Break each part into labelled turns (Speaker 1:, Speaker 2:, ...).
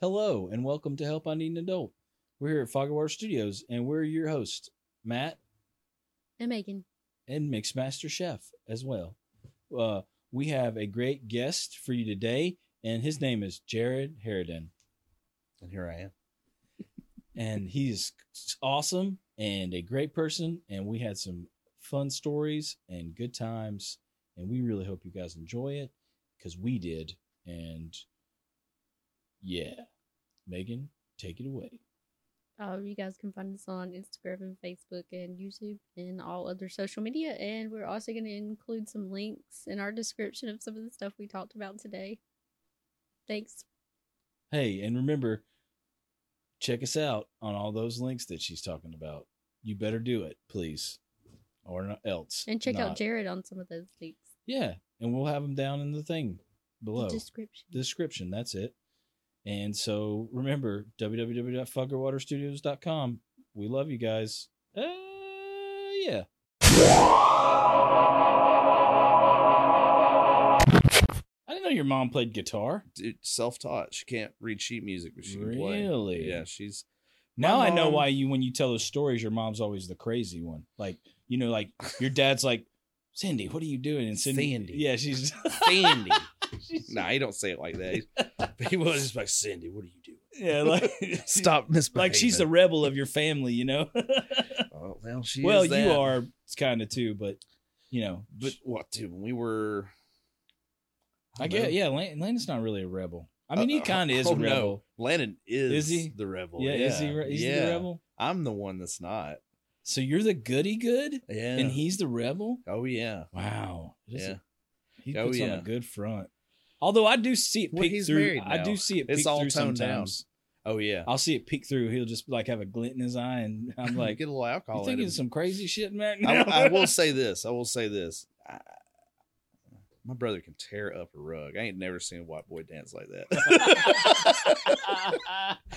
Speaker 1: Hello and welcome to Help I Need an Adult. We're here at Foggerwater Studios and we're your hosts, Matt
Speaker 2: And Megan.
Speaker 1: and Mixmaster Chef as well. Uh, we have a great guest for you today, and his name is Jared Harridan. And here I am. and he's awesome and a great person, and we had some fun stories and good times, and we really hope you guys enjoy it because we did. And yeah, Megan, take it away.
Speaker 2: Uh, you guys can find us on Instagram and Facebook and YouTube and all other social media. And we're also going to include some links in our description of some of the stuff we talked about today. Thanks.
Speaker 1: Hey, and remember, check us out on all those links that she's talking about. You better do it, please, or not else.
Speaker 2: And check out
Speaker 1: not.
Speaker 2: Jared on some of those links.
Speaker 1: Yeah, and we'll have them down in the thing below
Speaker 2: The description.
Speaker 1: description. That's it. And so remember www.fuggerwaterstudios.com. We love you guys. Uh, yeah. I didn't know your mom played guitar.
Speaker 3: Dude, self-taught. She can't read sheet music, but she can play.
Speaker 1: Really?
Speaker 3: Yeah, she's My
Speaker 1: Now I know
Speaker 3: mom-
Speaker 1: why you when you tell those stories, your mom's always the crazy one. Like you know, like your dad's like, Cindy, what are you doing? And Cindy,
Speaker 3: Sandy.
Speaker 1: yeah, she's
Speaker 3: Sandy.
Speaker 1: she's-
Speaker 3: nah, he don't say it like that. He was just like Sandy. What are you doing?
Speaker 1: yeah, like
Speaker 3: Stop misbehaving.
Speaker 1: like she's the rebel of your family, you know.
Speaker 3: Oh, well, she
Speaker 1: well,
Speaker 3: is
Speaker 1: you
Speaker 3: that.
Speaker 1: are kind of too, but you know,
Speaker 3: But what, dude? When we were,
Speaker 1: I
Speaker 3: don't know.
Speaker 1: get yeah. Lan- Landon's not really a rebel. I mean, he
Speaker 3: Uh,
Speaker 1: kind of is
Speaker 3: oh,
Speaker 1: a
Speaker 3: no.
Speaker 1: rebel.
Speaker 3: Landon is,
Speaker 1: Is he?
Speaker 3: the rebel?
Speaker 1: Yeah, is he? Re- is he
Speaker 3: Yeah.
Speaker 1: the rebel?
Speaker 3: I'm the one that's not.
Speaker 1: So you're the goody good,
Speaker 3: Yeah.
Speaker 1: and he's the rebel.
Speaker 3: oh yeah.
Speaker 1: Wow, It is a
Speaker 3: Yeah.
Speaker 1: He
Speaker 3: Oh,
Speaker 1: puts on
Speaker 3: yeah.
Speaker 1: a good front. Although I do see it
Speaker 3: Well,
Speaker 1: peek
Speaker 3: he's
Speaker 1: through.
Speaker 3: married
Speaker 1: I do
Speaker 3: now.
Speaker 1: see it
Speaker 3: It's
Speaker 1: peek
Speaker 3: all
Speaker 1: through
Speaker 3: toned down.
Speaker 1: sometimes.
Speaker 3: Oh yeah.
Speaker 1: I'll see it peek through. He'll just like have a glint in his eye, and I'm
Speaker 3: You
Speaker 1: like,
Speaker 3: get a little alcohol.
Speaker 1: "You
Speaker 3: in
Speaker 1: thinking
Speaker 3: him.
Speaker 1: some crazy shit, man?"
Speaker 3: I, I will say this. I will say this. I, my brother can tear up a rug. I ain't never seen a white boy dance like that.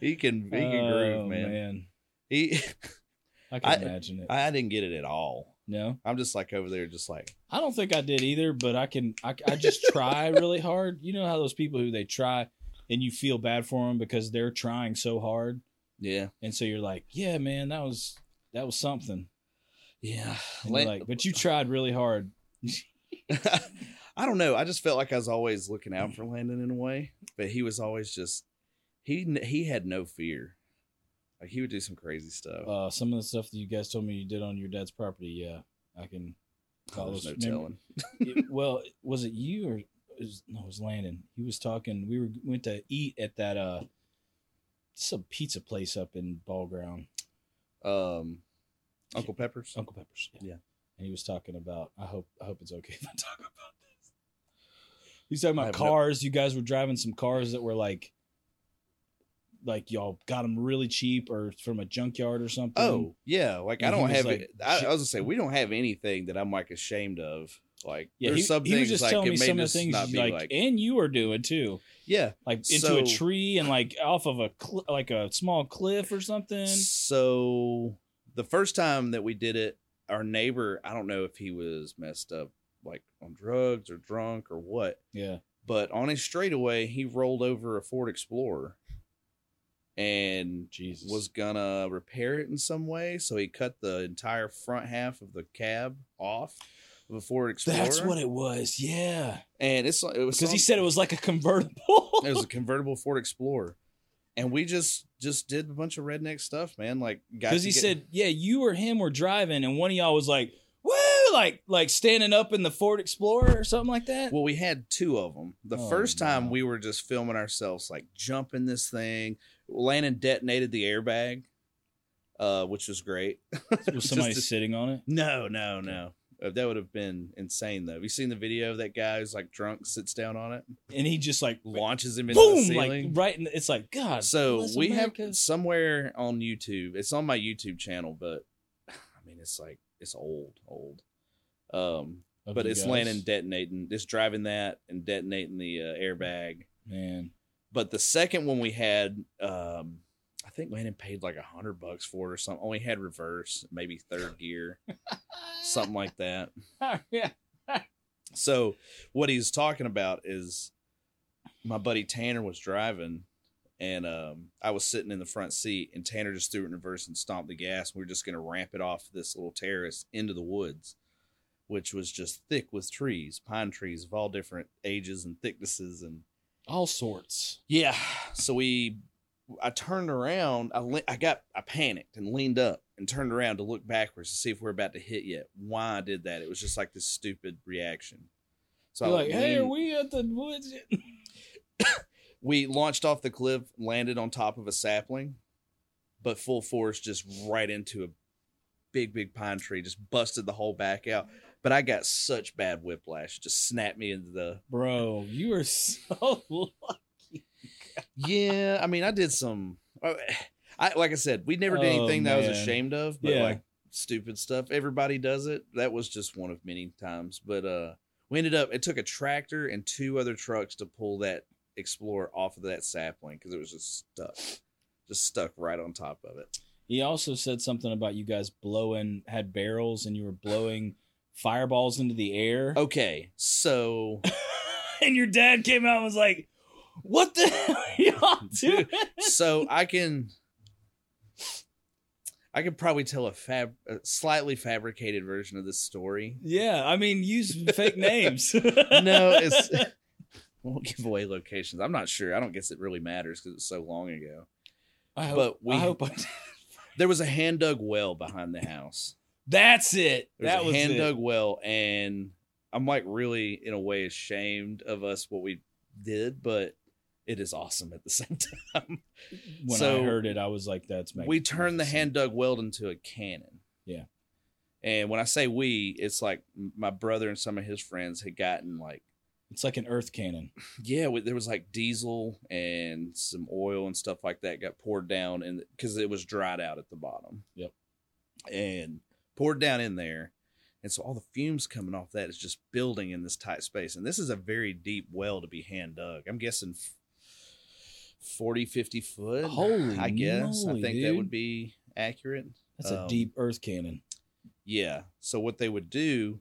Speaker 3: he can he can
Speaker 1: Oh,
Speaker 3: groove, man. He
Speaker 1: I can
Speaker 3: I-
Speaker 1: imagine it.
Speaker 3: I didn't get it at all.
Speaker 1: no,
Speaker 3: I'm just like over there, just like
Speaker 1: I don't think I did either. But I can. I, I just try really hard. You know how those people who they try, and you feel bad for them because they're trying so hard,
Speaker 3: yeah,
Speaker 1: and so you're like, "Yeah, man, that was that was something."
Speaker 3: yeah.
Speaker 1: And you're like, but you tried really hard.
Speaker 3: I don't know. I just felt like I was always looking out for Landon in a way, but he was always just he he had no fear. Like he would do some crazy stuff.
Speaker 1: uh, some of the stuff that you guys told me you did on your dad's property. Yeah, I can.
Speaker 3: Oh, there's no
Speaker 1: remember-
Speaker 3: telling.
Speaker 1: it- well, was it you or is no? It was Landon. He was talking. We were went to eat at that uh, some pizza place up in Ball Ground,
Speaker 3: Um, Uncle Peppers.
Speaker 1: Uncle Pepper's.
Speaker 3: Yeah.
Speaker 1: and he was talking about. I hope I hope it's okay if I talk about this. He's talking
Speaker 3: I
Speaker 1: about
Speaker 3: have no-
Speaker 1: cars. You guys were driving some cars that were like. Like y'all got them really cheap or from a junkyard or something.
Speaker 3: Oh yeah, like I
Speaker 1: And he
Speaker 3: don't
Speaker 1: was
Speaker 3: have
Speaker 1: like,
Speaker 3: it. I,
Speaker 1: "Shit."
Speaker 3: I was gonna say we don't have anything that I'm like ashamed of. Like
Speaker 1: Yeah,
Speaker 3: there's
Speaker 1: he,
Speaker 3: some
Speaker 1: he
Speaker 3: things
Speaker 1: was just
Speaker 3: like
Speaker 1: telling
Speaker 3: it
Speaker 1: me
Speaker 3: may
Speaker 1: some of the
Speaker 3: just
Speaker 1: things
Speaker 3: not be
Speaker 1: like,
Speaker 3: like,
Speaker 1: and you are doing too,
Speaker 3: yeah.
Speaker 1: like into a
Speaker 3: So-
Speaker 1: tree and like off of a cl- like a small cliff or something.
Speaker 3: So the first time that we did it, our neighbor, I don't know if he was messed up like on drugs or drunk or what,
Speaker 1: Yeah,
Speaker 3: but on his straightaway he rolled over a Ford Explorer and
Speaker 1: Jesus
Speaker 3: was gonna repair it in some way, so he cut the entire front half of the cab off of a Ford Explorer.
Speaker 1: that's what it was. Yeah,
Speaker 3: and it's it was
Speaker 1: because he
Speaker 3: some-
Speaker 1: said it was like a convertible.
Speaker 3: it was a convertible Ford Explorer, and we just just did a bunch of redneck stuff, man. Like, got
Speaker 1: Because
Speaker 3: to
Speaker 1: he
Speaker 3: get-
Speaker 1: said, yeah, you or him were driving, and one of y'all was like, woo, like like standing up in the Ford Explorer or something like that.
Speaker 3: well, we had two of them. The
Speaker 1: Oh,
Speaker 3: first time
Speaker 1: no.
Speaker 3: we were just filming ourselves, like jumping this thing. Landon detonated the airbag, uh, which was great.
Speaker 1: was
Speaker 3: Just
Speaker 1: somebody
Speaker 3: to-
Speaker 1: sitting on it?
Speaker 3: no, no, no. Uh, That would have been insane, though. Have you seen the video of that guy who's like drunk, sits down on it,
Speaker 1: And he just like
Speaker 3: launches him into the
Speaker 1: boom, like
Speaker 3: ceiling?
Speaker 1: right, and it's like God.
Speaker 3: so
Speaker 1: bless
Speaker 3: we
Speaker 1: America.
Speaker 3: have somewhere on YouTube. It's on my YouTube channel, but I mean, it's like it's old, old. Um,
Speaker 1: Of
Speaker 3: but
Speaker 1: you
Speaker 3: it's
Speaker 1: guys.
Speaker 3: landing detonating, just driving that and detonating the uh, airbag.
Speaker 1: man.
Speaker 3: But the second one we had, um, I think Landon paid like a hundred bucks for it or something. Only had reverse, maybe third gear, something like that.
Speaker 1: yeah.
Speaker 3: So what he's talking about is my buddy Tanner was driving, and um, I was sitting in the front seat, and Tanner just threw it in reverse and stomped the gas. We were just gonna ramp it off this little terrace into the woods, which was just thick with trees, pine trees of all different ages and thicknesses, and
Speaker 1: All sorts.
Speaker 3: yeah. So we, I turned around. I le- I got I panicked and leaned up and turned around to look backwards to see if we're about to hit yet. Why I did that? It was just like this stupid reaction. So
Speaker 1: You're
Speaker 3: I
Speaker 1: like, hey, are
Speaker 3: leaned-
Speaker 1: we at the woods? yet?"
Speaker 3: we launched off the cliff, landed on top of a sapling, but full force just right into a big, big pine tree, just busted the whole back out. But I got such bad whiplash, it just snapped me into the.
Speaker 1: Bro, you are
Speaker 3: Oh,
Speaker 1: so
Speaker 3: Yeah, I mean, I did some. uh, I like I said, we never did
Speaker 1: Oh,
Speaker 3: anything that I was
Speaker 1: man.
Speaker 3: ashamed of, but
Speaker 1: Yeah.
Speaker 3: like stupid stuff. Everybody does it. That was just one of many times. But uh we ended up. It took a tractor and two other trucks to pull that Explorer off of that sapling because it was just stuck, just stuck right on top of it.
Speaker 1: He also said something about you guys blowing had barrels and you were blowing fireballs into the air.
Speaker 3: Okay, so
Speaker 1: and your dad came out and was like, "What the hell are y'all doing?"
Speaker 3: so I can. I could probably tell a fab, a slightly fabricated version of this story.
Speaker 1: yeah, I mean, use fake names.
Speaker 3: no, it's won't give away locations. I'm not sure. I don't guess it really matters because it's so long ago.
Speaker 1: I hope,
Speaker 3: but we-
Speaker 1: I hope I-
Speaker 3: There was a hand dug well behind the house.
Speaker 1: that's it.
Speaker 3: There was
Speaker 1: that
Speaker 3: a
Speaker 1: was
Speaker 3: hand
Speaker 1: it.
Speaker 3: dug well, and I'm like really in a way ashamed of us what we did, but it is awesome at the same time.
Speaker 1: When I
Speaker 3: so
Speaker 1: heard it, I was like, "That's
Speaker 3: we turned the
Speaker 1: magnificent.
Speaker 3: hand dug well into a cannon.
Speaker 1: Yeah.
Speaker 3: And when I say we, it's like my brother and some of his friends had gotten like
Speaker 1: It's like an earth cannon.
Speaker 3: yeah we- there was like diesel and some oil and stuff like that got poured down and because it was dried out at the bottom
Speaker 1: Yep.
Speaker 3: and poured down in there and so all the fumes coming off that is just building in this tight space and this is a very deep well to be hand dug i'm guessing f- 40 50 foot
Speaker 1: Holy
Speaker 3: i guess
Speaker 1: moly,
Speaker 3: i think that
Speaker 1: dude.
Speaker 3: would be accurate
Speaker 1: That's a
Speaker 3: Um,
Speaker 1: deep earth cannon.
Speaker 3: yeah. So what they would do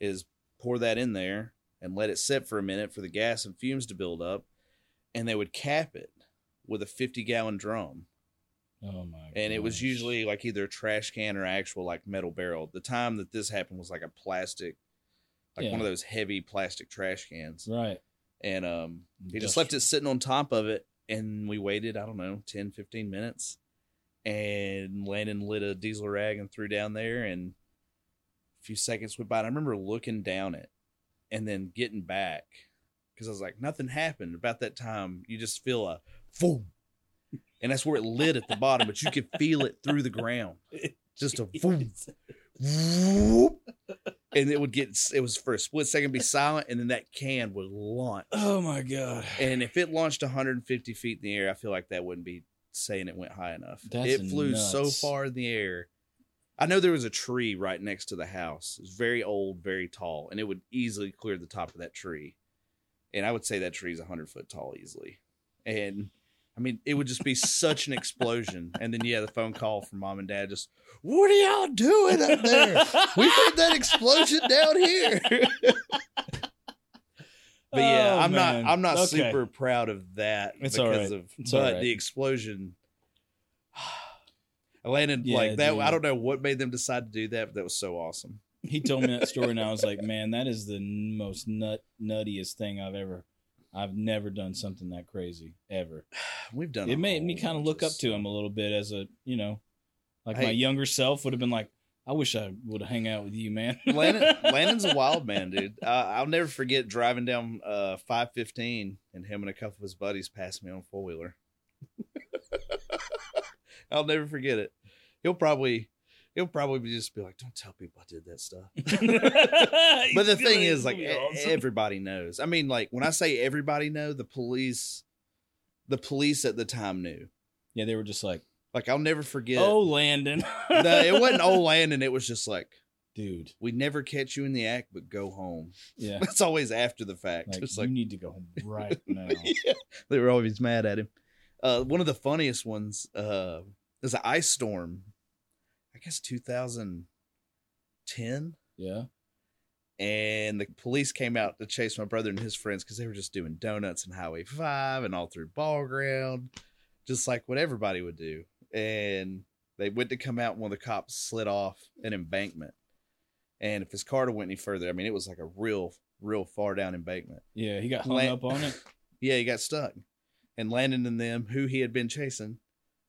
Speaker 3: is pour that in there and let it sit for a minute for the gas and fumes to build up, and they would cap it with a 50 gallon drum.
Speaker 1: Oh my!
Speaker 3: And it was
Speaker 1: gosh.
Speaker 3: usually like either a trash can or actual like metal barrel. The time that this happened was like a plastic, like one
Speaker 1: Yeah.
Speaker 3: of those heavy plastic trash cans.
Speaker 1: right.
Speaker 3: And um, he just left it sitting on top of it, and we waited, I don't know, 10, 15 minutes. And Landon lit a diesel rag and threw down there, and a few seconds went by. And I remember looking down it and then getting back because I was like, nothing happened. About that time, you just feel a boom. And that's where it lit at the bottom, but you could feel it through the ground. Just a boom. whoop. And it would get, it was for a split second be silent, and then that can would launch.
Speaker 1: Oh my god!
Speaker 3: And if it launched 150 feet in the air, I feel like that wouldn't be saying it went high enough.
Speaker 1: That's
Speaker 3: it flew so
Speaker 1: nuts.
Speaker 3: far in the air. I know there was a tree right next to the house. It's very old, very tall, and it would easily clear the top of that tree. And I would say that tree's 100 foot tall easily. And I mean, it would just be such an explosion. And then, yeah, the phone call from mom and dad just, What are y'all doing up there? We heard that explosion down here. But yeah,
Speaker 1: Oh,
Speaker 3: I'm
Speaker 1: man.
Speaker 3: not I'm not
Speaker 1: Okay.
Speaker 3: super proud of that
Speaker 1: It's all
Speaker 3: because
Speaker 1: right.
Speaker 3: of
Speaker 1: It's all
Speaker 3: but
Speaker 1: right.
Speaker 3: the explosion. I landed
Speaker 1: Yeah,
Speaker 3: like that. I
Speaker 1: dude.
Speaker 3: don't know what made them decide to do that, but that was so awesome.
Speaker 1: he told me that story and I was like, man, that is the n- most nut nuttiest thing I've ever I've never done something that crazy ever.
Speaker 3: We've done. a
Speaker 1: It made me
Speaker 3: whole
Speaker 1: kind of look
Speaker 3: bunch
Speaker 1: up
Speaker 3: stuff.
Speaker 1: to him a little bit as a, you know, like my
Speaker 3: Hey.
Speaker 1: younger self would have been like, I wish I would hang out with you, man.
Speaker 3: Landon, Landon's a wild man, dude. Uh, I'll never forget driving down uh, 515 and him and a couple of his buddies passed me on a four wheeler. I'll never forget it. He'll probably he'll probably be- just be like, "Don't tell people I did that stuff." but the thing is, like, e- everybody knows. I mean, like, when I say everybody know, the police, the police at the time knew.
Speaker 1: yeah, they were just like,
Speaker 3: Like, I'll never forget.
Speaker 1: oh, Landon.
Speaker 3: No, it wasn't old Landon. It was just like,
Speaker 1: dude.
Speaker 3: we never catch you in the act, but go home.
Speaker 1: Yeah.
Speaker 3: That's always after the fact.
Speaker 1: Like,
Speaker 3: it's
Speaker 1: you
Speaker 3: like
Speaker 1: need to go home right now.
Speaker 3: they were always mad at him. Uh, one of the funniest ones uh, is an ice storm. I guess 2010.
Speaker 1: yeah.
Speaker 3: and the police came out to chase my brother and his friends because they were just doing donuts and Highway Five and all through ball ground, just like what everybody would do. And they went to come out, and one of the cops slid off an embankment. And if his car had went any further, I mean, it was like a real, real far down embankment.
Speaker 1: Yeah, he got hung
Speaker 3: Lan-
Speaker 1: up on it.
Speaker 3: Yeah, he got stuck. And Landon and them, who he had been chasing,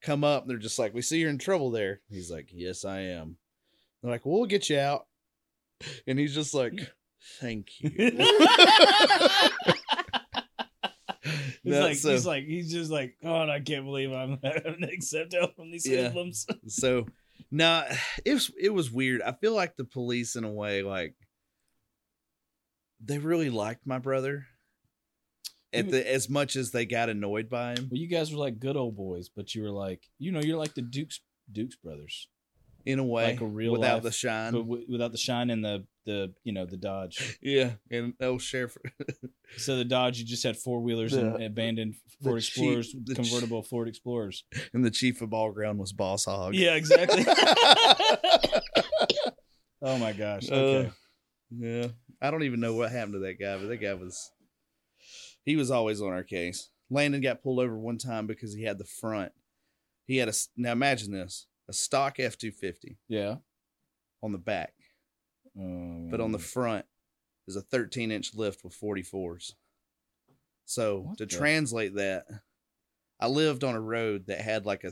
Speaker 3: come up and they're just like, We see you're in trouble there. He's like, Yes, I am. They're like, We'll get you out. And he's just like, Thank you.
Speaker 1: He's
Speaker 3: No,
Speaker 1: like
Speaker 3: so-
Speaker 1: he's like he's just like, God, I can't believe I'm having to accept all of these
Speaker 3: Yeah.
Speaker 1: problems.
Speaker 3: so nah, it was it was weird. I feel like the police in a way, like they really liked my brother. At the as much as they got annoyed by him.
Speaker 1: Well, you guys were like good old boys, but you were like, you know, you're like the Duke's Duke's brothers,
Speaker 3: in a way,
Speaker 1: Like a real
Speaker 3: without
Speaker 1: life-
Speaker 3: the shine.
Speaker 1: but w- without the shine and the the you know the Dodge.
Speaker 3: yeah, and oh, sheriff,
Speaker 1: So the Dodge, you just had four wheelers and
Speaker 3: The-
Speaker 1: abandoned
Speaker 3: the
Speaker 1: Ford
Speaker 3: cheap-
Speaker 1: Explorers,
Speaker 3: the ch-
Speaker 1: convertible Ford Explorers.
Speaker 3: and the chief of ball ground was Boss Hog.
Speaker 1: Yeah, exactly. oh my gosh. Okay.
Speaker 3: Uh, yeah, I don't even know what happened to that guy, but that guy was he was always on our case. Landon got pulled over one time because he had the front. He had a s- now imagine this a stock F two fifty
Speaker 1: yeah.
Speaker 3: on the back, but on the
Speaker 1: Mm.
Speaker 3: front is a thirteen inch lift with forty fours. So
Speaker 1: What
Speaker 3: to
Speaker 1: the-
Speaker 3: translate that, I lived on a road that had like a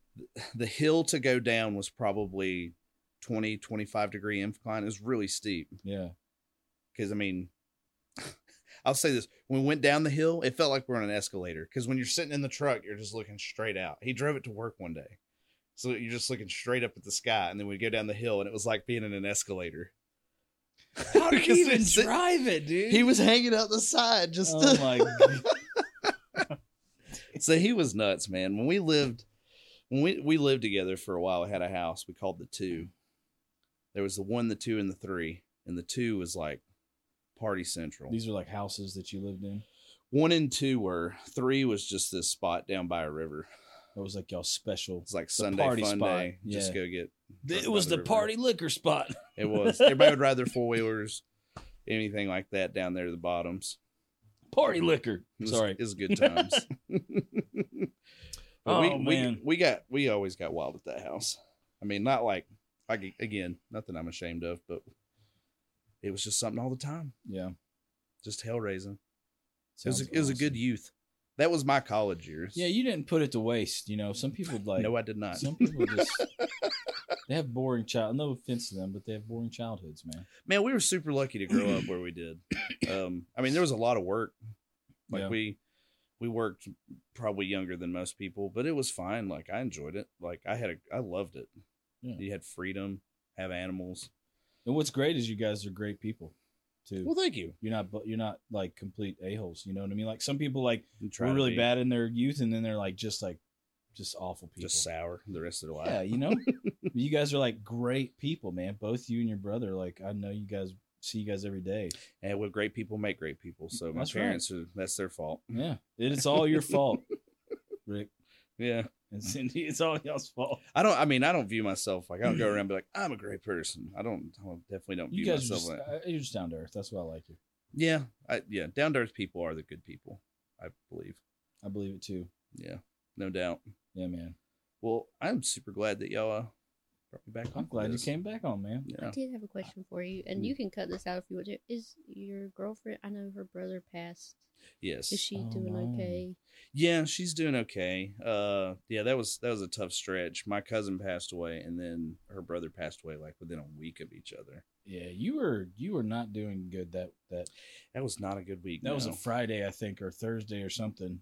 Speaker 3: the hill to go down was probably 20 25 degree incline. It was really steep.
Speaker 1: yeah.
Speaker 3: because I mean, I'll say this: when we went down the hill, it felt like we're on an escalator. Because when you're sitting in the truck, you're just looking straight out. He drove it to work one day, so you're just looking straight up at the sky, and then we go down the hill, and it was like being in an escalator.
Speaker 1: How did
Speaker 3: Because
Speaker 1: he even
Speaker 3: it's-
Speaker 1: drive it, dude?
Speaker 3: He was hanging out the side, just
Speaker 1: Oh
Speaker 3: to-
Speaker 1: my god.
Speaker 3: so he was nuts, man. When we lived, when we we lived together for a while, I had a house we called the two. There was the one, the two, and the three, and the two was like party central.
Speaker 1: These are like houses that you lived in.
Speaker 3: one and two were three was just this spot down by a river
Speaker 1: That was like y'all special.
Speaker 3: it's like sunday
Speaker 1: party
Speaker 3: fun
Speaker 1: spot,
Speaker 3: day just go get drunk
Speaker 1: It
Speaker 3: by
Speaker 1: was the
Speaker 3: river.
Speaker 1: party liquor spot.
Speaker 3: it was everybody would ride their four-wheelers anything like that down there at the bottoms
Speaker 1: Party liquor.
Speaker 3: it was,
Speaker 1: Sorry.
Speaker 3: it was good times But
Speaker 1: Oh,
Speaker 3: we,
Speaker 1: man.
Speaker 3: we we got we always got wild at that house i mean not like like again nothing i'm ashamed of but it was just something all the time
Speaker 1: Yeah.
Speaker 3: just hell raising it
Speaker 1: Sounds
Speaker 3: was, a, it was a
Speaker 1: awesome.
Speaker 3: good youth that was my college years
Speaker 1: Yeah, you didn't put it to waste. You know, some people like
Speaker 3: no i did not
Speaker 1: some people just they have boring child. No offense to them, but they have boring childhoods, man.
Speaker 3: man, we were super lucky to grow up where we did. Um, I mean, there was a lot of work. Like
Speaker 1: Yeah.
Speaker 3: we we worked probably younger than most people, but it was fine. Like I enjoyed it. Like I had a I loved it.
Speaker 1: Yeah.
Speaker 3: You had freedom, have animals.
Speaker 1: And what's great is you guys are great people, too.
Speaker 3: Well, thank you.
Speaker 1: you're not, bu- you're not like complete a holes. You know what I mean? Like some people, like
Speaker 3: And try
Speaker 1: were
Speaker 3: to
Speaker 1: really
Speaker 3: be
Speaker 1: bad in their youth, and then they're like just like, just awful people.
Speaker 3: just sour the rest of their life.
Speaker 1: Yeah, you know, you guys are like great people, man. Both you and your brother. Like I know you guys see you guys every day.
Speaker 3: And what great people make great people. So my
Speaker 1: That's right.
Speaker 3: parents are that's their fault.
Speaker 1: Yeah, it is all your fault, Rick
Speaker 3: Yeah.
Speaker 1: and Cindy. It's all y'all's fault.
Speaker 3: I don't I mean I don't view myself like I don't go around and be like, I'm a great person. I don't I don't- definitely don't
Speaker 1: You
Speaker 3: view
Speaker 1: guys are
Speaker 3: myself
Speaker 1: just,
Speaker 3: like that.
Speaker 1: uh, you're just down to earth. That's why I like you.
Speaker 3: Yeah. I yeah, down to earth people are the good people, I believe.
Speaker 1: I believe it too.
Speaker 3: Yeah, no doubt.
Speaker 1: Yeah, man.
Speaker 3: Well, I'm super glad that y'all uh, brought me back. on
Speaker 1: I'm
Speaker 3: for
Speaker 1: glad you
Speaker 3: this.
Speaker 1: came back on, man.
Speaker 2: I
Speaker 3: Yeah.
Speaker 2: did have a question for you, and
Speaker 1: Mm.
Speaker 2: you can cut this out if you want to. Is your girlfriend? I know her brother passed.
Speaker 3: Yes.
Speaker 2: Is she
Speaker 1: Oh,
Speaker 2: doing
Speaker 1: no.
Speaker 2: okay?
Speaker 3: yeah, she's doing okay. Uh, yeah, that was that was a tough stretch. My cousin passed away, and then her brother passed away like within a week of each other.
Speaker 1: Yeah, you were you were not doing good that that
Speaker 3: That was not a good week.
Speaker 1: that was a
Speaker 3: no.
Speaker 1: Friday I think or Thursday or something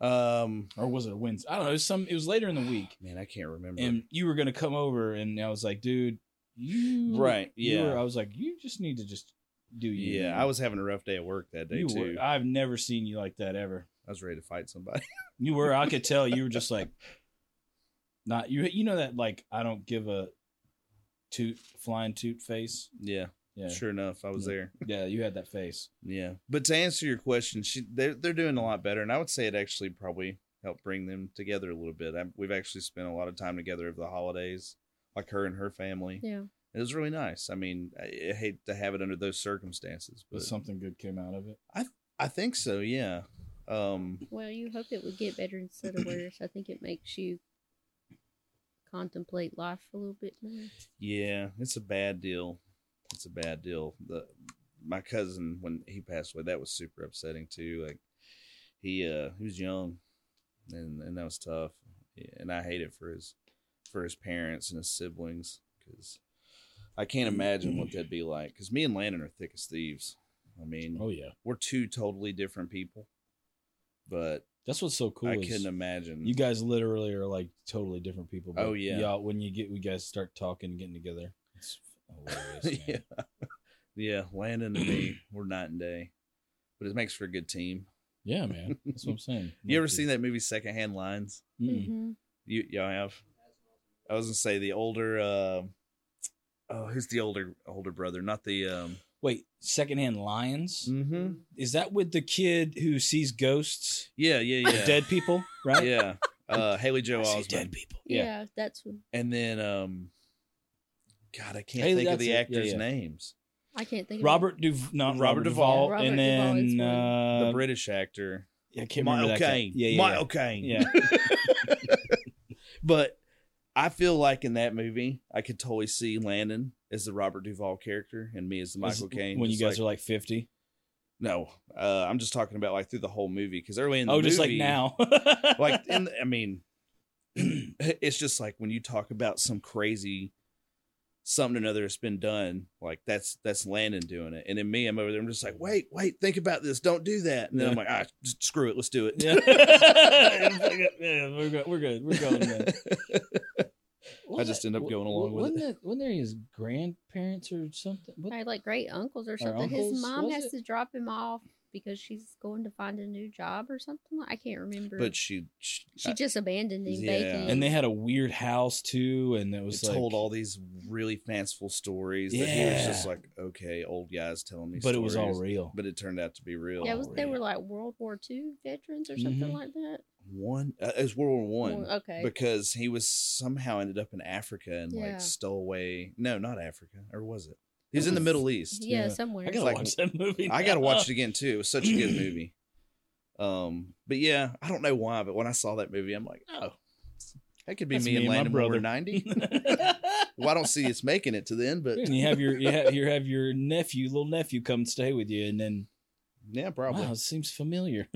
Speaker 3: um.
Speaker 1: or was it a Wednesday? I don't know. It was some it was later in the week,
Speaker 3: Man, I can't remember.
Speaker 1: and you were gonna come over, and I was like, dude, you
Speaker 3: Right,
Speaker 1: you
Speaker 3: yeah.
Speaker 1: were- I was like, you just need to just do you.
Speaker 3: yeah,
Speaker 1: man.
Speaker 3: I was having a rough day at work that day
Speaker 1: You
Speaker 3: too.
Speaker 1: were. I've never seen you like that ever.
Speaker 3: I was ready to fight somebody.
Speaker 1: You were. I could tell you were just like, not you. You know that like I don't give a toot flying toot face.
Speaker 3: yeah,
Speaker 1: Yeah,
Speaker 3: sure enough, I was
Speaker 1: Yeah.
Speaker 3: there.
Speaker 1: yeah. You had that face.
Speaker 3: Yeah, but to answer your question, she they're they're doing a lot better, and I would say it actually probably helped bring them together a little bit. I, we've actually spent a lot of time together over the holidays, like her and her family,
Speaker 2: Yeah.
Speaker 3: It was really nice. I mean, I, I hate to have it under those circumstances,
Speaker 1: But
Speaker 3: but
Speaker 1: something good came out of it.
Speaker 3: I think so. Yeah. Um,
Speaker 2: Well, you hope it would get better instead of worse. I think it makes you contemplate life a little bit more.
Speaker 3: Yeah, it's a bad deal. It's a bad deal. The my cousin when he passed away, that was super upsetting too. Like he uh he was young and and that was tough. Yeah, and I hate it for his for his parents and his siblings cuz I can't imagine what that'd be like cuz me and Landon are thick as thieves. I mean,
Speaker 1: Oh yeah,
Speaker 3: we're two totally different people. But
Speaker 1: that's what's so cool.
Speaker 3: I
Speaker 1: is
Speaker 3: couldn't imagine.
Speaker 1: You guys literally are like totally different people.
Speaker 3: Oh, yeah.
Speaker 1: y'all, when you get, we guys start talking, getting together. It's hilarious. man.
Speaker 3: yeah. Yeah, Landon and me, we're night and day. But it makes for a good team.
Speaker 1: yeah, man. That's what I'm saying.
Speaker 3: You ever seen that movie Secondhand Lines?
Speaker 2: Mm.
Speaker 1: Mm-mm.
Speaker 2: Mm-hmm.
Speaker 3: You y'all have? I was gonna say the older uh, oh who's the older older brother, not the um
Speaker 1: Wait, secondhand lions?
Speaker 3: mm-hmm.
Speaker 1: Is that with the kid who sees ghosts,
Speaker 3: Yeah, yeah, yeah.
Speaker 1: dead people, right?
Speaker 3: Yeah. Uh
Speaker 1: I
Speaker 3: Haley Joe
Speaker 1: see
Speaker 3: Osment.
Speaker 1: dead people.
Speaker 2: Yeah.
Speaker 1: Yeah.
Speaker 2: that's what
Speaker 3: And then um God, I can't
Speaker 1: Haley-
Speaker 3: think of
Speaker 1: that's
Speaker 3: the
Speaker 1: it. Yeah,
Speaker 3: actors'
Speaker 1: yeah.
Speaker 3: names.
Speaker 2: I can't think.
Speaker 1: Robert Duv, not
Speaker 3: Robert
Speaker 1: Robert
Speaker 3: Duvall.
Speaker 1: Duvall,
Speaker 2: Robert
Speaker 1: and
Speaker 2: Duvall is
Speaker 1: then
Speaker 2: one.
Speaker 1: uh,
Speaker 3: the British actor.
Speaker 1: I can't remember
Speaker 3: Michael
Speaker 1: that guy.
Speaker 3: Caine.
Speaker 1: Yeah, yeah,
Speaker 3: Michael Caine.
Speaker 1: yeah.
Speaker 3: but I feel like in that movie, I could totally see Landon as the Robert Duvall character and me as the
Speaker 1: yeah.
Speaker 3: Michael Caine.
Speaker 1: When you
Speaker 3: just
Speaker 1: guys
Speaker 3: like-
Speaker 1: are like fifty.
Speaker 3: No, uh, I'm just talking about like through the whole movie because early in the
Speaker 1: Oh, just like
Speaker 3: movie-
Speaker 1: now.
Speaker 3: like in the- I mean, it's just like when you talk about some crazy something or another that's been done, like that's that's Landon doing it, and then me, I'm over there, I'm just like, wait, wait, think about this, don't do that, and then I'm like, ah, just screw it, let's do it.
Speaker 1: yeah. yeah, we're good. We're good. We're going. Man.
Speaker 3: I just end up going along with it.
Speaker 1: wasn't That, wasn't there his grandparents or something? What-
Speaker 2: Probably like great uncles or something.
Speaker 1: uncles,
Speaker 2: His mom
Speaker 1: was
Speaker 2: has
Speaker 1: it?
Speaker 2: to drop him off because she's going to find a new job or something. I can't remember.
Speaker 3: but she, she,
Speaker 2: she just abandoned him.
Speaker 3: Yeah.
Speaker 2: Baking.
Speaker 1: and they had a weird house too, and it was
Speaker 3: it
Speaker 1: like,
Speaker 3: told all these really fanciful stories that he was just
Speaker 1: Yeah.
Speaker 3: like, okay, old guys telling me,
Speaker 1: but it was all
Speaker 3: stories.
Speaker 1: real.
Speaker 3: But it turned out to be real.
Speaker 2: yeah, it was, they
Speaker 1: yeah.
Speaker 2: were like World War II veterans or something
Speaker 1: Mhm.
Speaker 2: like that.
Speaker 3: one, uh, it was World War One.
Speaker 2: Well, Okay.
Speaker 3: because he was somehow ended up in Africa and
Speaker 2: Yeah.
Speaker 3: like stole away. No, not Africa, or was it? He was in the
Speaker 1: was-
Speaker 3: Middle East.
Speaker 2: yeah,
Speaker 1: yeah.
Speaker 2: somewhere.
Speaker 1: I gotta
Speaker 3: like-
Speaker 1: watch that movie.
Speaker 3: I gotta
Speaker 1: now.
Speaker 3: watch it again too. It was such a good movie. Um, but yeah, I don't know why, but when I saw that movie, I'm like, oh, that could be
Speaker 1: That's
Speaker 3: me, and Landon when we're
Speaker 1: brother.
Speaker 3: ninety. well, I don't see it's making it to the end, but
Speaker 1: and you have your you have, you have your nephew, little nephew, come stay with you, and then
Speaker 3: yeah, probably.
Speaker 1: wow, it seems familiar.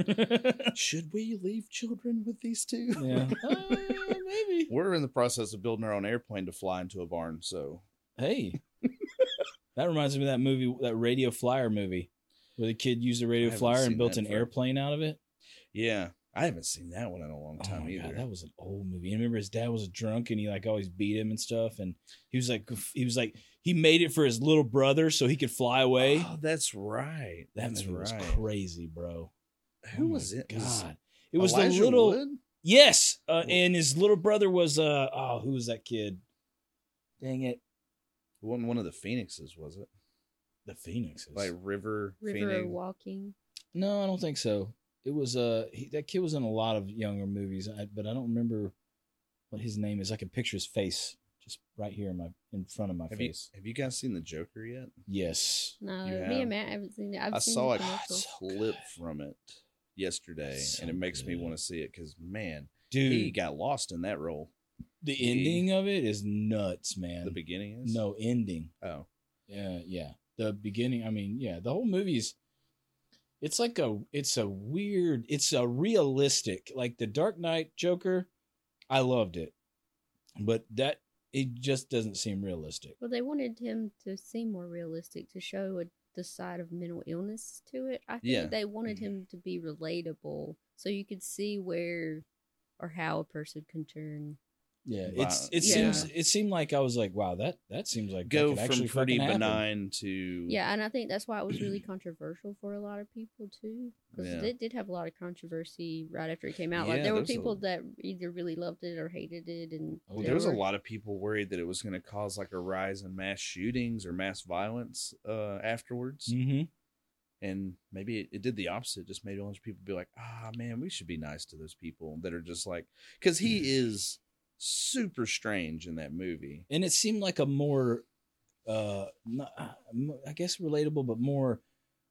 Speaker 3: Should we leave children with these two?
Speaker 1: yeah, Uh, maybe.
Speaker 3: We're in the process of building our own airplane to fly into a barn, so
Speaker 1: Hey, that reminds me of that movie, that Radio Flyer movie, where the kid used a
Speaker 3: I
Speaker 1: radio
Speaker 3: haven't
Speaker 1: flyer
Speaker 3: seen
Speaker 1: and built
Speaker 3: that
Speaker 1: an
Speaker 3: for-
Speaker 1: airplane out of it.
Speaker 3: yeah. I haven't seen that one in a long time
Speaker 1: oh my
Speaker 3: either.
Speaker 1: God, that was an old movie. And remember his dad was a drunk and he like always beat him and stuff. And he was like, he was like, he made it for his little brother so he could fly away.
Speaker 3: Oh, that's right.
Speaker 1: that
Speaker 3: that's
Speaker 1: movie was crazy, bro.
Speaker 3: Who
Speaker 1: Oh my
Speaker 3: was it?
Speaker 1: God, it was
Speaker 3: Elijah
Speaker 1: the little
Speaker 3: Wood?
Speaker 1: yes, uh, and his little brother was uh oh who was that kid? Dang it,
Speaker 3: It wasn't one of the Phoenixes, was it?
Speaker 1: the Phoenixes.
Speaker 3: Like River,
Speaker 2: River
Speaker 3: Phoenix.
Speaker 2: walking.
Speaker 1: no, I don't think so. It was uh he, that kid was in a lot of younger movies, I, but I don't remember what his name is. I can picture his face just right here in my in front of my
Speaker 3: Have you,
Speaker 1: face.
Speaker 3: have you guys seen the Joker yet?
Speaker 1: Yes.
Speaker 2: No,
Speaker 3: You
Speaker 2: me
Speaker 3: have.
Speaker 2: and Matt haven't seen it. I've
Speaker 3: i
Speaker 2: seen
Speaker 3: saw
Speaker 2: the
Speaker 3: a
Speaker 2: commercial.
Speaker 1: so
Speaker 3: clip
Speaker 1: good.
Speaker 3: from it yesterday,
Speaker 1: It's
Speaker 3: and
Speaker 1: so
Speaker 3: it makes me
Speaker 1: good.
Speaker 3: want to see it because man,
Speaker 1: Dude,
Speaker 3: he got lost in that role.
Speaker 1: the ending of it is nuts, man.
Speaker 3: The beginning is
Speaker 1: no ending.
Speaker 3: Oh,
Speaker 1: Yeah, yeah. The beginning, I mean, yeah, the whole movie's it's like a it's a weird, it's a realistic like the Dark Knight Joker, I loved it. But that it just doesn't seem realistic.
Speaker 2: Well, they wanted him to seem more realistic to show a, the side of mental illness to it. I think
Speaker 3: Yeah.
Speaker 2: they wanted
Speaker 3: Mhm.
Speaker 2: him to be relatable so you could see where or how a person can turn.
Speaker 1: Yeah, it's it
Speaker 3: Yeah.
Speaker 1: seems it seemed like I was like, wow, that that seems like that
Speaker 3: go
Speaker 1: could
Speaker 3: from
Speaker 1: actually
Speaker 3: pretty
Speaker 1: fucking happen.
Speaker 3: benign to
Speaker 2: Yeah, and I think that's why it was really controversial for a lot of people too, because
Speaker 3: Yeah.
Speaker 2: it did have a lot of controversy right after it came out. like
Speaker 3: Yeah,
Speaker 2: there were
Speaker 3: there's a-
Speaker 2: people that either really loved it or hated it, and
Speaker 1: Oh,
Speaker 3: Well,
Speaker 1: There
Speaker 3: there was a
Speaker 2: were-
Speaker 3: lot of people worried that it was going to cause like a rise in mass shootings or mass violence uh, afterwards,
Speaker 1: Mhm.
Speaker 3: and maybe it, it did the opposite. Just made a bunch of people be like, "Ah, man, we should be nice to those people that are just like," because
Speaker 1: Mm-hmm.
Speaker 3: he is super strange in that movie.
Speaker 1: And it seemed like a more uh, not, I guess relatable, but more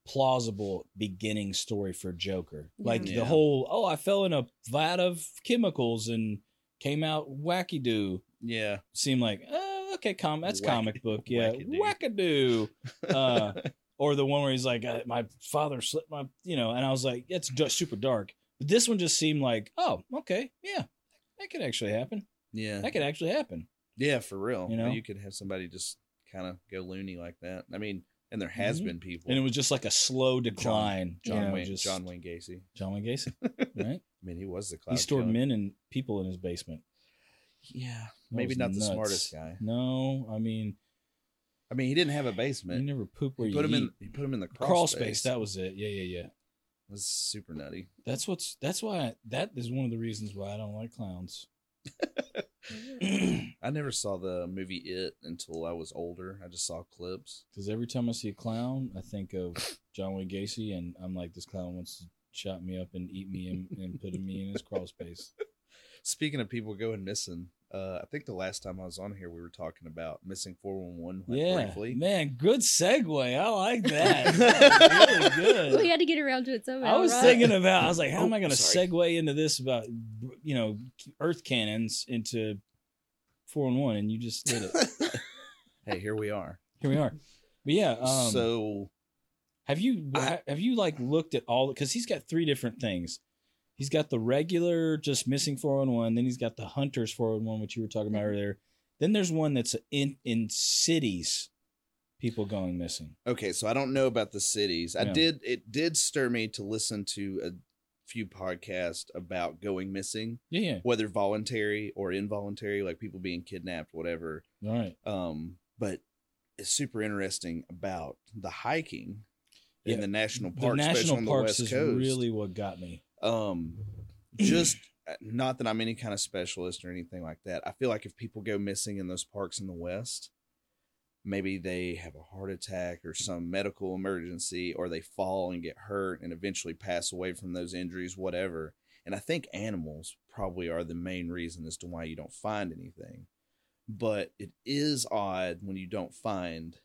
Speaker 1: plausible beginning story for Joker. Like
Speaker 3: Yeah.
Speaker 1: the whole, oh, I fell in a vat of chemicals and came out wacky doo.
Speaker 3: Yeah.
Speaker 1: Seemed like, oh, okay, com- that's
Speaker 3: Wack-
Speaker 1: comic book. Yeah.
Speaker 3: wackadoo.
Speaker 1: Wackadoo. Uh, or the one where he's like, uh, my father slipped my, you know, and I was like, it's just super dark. But this one just seemed like, oh, okay, yeah, that could actually happen.
Speaker 3: yeah.
Speaker 1: That could actually happen.
Speaker 3: Yeah, for real.
Speaker 1: You
Speaker 3: You
Speaker 1: know?
Speaker 3: could have somebody just kind of go loony like that. I mean, and there has
Speaker 1: Mhm.
Speaker 3: been people.
Speaker 1: And it was just like a slow decline.
Speaker 3: John
Speaker 1: you know,
Speaker 3: Wayne,
Speaker 1: just-
Speaker 3: John Wayne Gacy.
Speaker 1: John Wayne Gacy, right?
Speaker 3: I mean, he was the cloud.
Speaker 1: he stored
Speaker 3: killer.
Speaker 1: men and people in his basement.
Speaker 3: Yeah,
Speaker 1: That
Speaker 3: maybe
Speaker 1: was
Speaker 3: not
Speaker 1: nuts.
Speaker 3: the smartest guy.
Speaker 1: No, I mean,
Speaker 3: I mean, he didn't have a
Speaker 1: you
Speaker 3: basement.
Speaker 1: never poop where
Speaker 3: He
Speaker 1: you
Speaker 3: put him
Speaker 1: eat.
Speaker 3: in. He put him in the
Speaker 1: crawl,
Speaker 3: crawl,
Speaker 1: space. That was it. Yeah, yeah, yeah.
Speaker 3: was super nutty.
Speaker 1: That's what's. That's why. That is one of the reasons why I don't like clowns.
Speaker 3: I never saw the movie It until I was older. I just saw clips.
Speaker 1: Because every time I see a clown, I think of John Wayne Gacy, and I'm like, this clown wants to chop me up and eat me and, and put me in his crawl space.
Speaker 3: Speaking of people going missing, uh, I think the last time I was on here, we were talking about missing four one one
Speaker 1: yeah,
Speaker 3: briefly.
Speaker 1: man, good segue. I like that. That was really good.
Speaker 2: we had to get around to it somehow.
Speaker 1: I was
Speaker 2: right?
Speaker 1: thinking about. I was like, how am
Speaker 3: Oh,
Speaker 1: I going to
Speaker 3: sorry.
Speaker 1: segue into this about you know Earth cannons into four and one, and you just did it.
Speaker 3: hey, here we are.
Speaker 1: Here we are. But yeah, um,
Speaker 3: so
Speaker 1: have you
Speaker 3: I-
Speaker 1: have you like looked at all? Because he's got three different things. He's got the regular, just missing four one one. Then he's got the hunters four one one, which you were talking about
Speaker 2: Mm-hmm.
Speaker 1: earlier. Then there's one that's in in cities, people going missing.
Speaker 3: okay, so I don't know about the cities. I
Speaker 1: Yeah.
Speaker 3: did. It did stir me to listen to a few podcasts about going missing,
Speaker 1: Yeah,
Speaker 3: whether voluntary or involuntary, like people being kidnapped, whatever.
Speaker 1: yeah. All right.
Speaker 3: Um, but it's super interesting about the hiking
Speaker 1: Yeah,
Speaker 3: in the national
Speaker 1: The
Speaker 3: parks,
Speaker 1: national
Speaker 3: especially on the
Speaker 1: parks
Speaker 3: west
Speaker 1: is
Speaker 3: coast.
Speaker 1: really what got me.
Speaker 3: um, just uh, not that I'm any kind of specialist or anything like that. I feel like if people go missing in those parks in the west, maybe they have a heart attack or some medical emergency, or they fall and get hurt and eventually pass away from those injuries, whatever. And I think animals probably are the main reason as to why you don't find anything. But it is odd when you don't find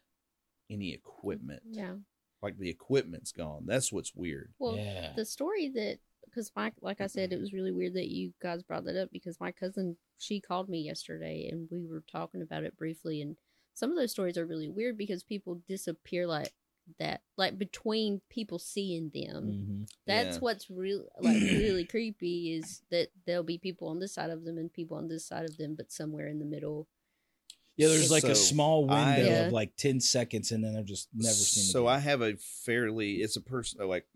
Speaker 3: any equipment.
Speaker 2: Yeah.
Speaker 3: Like the equipment's gone. That's what's weird.
Speaker 2: Well,
Speaker 1: yeah.
Speaker 2: the story that because my like I said,
Speaker 3: Mm-hmm.
Speaker 2: it was really weird that you guys brought that up because my cousin she called me yesterday and we were talking about it briefly and some of those stories are really weird because people disappear like that like between people seeing them
Speaker 1: Mhm.
Speaker 2: that's
Speaker 3: Mm, Yeah.
Speaker 2: what's real like really creepy is that there'll be people on this side of them and people on this side of them but somewhere in the middle
Speaker 1: Yeah, there's like
Speaker 3: So,
Speaker 1: a small window
Speaker 3: I-
Speaker 2: Yeah.
Speaker 1: of like ten seconds, and then they're just never seen.
Speaker 3: So I have a fairly it's a person like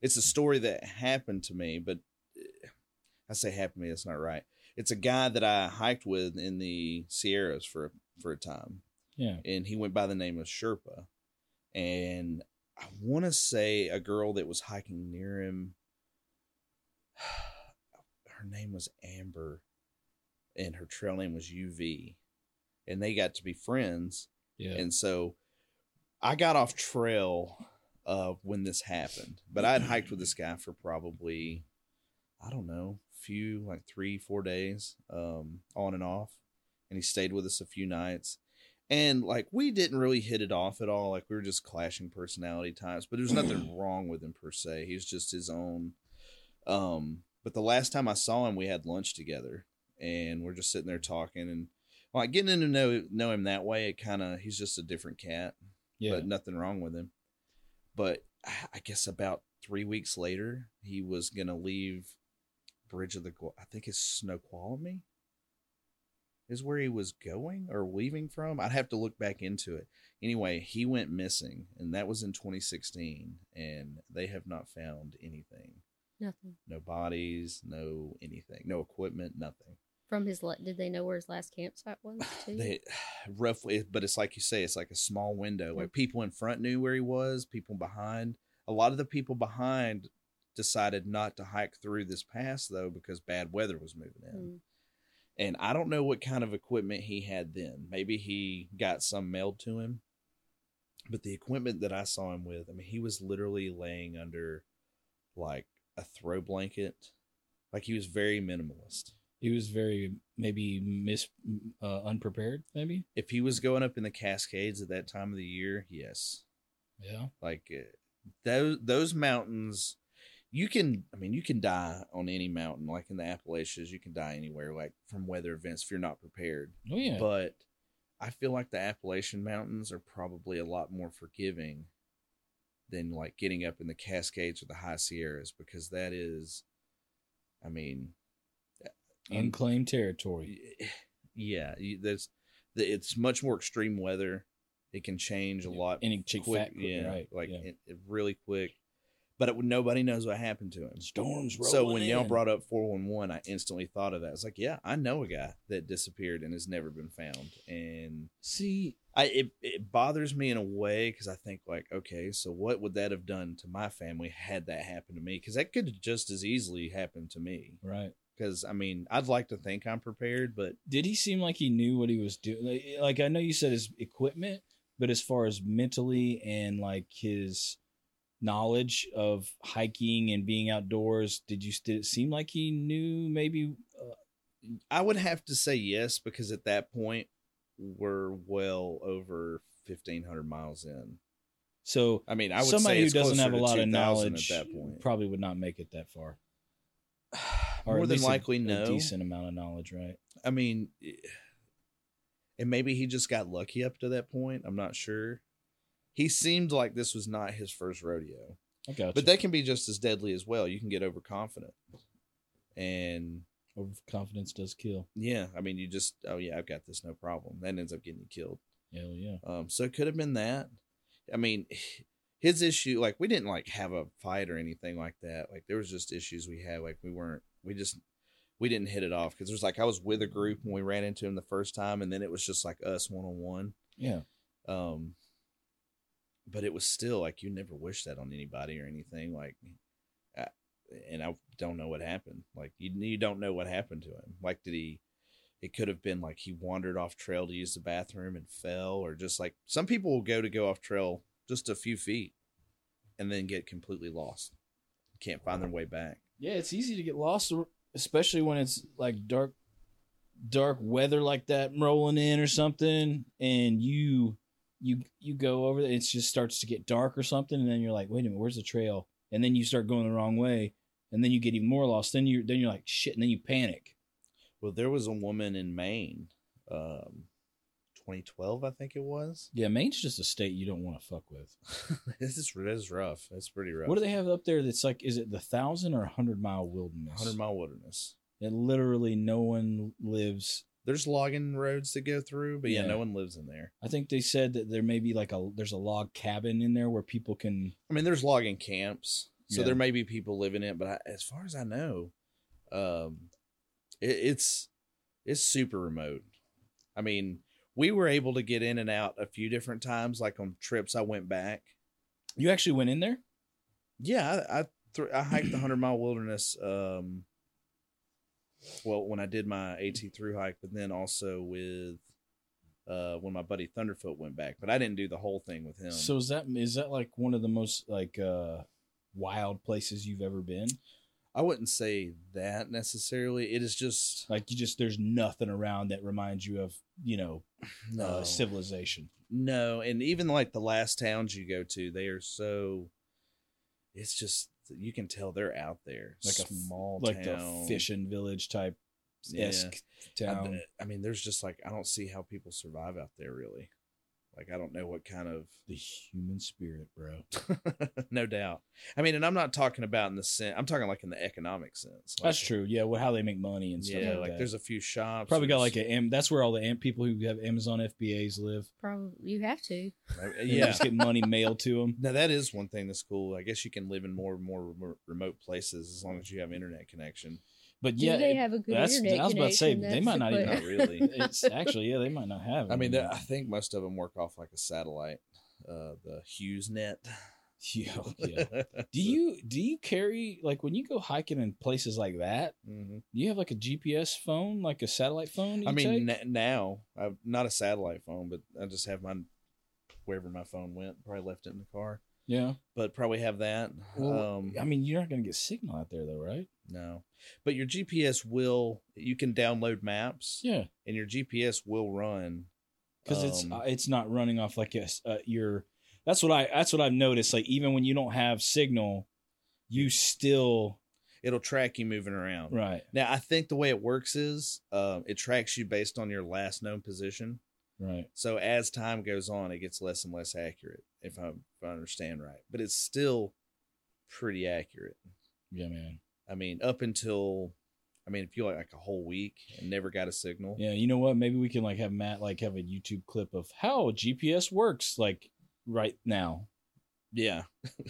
Speaker 3: it's a story that happened to me, but eh, I say happened to me, that's not right. It's a guy that I hiked with in the Sierras for for a time,
Speaker 1: yeah,
Speaker 3: and he went by the name of Sherpa. And I want to say a girl that was hiking near him, her name was Amber, and her trail name was UV, and they got to be friends.
Speaker 1: yeah.
Speaker 3: And so I got off trail uh, when this happened, but I'd hiked with this guy for probably, I don't know, few like three, four days um, on and off. And he stayed with us a few nights. And like we didn't really hit it off at all. Like we were just clashing personality types, but there was nothing wrong with him per se. He's just his own. Um, but the last time I saw him, we had lunch together and we're just sitting there talking and like getting to know know him that way, it kind of he's just a different cat,
Speaker 1: yeah.
Speaker 3: but nothing wrong with him. But I- I guess about three weeks later, he was gonna leave Bridge of the Gua- I think it's Snoqualmie is where he was going or leaving from. I'd have to look back into it. Anyway, he went missing, and that was in 2016, and they have not found anything.
Speaker 2: nothing
Speaker 3: No bodies, no anything, no equipment, nothing.
Speaker 2: from his la- did they know where his last campsite was too
Speaker 3: They roughly, but it's like you say, it's like a small window. Like people in front knew where he was, people behind. A lot of the people behind decided not to hike through this pass though because bad weather was moving in.
Speaker 2: Mm.
Speaker 3: And I don't know what kind of equipment he had then. Maybe he got some mailed to him. But the equipment that I saw him with, I mean, he was literally laying under like a throw blanket. Like he was very minimalist.
Speaker 1: He was very maybe mis uh, unprepared. Maybe.
Speaker 3: If he was going up in the Cascades at that time of the year, yes,
Speaker 1: Yeah.
Speaker 3: like uh, those those mountains you can i mean you can die on any mountain like in the appalachians you can die anywhere like from weather events if you're not prepared
Speaker 1: Oh yeah.
Speaker 3: but i feel like the appalachian mountains are probably a lot more forgiving than like getting up in the cascades or the high sierras because that is i mean uh, you-
Speaker 1: Unclaimed territory.
Speaker 3: Y- yeah you, there's the- it's much more extreme weather it can change a lot
Speaker 1: Any chick
Speaker 3: quick
Speaker 1: fat. quick,
Speaker 3: yeah
Speaker 1: Right.
Speaker 3: like
Speaker 1: yeah.
Speaker 3: It, it really quick but it, nobody knows what happened to him
Speaker 1: storms. Rolling
Speaker 3: so when y'all
Speaker 1: in.
Speaker 3: brought up 411 i instantly thought of that it's like yeah i know a guy that disappeared and has never been found and
Speaker 1: see,
Speaker 3: i it, it bothers me in a way because i think like okay so what would that have done to my family had that happened to me because that could have just as easily happened to me
Speaker 1: right.
Speaker 3: because i mean i'd like to think i'm prepared but
Speaker 1: did he seem like he knew what he was doing? Like, like, I know you said his equipment, but as far as mentally and like his knowledge of hiking and being outdoors, did you did it seem like he knew maybe? Uh,
Speaker 3: I would have to say yes because at that point we're well over fifteen hundred miles in.
Speaker 1: so
Speaker 3: I mean, I would
Speaker 1: somebody
Speaker 3: say
Speaker 1: who
Speaker 3: it's
Speaker 1: doesn't
Speaker 3: closer
Speaker 1: have a
Speaker 3: to
Speaker 1: lot of
Speaker 3: 2000
Speaker 1: knowledge
Speaker 3: at that point.
Speaker 1: probably would not make it that far. Or
Speaker 3: More
Speaker 1: at
Speaker 3: than
Speaker 1: least a-
Speaker 3: likely,
Speaker 1: a
Speaker 3: no.
Speaker 1: decent amount of knowledge, right?
Speaker 3: I mean, eh, and maybe he just got lucky up to that point. I'm not sure. He seemed like this was not his first rodeo,
Speaker 1: I got
Speaker 3: but that can be just as deadly as well. You can get overconfident, and
Speaker 1: Overconfidence does kill.
Speaker 3: yeah, I mean, you just oh yeah, I've got this, no problem. That ends up getting you killed.
Speaker 1: Hell yeah.
Speaker 3: Um, so it could have been that. I mean, his issue, like we didn't like have a fight or anything like that. Like there was just issues we had. Like we weren't, we just, we didn't hit it off because it was like I was with a group when we ran into him the first time, and then it was just like us one on one.
Speaker 1: Yeah.
Speaker 3: Um, but it was still like you never wish that on anybody or anything. Like, I, and I don't know what happened. Like you, you don't know what happened to him. Like did he? It could have been like he wandered off trail to use the bathroom and fell, or just like some people will go to go off trail just a few feet, and then get completely lost, can't find their way back.
Speaker 1: Yeah, it's easy to get lost, especially when it's like dark, dark weather like that rolling in or something, and you, you, you go over there. It just starts to get dark or something, and then you're like, wait a minute, where's the trail? And then you start going the wrong way, and then you get even more lost. Then you, then you're like, shit, and then you panic.
Speaker 3: Well, there was a woman in Maine, um, 2012, I think it was.
Speaker 1: Yeah, Maine's just a state you don't want to fuck with.
Speaker 3: this is that is rough. That's pretty rough.
Speaker 1: What do they have up there that's like, is it the thousand or a hundred mile wilderness?
Speaker 3: Hundred mile wilderness.
Speaker 1: And literally no one lives
Speaker 3: There's logging roads that go through, but yeah,
Speaker 1: Yeah.
Speaker 3: no one lives in there.
Speaker 1: I think they said that there may be like a there's a log cabin in there where people can
Speaker 3: I mean, there's logging camps, so
Speaker 1: Yeah.
Speaker 3: there may be people living in it. But I, as far as I know, um, it, it's it's super remote. I mean, we were able to get in and out a few different times, like on trips I went back.
Speaker 1: You actually went in there?
Speaker 3: Yeah, I I, thr I hiked the hundred mile wilderness. Um, well, when I did my AT through hike, but then also with uh, when my buddy Thunderfoot went back, but I didn't do the whole thing with him.
Speaker 1: So is that is that like one of the most like uh wild places you've ever been?
Speaker 3: I wouldn't say that necessarily. It is just
Speaker 1: Like you just there's nothing around that reminds you of, you know,
Speaker 3: no,
Speaker 1: uh, civilization.
Speaker 3: no, and even like the last towns you go to, they are so. It's just you can tell they're out there,
Speaker 1: Like a-
Speaker 3: small,
Speaker 1: Like
Speaker 3: town.
Speaker 1: the fishing village type esque
Speaker 3: I-
Speaker 1: town.
Speaker 3: I mean, there's just like I don't see how people survive out there really. Like I don't know what kind of
Speaker 1: the human spirit, bro.
Speaker 3: no doubt. I mean, and I'm not talking about in the sense. I'm talking like in the economic sense. Like,
Speaker 1: That's true. Yeah, well, how they make money and stuff.
Speaker 3: Yeah,
Speaker 1: like,
Speaker 3: like
Speaker 1: that.
Speaker 3: there's a few shops.
Speaker 1: probably got like
Speaker 3: there's-
Speaker 1: a Am- that's where all the Am- people who have Amazon FBAs live.
Speaker 2: Probably you have to.
Speaker 1: And they
Speaker 3: uh, yeah.
Speaker 1: just get money mailed to them.
Speaker 3: Now that is one thing that's cool. I guess you can live in more and more remo- remote places as long as you have internet connection.
Speaker 1: But
Speaker 2: Yeah,
Speaker 1: yeah,
Speaker 2: they
Speaker 1: it-
Speaker 2: have a good
Speaker 1: that's-
Speaker 2: internet
Speaker 1: I was about to say,
Speaker 2: connection,
Speaker 1: they
Speaker 2: that's
Speaker 1: might
Speaker 2: the
Speaker 1: not even
Speaker 2: que-
Speaker 3: Not really.
Speaker 1: it's actually yeah, they might not have.
Speaker 3: I mean,
Speaker 1: it.
Speaker 3: there- I think most of them work off like a satellite, uh, the Hughes net.
Speaker 1: yeah, yeah. Do you do you carry like when you go hiking in places like that?
Speaker 3: Mhm.
Speaker 1: Do you have like a GPS phone, like a satellite phone? that
Speaker 3: I
Speaker 1: you take?
Speaker 3: mean, n- now I've not a satellite phone, but I just have my wherever my phone went. Probably left it in the car.
Speaker 1: Yeah.
Speaker 3: but probably have that.
Speaker 1: Well,
Speaker 3: um,
Speaker 1: I mean, you're not going to get signal out there though, right?
Speaker 3: no, but your GPS will. You can download maps,
Speaker 1: Yeah,
Speaker 3: and your GPS will run
Speaker 1: because it's
Speaker 3: Um,
Speaker 1: uh, it's not running off like a, uh, your. That's what I. That's what I've noticed. Like even when you don't have signal, you still
Speaker 3: it'll track you moving around.
Speaker 1: right,
Speaker 3: Now, I think the way it works is um, it tracks you based on your last known position.
Speaker 1: right.
Speaker 3: So as time goes on, it gets less and less accurate, if I, if I understand right. But it's still pretty accurate.
Speaker 1: Yeah, man.
Speaker 3: I mean, up until, I mean, if you like, like a whole week and never got a signal,
Speaker 1: Yeah, you know what? Maybe we can like have Matt like have a YouTube clip of how GPS works like right now.
Speaker 3: yeah,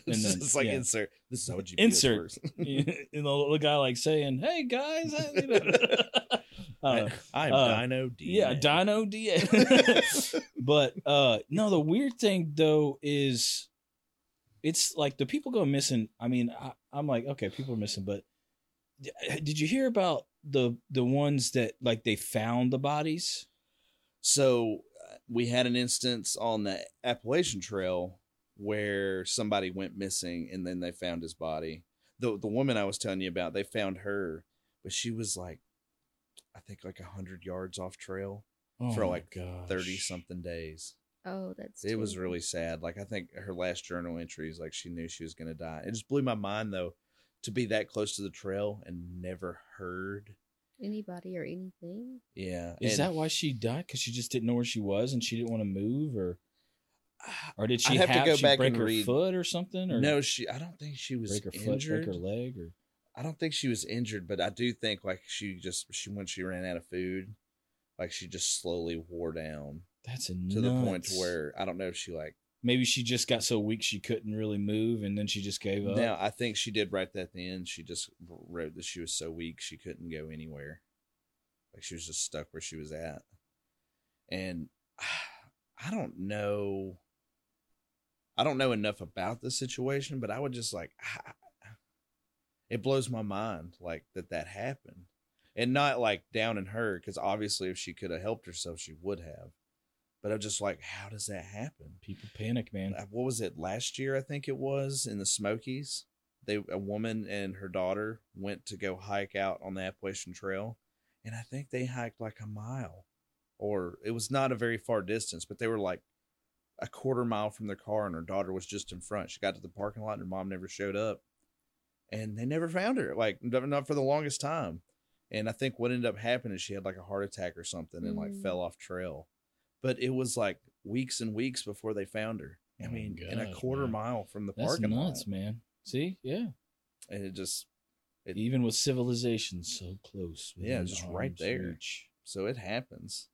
Speaker 1: And then-
Speaker 3: it's like
Speaker 1: yeah.
Speaker 3: insert. This is how GPS
Speaker 1: Insert.
Speaker 3: works.
Speaker 1: and the little guy like saying, "Hey guys," I, you know. I don't know.
Speaker 3: I'm
Speaker 1: Uh,
Speaker 3: Dino D.
Speaker 1: yeah, Dino DA. but uh no the weird thing though is it's like the people go missing i mean I, i'm like okay people are missing but d- did you hear about the the ones that like they found the bodies
Speaker 3: So uh, we had an instance on the Appalachian Trail where somebody went missing and then they found his body. The the woman I was telling you about, they found her, but she was like I think like 100 yards off trail For,
Speaker 1: Oh my
Speaker 3: like,
Speaker 1: gosh.
Speaker 3: 30 something days.
Speaker 2: Oh, that's
Speaker 3: It was
Speaker 2: terrible.
Speaker 3: really sad. Like I think her last journal entry is like she knew she was going to die. It just blew my mind though to be that close to the trail and never heard.
Speaker 2: anybody or anything.
Speaker 3: Yeah.
Speaker 1: is
Speaker 3: and
Speaker 1: that why she died because she just didn't know where she was and she didn't want to move or or did she
Speaker 3: I'd
Speaker 1: have,
Speaker 3: have to go
Speaker 1: she
Speaker 3: back
Speaker 1: break
Speaker 3: and
Speaker 1: her
Speaker 3: read.
Speaker 1: foot or something or
Speaker 3: No, she I don't think she was
Speaker 1: break her foot
Speaker 3: injured.
Speaker 1: break her leg or
Speaker 3: I don't think she was injured, but I do think like she just she when she ran out of food, like she just slowly wore down
Speaker 1: that's
Speaker 3: to the point
Speaker 1: nuts.
Speaker 3: where I don't know if she like.
Speaker 1: maybe she just got so weak she couldn't really move and then she just gave up
Speaker 3: Now I think she did right at the end. She just wrote that she was so weak she couldn't go anywhere, like she was just stuck where she was at. And I don't know. I don't know enough about the situation, but I would just like it blows my mind like that that happened and not like down in her because obviously if she could have helped herself she would have but i'm just like how does that happen
Speaker 1: people panic man
Speaker 3: Uh, what was it last year i think it was in the smokies they a woman and her daughter went to go hike out on the appalachian trail and i think they hiked like a mile or it was not a very far distance but they were like a quarter mile from their car and her daughter was just in front she got to the parking lot and her mom never showed up and they never found her like never- not for the longest time and i think what ended up happening is she had like a heart attack or something and like
Speaker 2: Mm.
Speaker 3: fell off trail but it was like weeks and weeks before they found her i
Speaker 1: Oh my
Speaker 3: mean in a
Speaker 1: gosh,
Speaker 3: quarter
Speaker 1: man.
Speaker 3: mile from the
Speaker 1: that's
Speaker 3: parking
Speaker 1: nuts
Speaker 3: lot
Speaker 1: man see yeah
Speaker 3: and it just It-
Speaker 1: even with civilization so close
Speaker 3: Yeah,
Speaker 1: within
Speaker 3: just right
Speaker 1: arm's
Speaker 3: there.
Speaker 1: reach.
Speaker 3: so it happens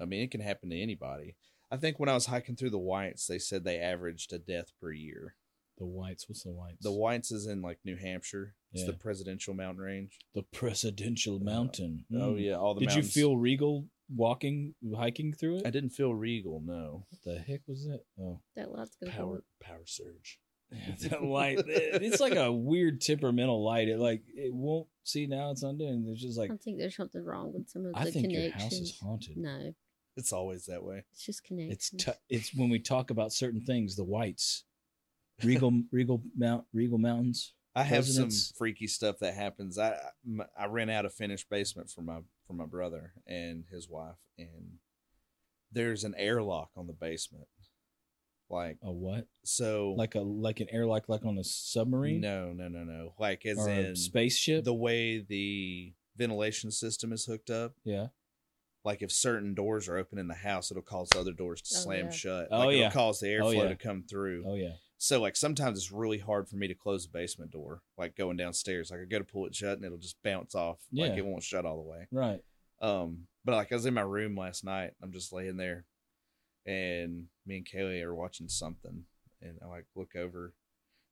Speaker 3: i mean it can happen to anybody i think when i was hiking through the whites they said they averaged a death per year
Speaker 1: the whites what's the whites
Speaker 3: the whites is in like new hampshire it's the
Speaker 1: Yeah.
Speaker 3: presidential mountain range
Speaker 1: the presidential mountain
Speaker 3: oh
Speaker 1: Mm.
Speaker 3: yeah all the
Speaker 1: did
Speaker 3: mountains.
Speaker 1: you feel regal walking hiking through it
Speaker 3: i didn't feel regal no
Speaker 1: what the heck was that oh
Speaker 2: That light's gonna
Speaker 3: power power surge
Speaker 1: that light it's like a weird temperamental light it like it won't see now it's undoing there's just
Speaker 2: Come.
Speaker 1: like
Speaker 2: I think there's something wrong with some of the
Speaker 1: i think your
Speaker 2: connections.
Speaker 1: house is haunted
Speaker 2: no,
Speaker 3: it's always that way
Speaker 2: it's just connections.
Speaker 1: It's t- it's when we talk about certain things, the whites, regal regal mount regal mountains.
Speaker 3: I have
Speaker 1: Residents-
Speaker 3: some freaky stuff that happens. I I- m- I rent out a finished basement for my for my brother and his wife, and there's an airlock on the basement. Like
Speaker 1: A what?
Speaker 3: so,
Speaker 1: Like a like an airlock, like on a submarine
Speaker 3: no, no, no, no. Like as
Speaker 1: or a
Speaker 3: in
Speaker 1: spaceship.
Speaker 3: the way the ventilation system is hooked up.
Speaker 1: yeah.
Speaker 3: Like if certain doors are open in the house, it'll cause other doors to
Speaker 2: Oh,
Speaker 3: slam
Speaker 2: yeah.
Speaker 3: shut.
Speaker 1: Oh,
Speaker 3: Like
Speaker 1: yeah.
Speaker 3: it'll cause the airflow
Speaker 1: Oh, yeah.
Speaker 3: to come through.
Speaker 1: Oh yeah.
Speaker 3: So like sometimes it's really hard for me to close the basement door, like going downstairs. Like I go to pull it shut and it'll just bounce off.
Speaker 1: Yeah.
Speaker 3: Like it won't shut all the way.
Speaker 1: Right.
Speaker 3: Um, but like I was in my room last night, I'm just laying there and me and Kaylee are watching something and I like look over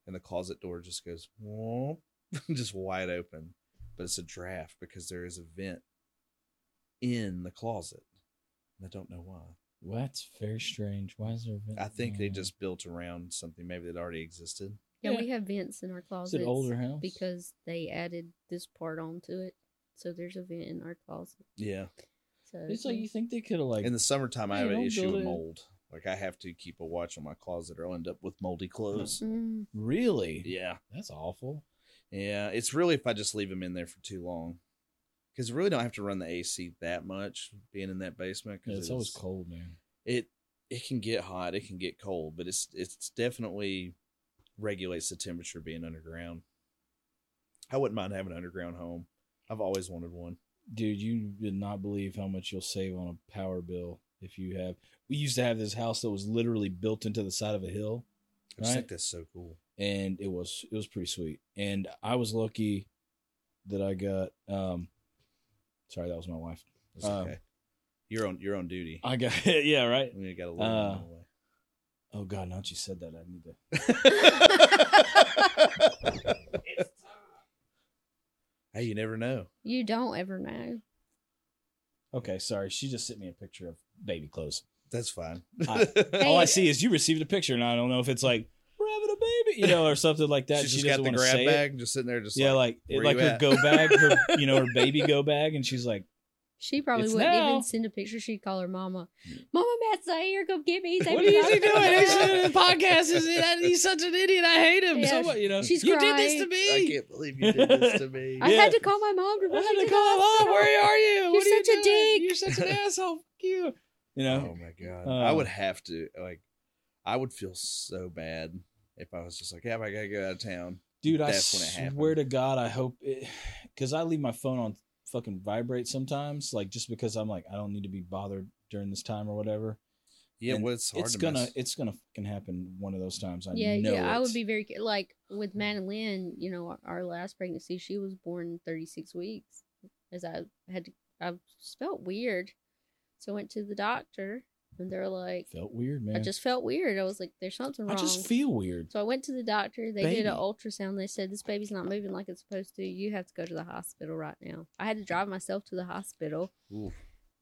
Speaker 3: and the closet door just goes whoop, just wide open. But it's a draft because there is a vent in the closet. And I don't know why.
Speaker 1: Well, that's very strange. Why is there? a vent
Speaker 3: I think
Speaker 1: going
Speaker 3: they
Speaker 1: on?
Speaker 3: just built around something maybe that already existed.
Speaker 2: yeah,
Speaker 1: yeah.
Speaker 2: we have vents in our
Speaker 1: It's
Speaker 2: closet
Speaker 1: an older house
Speaker 2: because they added this part onto it, so there's a vent in our closet.
Speaker 3: Yeah.
Speaker 2: So
Speaker 1: it's like you think they could have like
Speaker 3: in the summertime, I
Speaker 1: Hey,
Speaker 3: have an
Speaker 1: don't
Speaker 3: issue
Speaker 1: build
Speaker 3: with
Speaker 1: it.
Speaker 3: mold. Like I have to keep a watch on my closet or I'll end up with moldy clothes.
Speaker 1: Mm-hmm.
Speaker 2: Mm,
Speaker 1: Really?
Speaker 3: Yeah.
Speaker 1: That's awful.
Speaker 3: Yeah. It's really if I just leave them in there for too long. Because really don't have to run the AC that much being in that basement.
Speaker 1: Yeah,
Speaker 3: 'cause
Speaker 1: it's always cold, man.
Speaker 3: It it can get hot, it can get cold, but it's it's definitely regulates the temperature being underground. I wouldn't mind having an underground home. I've always wanted one.
Speaker 1: Dude, you did not believe how much you'll save on a power bill if you have. We used to have this house that was literally built into the side of a hill.
Speaker 3: I just think
Speaker 1: Right.
Speaker 3: that's so cool.
Speaker 1: and it was it was pretty sweet. And I was lucky that I got um sorry, that was my wife.
Speaker 3: It's
Speaker 1: Um,
Speaker 3: okay. You're on you're on duty.
Speaker 1: I got yeah, right.
Speaker 3: we got a
Speaker 1: uh,
Speaker 3: little
Speaker 1: Oh god, now that you said that I need to
Speaker 3: Hey, you never know.
Speaker 2: you don't ever know.
Speaker 1: Okay, sorry. She just sent me a picture of baby clothes.
Speaker 3: That's fine.
Speaker 1: I- All I
Speaker 2: Hey.
Speaker 1: see is you received a picture and I don't know if it's like we're having a baby, you know, or something like that.
Speaker 3: She's
Speaker 1: she
Speaker 3: just
Speaker 1: doesn't
Speaker 3: got
Speaker 1: want
Speaker 3: the
Speaker 1: to
Speaker 3: grab
Speaker 1: say it.
Speaker 3: bag, just sitting there, just
Speaker 1: Yeah,
Speaker 3: like,
Speaker 1: like it,
Speaker 3: "Where
Speaker 1: like
Speaker 3: you
Speaker 1: her
Speaker 3: at?"
Speaker 1: go bag, her you know, her baby go bag, and she's like,
Speaker 2: She probably
Speaker 1: It's
Speaker 2: wouldn't
Speaker 1: now.
Speaker 2: even send a picture. She'd call her mama.
Speaker 1: Mm.
Speaker 2: Mama, Matt's not here. Come get me. He's
Speaker 1: "What
Speaker 2: having
Speaker 1: is
Speaker 2: a
Speaker 1: he
Speaker 2: doctor's
Speaker 1: doing? He's
Speaker 2: appointment."
Speaker 1: doing the podcast. Is it? He's such an idiot. I hate him so
Speaker 2: Yeah,
Speaker 1: much. You know,
Speaker 2: she's
Speaker 1: you did this
Speaker 2: crying.
Speaker 1: to me.
Speaker 3: I can't believe you did this to me.
Speaker 2: I
Speaker 1: Yeah.
Speaker 2: had to call my mom to
Speaker 1: I
Speaker 2: rush
Speaker 1: had
Speaker 2: her
Speaker 1: to
Speaker 2: the
Speaker 1: call mom.
Speaker 2: hospital.
Speaker 1: Where are you?
Speaker 2: You're
Speaker 1: What are you
Speaker 2: such a
Speaker 1: doing?
Speaker 2: dick.
Speaker 1: You're such an asshole. Fuck you. You know.
Speaker 3: Oh my god,
Speaker 1: Uh,
Speaker 3: I would have to like, I would feel so bad if I was just like, yeah, but I gotta go out of town.
Speaker 1: Dude, I
Speaker 3: That's when it happened.
Speaker 1: swear to God, I hope it because I leave my phone on fucking vibrate sometimes, like just because I'm like, I don't need to be bothered during this time or whatever.
Speaker 3: Yeah,
Speaker 1: And
Speaker 3: well, it's hard
Speaker 1: It's
Speaker 3: to
Speaker 1: gonna
Speaker 3: mess-
Speaker 1: it's gonna fucking happen one of those times. I
Speaker 2: yeah,
Speaker 1: know
Speaker 2: yeah. I
Speaker 1: it.
Speaker 2: would be very ca- like with Madeline. You know, our, our last pregnancy, she was born thirty six weeks. As I had, to, I just felt weird, so I went to the doctor, and they're like,
Speaker 1: felt weird, man.
Speaker 2: I just felt weird. I was like, there's something
Speaker 1: I
Speaker 2: wrong.
Speaker 1: just feel weird.
Speaker 2: so I went to the doctor. They did
Speaker 1: Baby.
Speaker 2: an ultrasound. They said this baby's not moving like it's supposed to. You have to go to the hospital right now. I had to drive myself to the hospital.
Speaker 3: Oof.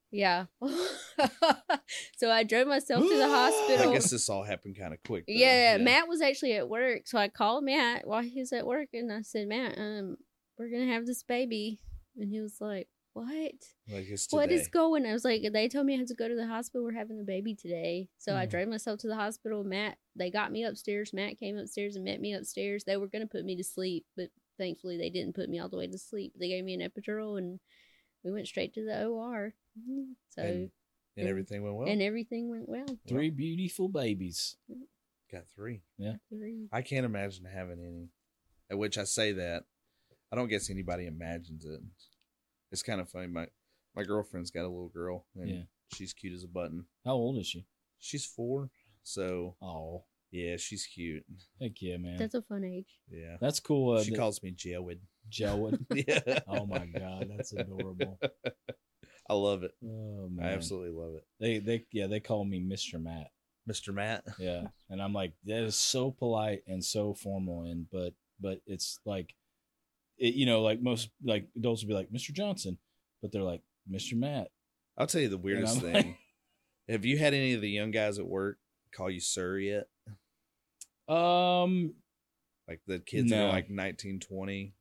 Speaker 2: Yeah. so I drove myself to the hospital.
Speaker 3: I guess this all happened kind of quick. though.
Speaker 2: Yeah, Matt was actually at work, so I called Matt while he was at work, and I said, "Matt, um, we're gonna have this baby," and he was like, "What?
Speaker 3: Like it's today.
Speaker 2: What is going?" I was like, "They told me I had to go to the hospital. We're having a baby today." So I
Speaker 1: Mhm.
Speaker 2: drove myself to the hospital. Matt, they got me upstairs. Matt came upstairs and met me upstairs. They were gonna put me to sleep, but thankfully they didn't put me all the way to sleep. They gave me an epidural, and we went straight to the OR. Mhm. So
Speaker 3: And-
Speaker 2: and, Mm,
Speaker 3: and everything went well.
Speaker 2: everything went well.
Speaker 1: Three beautiful babies.
Speaker 3: got three.
Speaker 2: Three.
Speaker 3: I can't imagine having any. At which I say that, I don't guess anybody imagines it. It's kind of funny. My my girlfriend's got a little girl, and
Speaker 1: Yeah.
Speaker 3: she's cute as a button.
Speaker 1: How old is she?
Speaker 3: She's four, so
Speaker 1: Oh,
Speaker 3: yeah, she's cute.
Speaker 1: heck yeah, man. That's,
Speaker 2: That's a fun age.
Speaker 3: Yeah,
Speaker 1: cool. Uh,
Speaker 3: she
Speaker 1: that
Speaker 3: calls me Jawed.
Speaker 1: Joe-
Speaker 3: Yeah.
Speaker 1: Oh my god, that's adorable.
Speaker 3: I love it.
Speaker 1: Oh man,
Speaker 3: I absolutely love it,
Speaker 1: They they yeah they call me Mr. Matt.
Speaker 3: Mr. Matt.
Speaker 1: Yeah, and I'm like that is so polite and so formal and but but it's like, it you know like most like adults would be like Mr. Johnson, but they're like Mr. Matt.
Speaker 3: I'll tell you the weirdest
Speaker 1: I'm like-
Speaker 3: thing. Have you had any of the young guys at work call you sir yet?
Speaker 1: Um,
Speaker 3: Like the kids that
Speaker 1: No.
Speaker 3: are like 19, 20.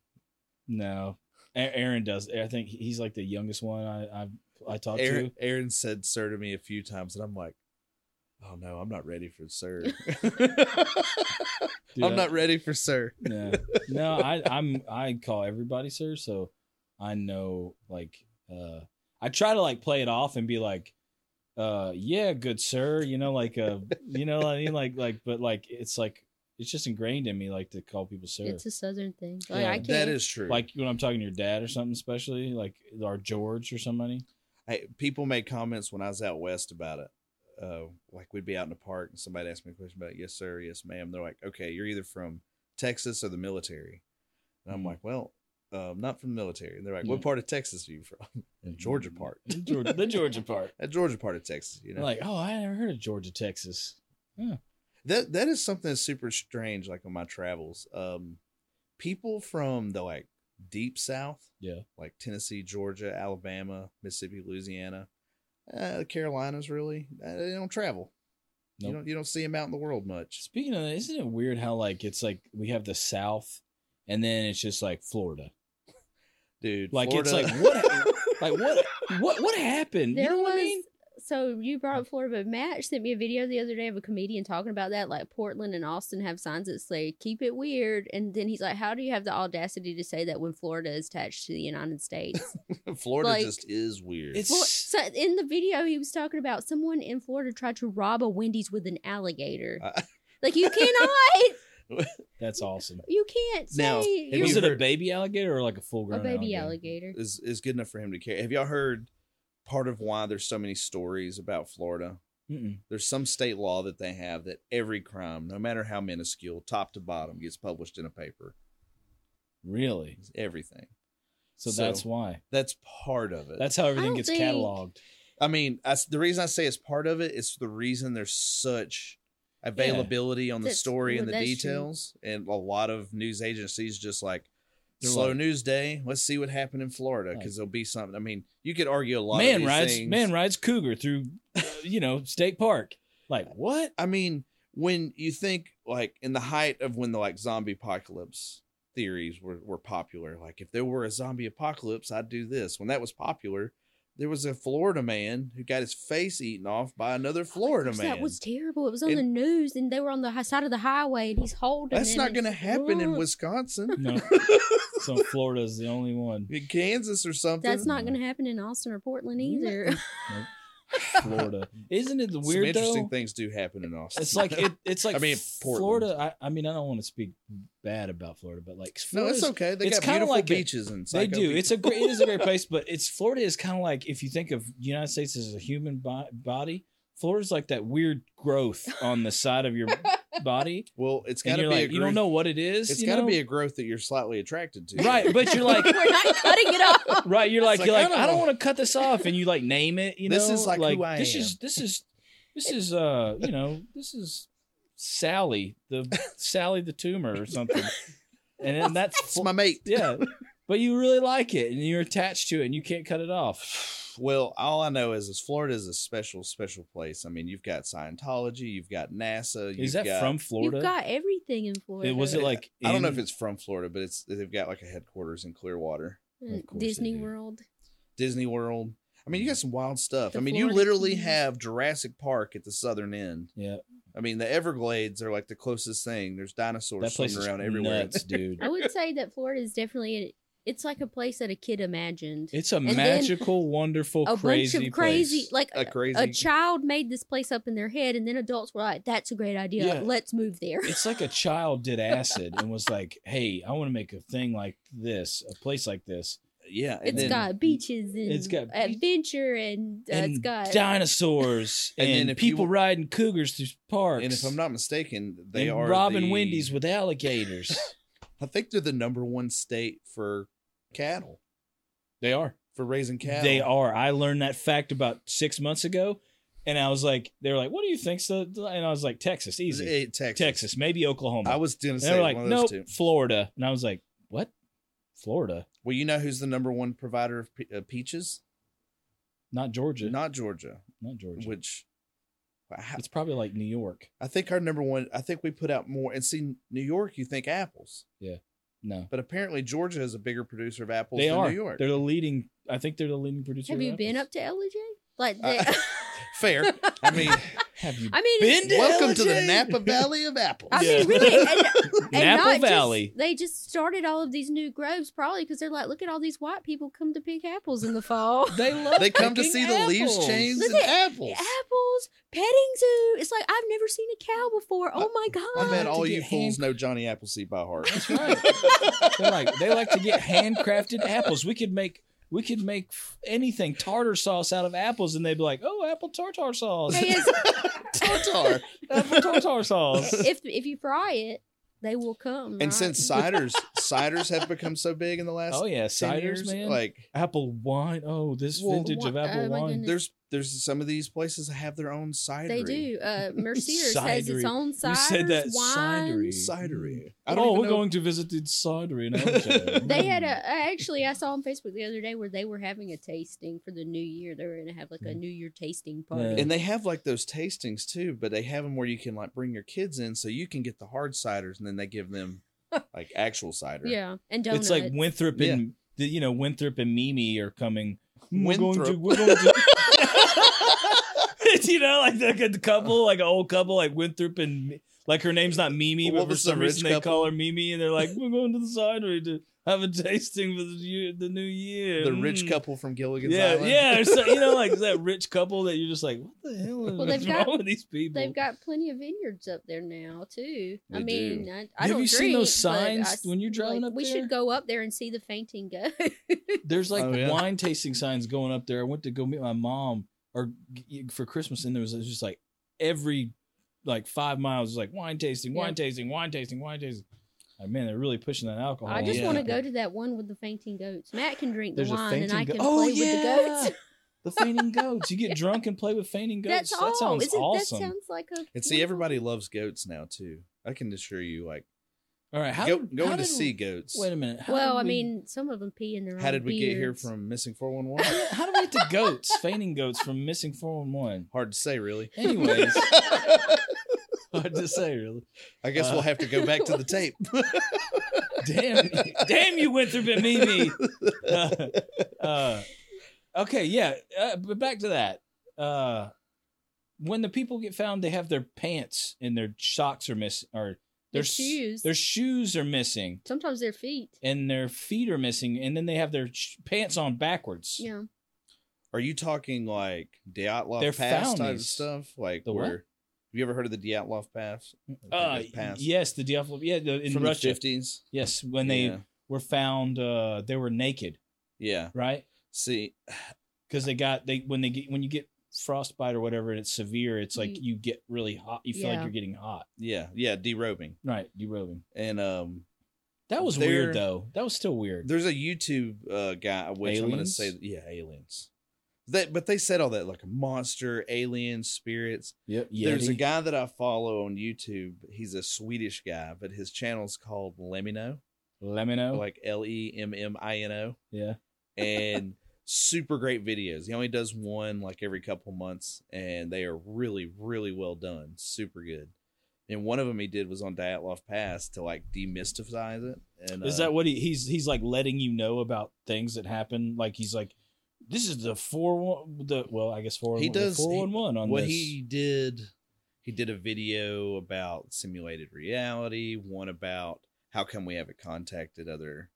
Speaker 1: no, A- Aaron does. I think he's like the youngest one I I I talked
Speaker 3: Aaron,
Speaker 1: to.
Speaker 3: Aaron said sir to me a few times, and I'm like, oh no, I'm not ready for sir.
Speaker 1: Dude,
Speaker 3: I'm
Speaker 1: I-
Speaker 3: not ready for sir.
Speaker 1: No, no, I, I'm I call everybody sir, so I know like uh I try to like play it off and be like, uh yeah, good sir, you know, like uh you know what I mean, like like but like it's like it's just ingrained in me like to call people sir.
Speaker 2: It's a southern thing. Like
Speaker 1: Yeah,
Speaker 2: I can't.
Speaker 3: That is true.
Speaker 1: like when I'm talking to your dad or something, especially like or George or somebody.
Speaker 3: I, people made comments when I was out west about it. Uh, like we'd be out in the park and somebody asked me a question about yes sir, yes ma'am. They're like, okay, you're either from Texas or the military, and I'm
Speaker 1: Mhm.
Speaker 3: like, well, um, not from the military. And they're like, what
Speaker 1: Yeah. Hmm.
Speaker 3: part of Texas are you from? And Georgia part.
Speaker 1: The Georgia, the Georgia part.
Speaker 3: That Georgia part of Texas, you know.
Speaker 1: Like, oh, I never heard of Georgia, Texas.
Speaker 3: that that is something that's super strange. Like on my travels, um, people from the like deep south,
Speaker 1: Yeah.
Speaker 3: like Tennessee, Georgia, Alabama, Mississippi, Louisiana, uh, the Carolinas, really, uh, they don't travel.
Speaker 1: Nope.
Speaker 3: You don't you don't see them out in the world much.
Speaker 1: Speaking of that, isn't it weird how like it's like we have the South, and then it's just like Florida.
Speaker 3: dude.
Speaker 1: Like, it's
Speaker 3: Florida-
Speaker 1: like, what- Like what? what what happened?
Speaker 2: There
Speaker 1: you know
Speaker 2: was
Speaker 1: what I mean?
Speaker 2: so
Speaker 3: Uh.
Speaker 2: you brought up Florida, but Matt sent me a video the other day of a comedian talking about that. Like Portland and Austin have signs that say "Keep it weird," and then he's like, "How do you have the audacity to say that when Florida is attached to the United States?"
Speaker 3: Florida
Speaker 2: Like-
Speaker 3: just is weird.
Speaker 1: It's-
Speaker 2: Well, so in the video, he was talking about someone in Florida tried to rob a Wendy's with an alligator.
Speaker 3: Uh,
Speaker 2: like you cannot,
Speaker 1: That's awesome.
Speaker 2: you can't say
Speaker 3: Now, have
Speaker 2: you're
Speaker 1: was
Speaker 3: you
Speaker 1: it a
Speaker 3: heard-
Speaker 1: baby alligator or like a full
Speaker 2: a
Speaker 1: grown
Speaker 2: baby alligator.
Speaker 3: is is good enough for him to carry. Have y'all heard part of why there's so many stories about Florida?
Speaker 1: Mm-mm.
Speaker 3: There's some state law that they have that every crime, no matter how minuscule, top to bottom, gets published in a paper.
Speaker 1: Really?
Speaker 3: It's everything.
Speaker 1: So,
Speaker 3: So-
Speaker 1: that's why.
Speaker 3: That's part of it.
Speaker 1: That's how everything
Speaker 2: don't
Speaker 1: gets
Speaker 2: think-
Speaker 1: cataloged.
Speaker 3: I mean, I s the reason I say it's part of it is the reason there's such availability on the
Speaker 2: That's-
Speaker 3: story and
Speaker 2: well,
Speaker 3: the
Speaker 2: that's true.
Speaker 3: details, and a lot of news agencies just like
Speaker 1: They're
Speaker 3: slow
Speaker 1: like-
Speaker 3: news day. Let's see what happened in Florida because
Speaker 1: Like-
Speaker 3: there'll be something. I mean, you could argue a lot. of
Speaker 1: Man
Speaker 3: these
Speaker 1: rides
Speaker 3: things.
Speaker 1: man rides cougar through, uh, you know, State Park. Like what?
Speaker 3: I mean, when you think like in the height of when the like zombie apocalypse theories were, were popular, like if there were a zombie apocalypse, I'd do this. When that was popular, there was a Florida man who got his face eaten off by another Florida
Speaker 2: Oh Gosh,
Speaker 3: man.
Speaker 2: That was terrible. It was on
Speaker 3: And-
Speaker 2: the news, and they were on the hi- side of the highway, and he's holding.
Speaker 3: That's
Speaker 2: it,
Speaker 3: not
Speaker 2: and
Speaker 3: going to
Speaker 2: he's-
Speaker 3: happen in
Speaker 2: Ugh.
Speaker 3: Wisconsin.
Speaker 1: No. so Florida's the only one.
Speaker 3: In Kansas or something.
Speaker 2: That's not
Speaker 1: Mm-hmm.
Speaker 2: going to happen in Austin or Portland either.
Speaker 1: Florida. Isn't it the
Speaker 3: Some
Speaker 1: weird
Speaker 3: interesting
Speaker 1: though?
Speaker 3: things do happen in Austin.
Speaker 1: It's like it, it's like
Speaker 3: I mean, Portland.
Speaker 1: Florida. I, I mean, I don't want to speak bad about Florida, but like
Speaker 3: no,
Speaker 1: Florida's,
Speaker 3: it's okay. They
Speaker 1: it's
Speaker 3: got
Speaker 1: kinda
Speaker 3: beautiful
Speaker 1: like a-
Speaker 3: beaches and
Speaker 1: They
Speaker 3: psycho
Speaker 1: do.
Speaker 3: beaches.
Speaker 1: It's a great. It is a great place, but it's Florida is kind of like if you think of United States as a human bo- body, Florida's like that weird growth on the side of your body,
Speaker 3: well, it's
Speaker 1: and
Speaker 3: got to be
Speaker 1: you're
Speaker 3: a
Speaker 1: like
Speaker 3: growth.
Speaker 1: you don't know what it is.
Speaker 3: it's
Speaker 1: you
Speaker 3: got to
Speaker 1: know?
Speaker 3: be a growth that you're slightly attracted to.
Speaker 1: right, but you're like
Speaker 2: we're not cutting it off.
Speaker 1: right. You're like,
Speaker 3: like,
Speaker 1: you're
Speaker 3: I
Speaker 1: like
Speaker 3: don't
Speaker 1: I don't
Speaker 3: know."
Speaker 1: want to cut this off, and you like name it. You know,
Speaker 3: This is like who I
Speaker 1: this
Speaker 3: am.
Speaker 1: is this is this is uh you know this is Sally the Sally the tumor or something, and then that's
Speaker 3: It's my mate.
Speaker 1: yeah. But you really like it, and you're attached to it, and you can't cut it off.
Speaker 3: Well, all I know is, is Florida is a special, special place. I mean, you've got Scientology, you've got NASA. You've
Speaker 1: Is that
Speaker 3: got,
Speaker 1: from Florida?
Speaker 2: You've got everything in Florida.
Speaker 1: It was it like
Speaker 3: I don't know
Speaker 1: in-
Speaker 3: if it's from Florida, but it's they've got like a headquarters in Clearwater,
Speaker 2: Mm,
Speaker 1: Of course they
Speaker 2: Disney
Speaker 1: do.
Speaker 2: World.
Speaker 3: Disney World. I mean, you
Speaker 1: Mm.
Speaker 3: got some wild stuff.
Speaker 2: The
Speaker 3: I mean, you
Speaker 2: Florida
Speaker 3: literally
Speaker 2: Keys.
Speaker 3: have Jurassic Park at the southern end.
Speaker 1: yeah
Speaker 3: I mean, the Everglades are like the closest thing. There's dinosaurs
Speaker 1: that place is
Speaker 3: swimming around everywhere.
Speaker 1: nuts, dude.
Speaker 2: I would say that Florida is definitely it's like a place that a kid imagined.
Speaker 1: It's a
Speaker 2: then
Speaker 1: magical, wonderful,
Speaker 2: a
Speaker 1: crazy
Speaker 2: bunch of crazy,
Speaker 1: place.
Speaker 2: like
Speaker 3: A
Speaker 2: a,
Speaker 3: crazy.
Speaker 2: a child made this place up in their head, and then adults were like, "That's a great idea.
Speaker 1: Yeah.
Speaker 2: Let's move there."
Speaker 1: it's like a child did acid and was like, "Hey, I want to make a thing like this, a place like this,
Speaker 3: yeah, and
Speaker 2: It's
Speaker 3: then
Speaker 2: got beaches and
Speaker 1: it's got beach-
Speaker 2: adventure, and, uh,
Speaker 1: and
Speaker 2: it's got
Speaker 1: dinosaurs
Speaker 3: And
Speaker 1: and,
Speaker 3: then if you-
Speaker 1: people riding cougars through parks."
Speaker 3: and if I'm not mistaken, they
Speaker 1: and
Speaker 3: are
Speaker 1: robbing
Speaker 3: the-
Speaker 1: Wendy's with alligators.
Speaker 3: I think they're the number one state for cattle
Speaker 1: they are.
Speaker 3: for raising cattle.
Speaker 1: They are. I learned that fact about six months ago, and I was like, "They were like, what do you think?" So, and I was like, "Texas, easy,
Speaker 3: Eh, Texas.
Speaker 1: Texas, maybe Oklahoma."
Speaker 3: I was gonna
Speaker 1: And
Speaker 3: say
Speaker 1: they were like,
Speaker 3: one of those
Speaker 1: nope,
Speaker 3: two.
Speaker 1: Florida. And I was like, what? Florida?
Speaker 3: Well, you know who's the number one provider of pe- uh, peaches?
Speaker 1: Not Georgia. Not,
Speaker 3: Not Georgia,
Speaker 1: Georgia.
Speaker 3: which I,
Speaker 1: it's probably like New York.
Speaker 3: I think our number one. I think we put out more. And see, New York, you think apples,
Speaker 1: No.
Speaker 3: but apparently Georgia is a bigger producer of apples
Speaker 1: They
Speaker 3: than
Speaker 1: are.
Speaker 3: New York.
Speaker 1: They're the leading, I think they're the leading producer.
Speaker 2: Have
Speaker 1: of
Speaker 2: you been
Speaker 1: apples.
Speaker 2: up to LJ? Like,
Speaker 3: I-
Speaker 2: the-
Speaker 3: Fair. I mean,
Speaker 1: Have you
Speaker 2: I mean,
Speaker 1: been to
Speaker 3: welcome to the
Speaker 1: LJ?
Speaker 3: Napa Valley of apples.
Speaker 2: I
Speaker 1: Yeah.
Speaker 2: mean, really, and, and
Speaker 1: Napa
Speaker 2: not just-
Speaker 1: Valley.
Speaker 2: they just started all of these new groves, probably because they're like, look at all these white people come to pick apples in the fall.
Speaker 1: They love
Speaker 3: They come to
Speaker 1: picking
Speaker 3: see the leaves
Speaker 1: apples.
Speaker 3: change
Speaker 2: Look
Speaker 3: and apples.
Speaker 2: apples, petting zoo. It's like I've never seen a cow before. Oh my
Speaker 3: I
Speaker 2: god!
Speaker 3: bet all
Speaker 1: to
Speaker 3: you
Speaker 1: get
Speaker 3: fools
Speaker 1: hand-
Speaker 3: know Johnny Appleseed by heart.
Speaker 1: That's right. They're like, they like to get handcrafted apples. We could make. We could make f- anything tartar sauce out of apples, and they'd be like, "Oh, apple tartar sauce,
Speaker 2: Hey, it's-
Speaker 3: Tartar.
Speaker 1: apple tartar sauce."
Speaker 2: if if you fry it, they will come.
Speaker 3: And
Speaker 2: right?
Speaker 3: since ciders, ciders have become so big in the last
Speaker 1: Oh yeah,
Speaker 3: 10
Speaker 1: ciders,
Speaker 3: years,
Speaker 1: man.
Speaker 3: like
Speaker 1: apple wine. Oh, this
Speaker 3: Well,
Speaker 1: vintage of
Speaker 2: wha-
Speaker 1: apple
Speaker 2: oh my
Speaker 1: wine.
Speaker 2: goodness.
Speaker 3: there's there's some of these places that have their own cidery.
Speaker 2: they do, uh, Mercier has
Speaker 1: Cidery.
Speaker 2: its own cider.
Speaker 1: You said that cidery.
Speaker 3: Cidery.
Speaker 1: oh,
Speaker 3: even
Speaker 1: we're
Speaker 3: know-
Speaker 1: going to visit the cidery in Elgin.
Speaker 2: They had a I actually I saw on Facebook the other day where they were having a tasting for the new year. They were going to have like a
Speaker 1: Mm.
Speaker 2: new year tasting party.
Speaker 1: Yeah.
Speaker 3: And they have like those tastings too, but they have them where you can like bring your kids in, so you can get the hard ciders, and then they give them like actual cider.
Speaker 2: Yeah, and donuts.
Speaker 1: It's like Winthrop and the, you know Winthrop and Mimi are coming. We're Hmm, going to
Speaker 3: Winthrop.
Speaker 1: we're going to you know, like the good couple, like an old couple, like Winthrop and like her name's not Mimi,
Speaker 3: Well,
Speaker 1: but for
Speaker 3: it's the
Speaker 1: some
Speaker 3: rich
Speaker 1: reason they
Speaker 3: couple.
Speaker 1: call her Mimi, and they're like, "We're going to the cidery to have a tasting for the, year, the new year."
Speaker 3: The rich
Speaker 1: Mm.
Speaker 3: couple from Gilligan's
Speaker 1: yeah,
Speaker 3: Island.
Speaker 1: yeah. or So, you know, like that rich couple that you're just like, what the hell is
Speaker 2: Well, they've
Speaker 1: wrong
Speaker 2: got-
Speaker 1: with these people?
Speaker 2: They've got plenty of vineyards up there now too. I
Speaker 3: They
Speaker 2: mean,
Speaker 3: do.
Speaker 2: I, I
Speaker 1: Have
Speaker 2: don't
Speaker 1: you seen those
Speaker 2: drink, but I
Speaker 1: signs
Speaker 2: s-
Speaker 1: when you're driving
Speaker 2: like,
Speaker 1: up
Speaker 2: we
Speaker 1: there?
Speaker 2: should go up there and see the fainting go.
Speaker 1: There's like
Speaker 3: Oh, yeah.
Speaker 1: wine tasting signs going up there. I went to go meet my mom or g- for Christmas, and there was, it was just like every like five miles was like wine tasting, wine
Speaker 2: Yeah.
Speaker 1: tasting, wine tasting, wine tasting. Like man, they're really pushing that alcohol.
Speaker 2: I just
Speaker 1: Oh, yeah.
Speaker 2: want to go to that one with the fainting goats. Matt can drink the
Speaker 3: There's a
Speaker 2: wine and
Speaker 3: fainting
Speaker 2: I
Speaker 3: goat-
Speaker 2: can
Speaker 1: Oh,
Speaker 2: play with the
Speaker 1: yeah.
Speaker 2: goats.
Speaker 1: the fainting goats. You get drunk and play with fainting goats.
Speaker 2: That's all.
Speaker 1: That sounds
Speaker 2: Isn't,
Speaker 1: awesome.
Speaker 2: That sounds like a.
Speaker 3: And see, everybody loves goats now too. I can assure you, like
Speaker 1: all right, how
Speaker 3: go,
Speaker 1: did-
Speaker 3: going
Speaker 1: how
Speaker 3: to
Speaker 1: did-
Speaker 3: see goats.
Speaker 1: Wait a minute. how
Speaker 2: Well,
Speaker 1: did
Speaker 2: I
Speaker 1: we-
Speaker 2: mean, some of them pee in their
Speaker 3: How
Speaker 2: own
Speaker 3: did we get here
Speaker 2: beards.
Speaker 3: from missing four one
Speaker 1: how
Speaker 3: one?
Speaker 1: did- how do we get to goats, fainting goats from missing four one one?
Speaker 3: Hard to say, really.
Speaker 1: Anyways, hard to say, really.
Speaker 3: I guess
Speaker 1: Uh,
Speaker 3: we'll have to go back to the tape.
Speaker 1: Damn, damn you, Winthrop and Mimi. Uh, uh, okay, yeah, uh, but back to that. Uh, when the people get found, they have their pants and their socks are missing, or
Speaker 2: Their
Speaker 1: s-
Speaker 2: shoes.
Speaker 1: Their shoes are missing,
Speaker 2: Sometimes their feet.
Speaker 1: and their feet are missing, and then they have their sh- pants on backwards.
Speaker 2: Yeah.
Speaker 3: Are you talking like Dyatlov
Speaker 1: They're
Speaker 3: Pass type of
Speaker 1: foundies.
Speaker 3: stuff? Like
Speaker 1: The what?
Speaker 3: where? Have you ever heard of the Dyatlov Pass?
Speaker 1: Uh,
Speaker 3: Like, pass
Speaker 1: yes, the Diablo. Yeah, the, in
Speaker 3: from
Speaker 1: Russia.
Speaker 3: the fifties.
Speaker 1: yes, when they
Speaker 3: yeah.
Speaker 1: were found, uh, they were naked,
Speaker 3: yeah.
Speaker 1: right?
Speaker 3: See,
Speaker 1: because they got they when they get when you get frostbite or whatever and it's severe, it's like
Speaker 2: You-
Speaker 1: you get really hot. You feel like
Speaker 2: Yeah.
Speaker 1: you're getting hot.
Speaker 3: yeah, yeah, derobing
Speaker 1: Right, derobing.
Speaker 3: and um
Speaker 1: That was
Speaker 3: They're-
Speaker 1: weird though. That was still weird.
Speaker 3: There's a YouTube uh, guy, which I'm going to
Speaker 1: Aliens?
Speaker 3: say, yeah, aliens. That, but they said all that like a monster, aliens, spirits.
Speaker 1: Yep.
Speaker 3: There's a
Speaker 1: Yeti.
Speaker 3: guy that I follow on YouTube. He's a Swedish guy, but his channel's called Lemino,
Speaker 1: Let me know.
Speaker 3: like L E M M I N O,
Speaker 1: yeah.
Speaker 3: and super great videos. He only does one like every couple months, and they are really, really well done. Super good. And one of them he did was on Dyatlov Pass to like demystify it. And
Speaker 1: Is
Speaker 3: uh,
Speaker 1: that what he, he's he's like letting you know about things that happen? Like he's like, this is the four one the well I guess four
Speaker 3: He does- he-
Speaker 1: four one one on
Speaker 3: what
Speaker 1: this.
Speaker 3: he did he did a video about simulated reality one about how come we haven't contacted other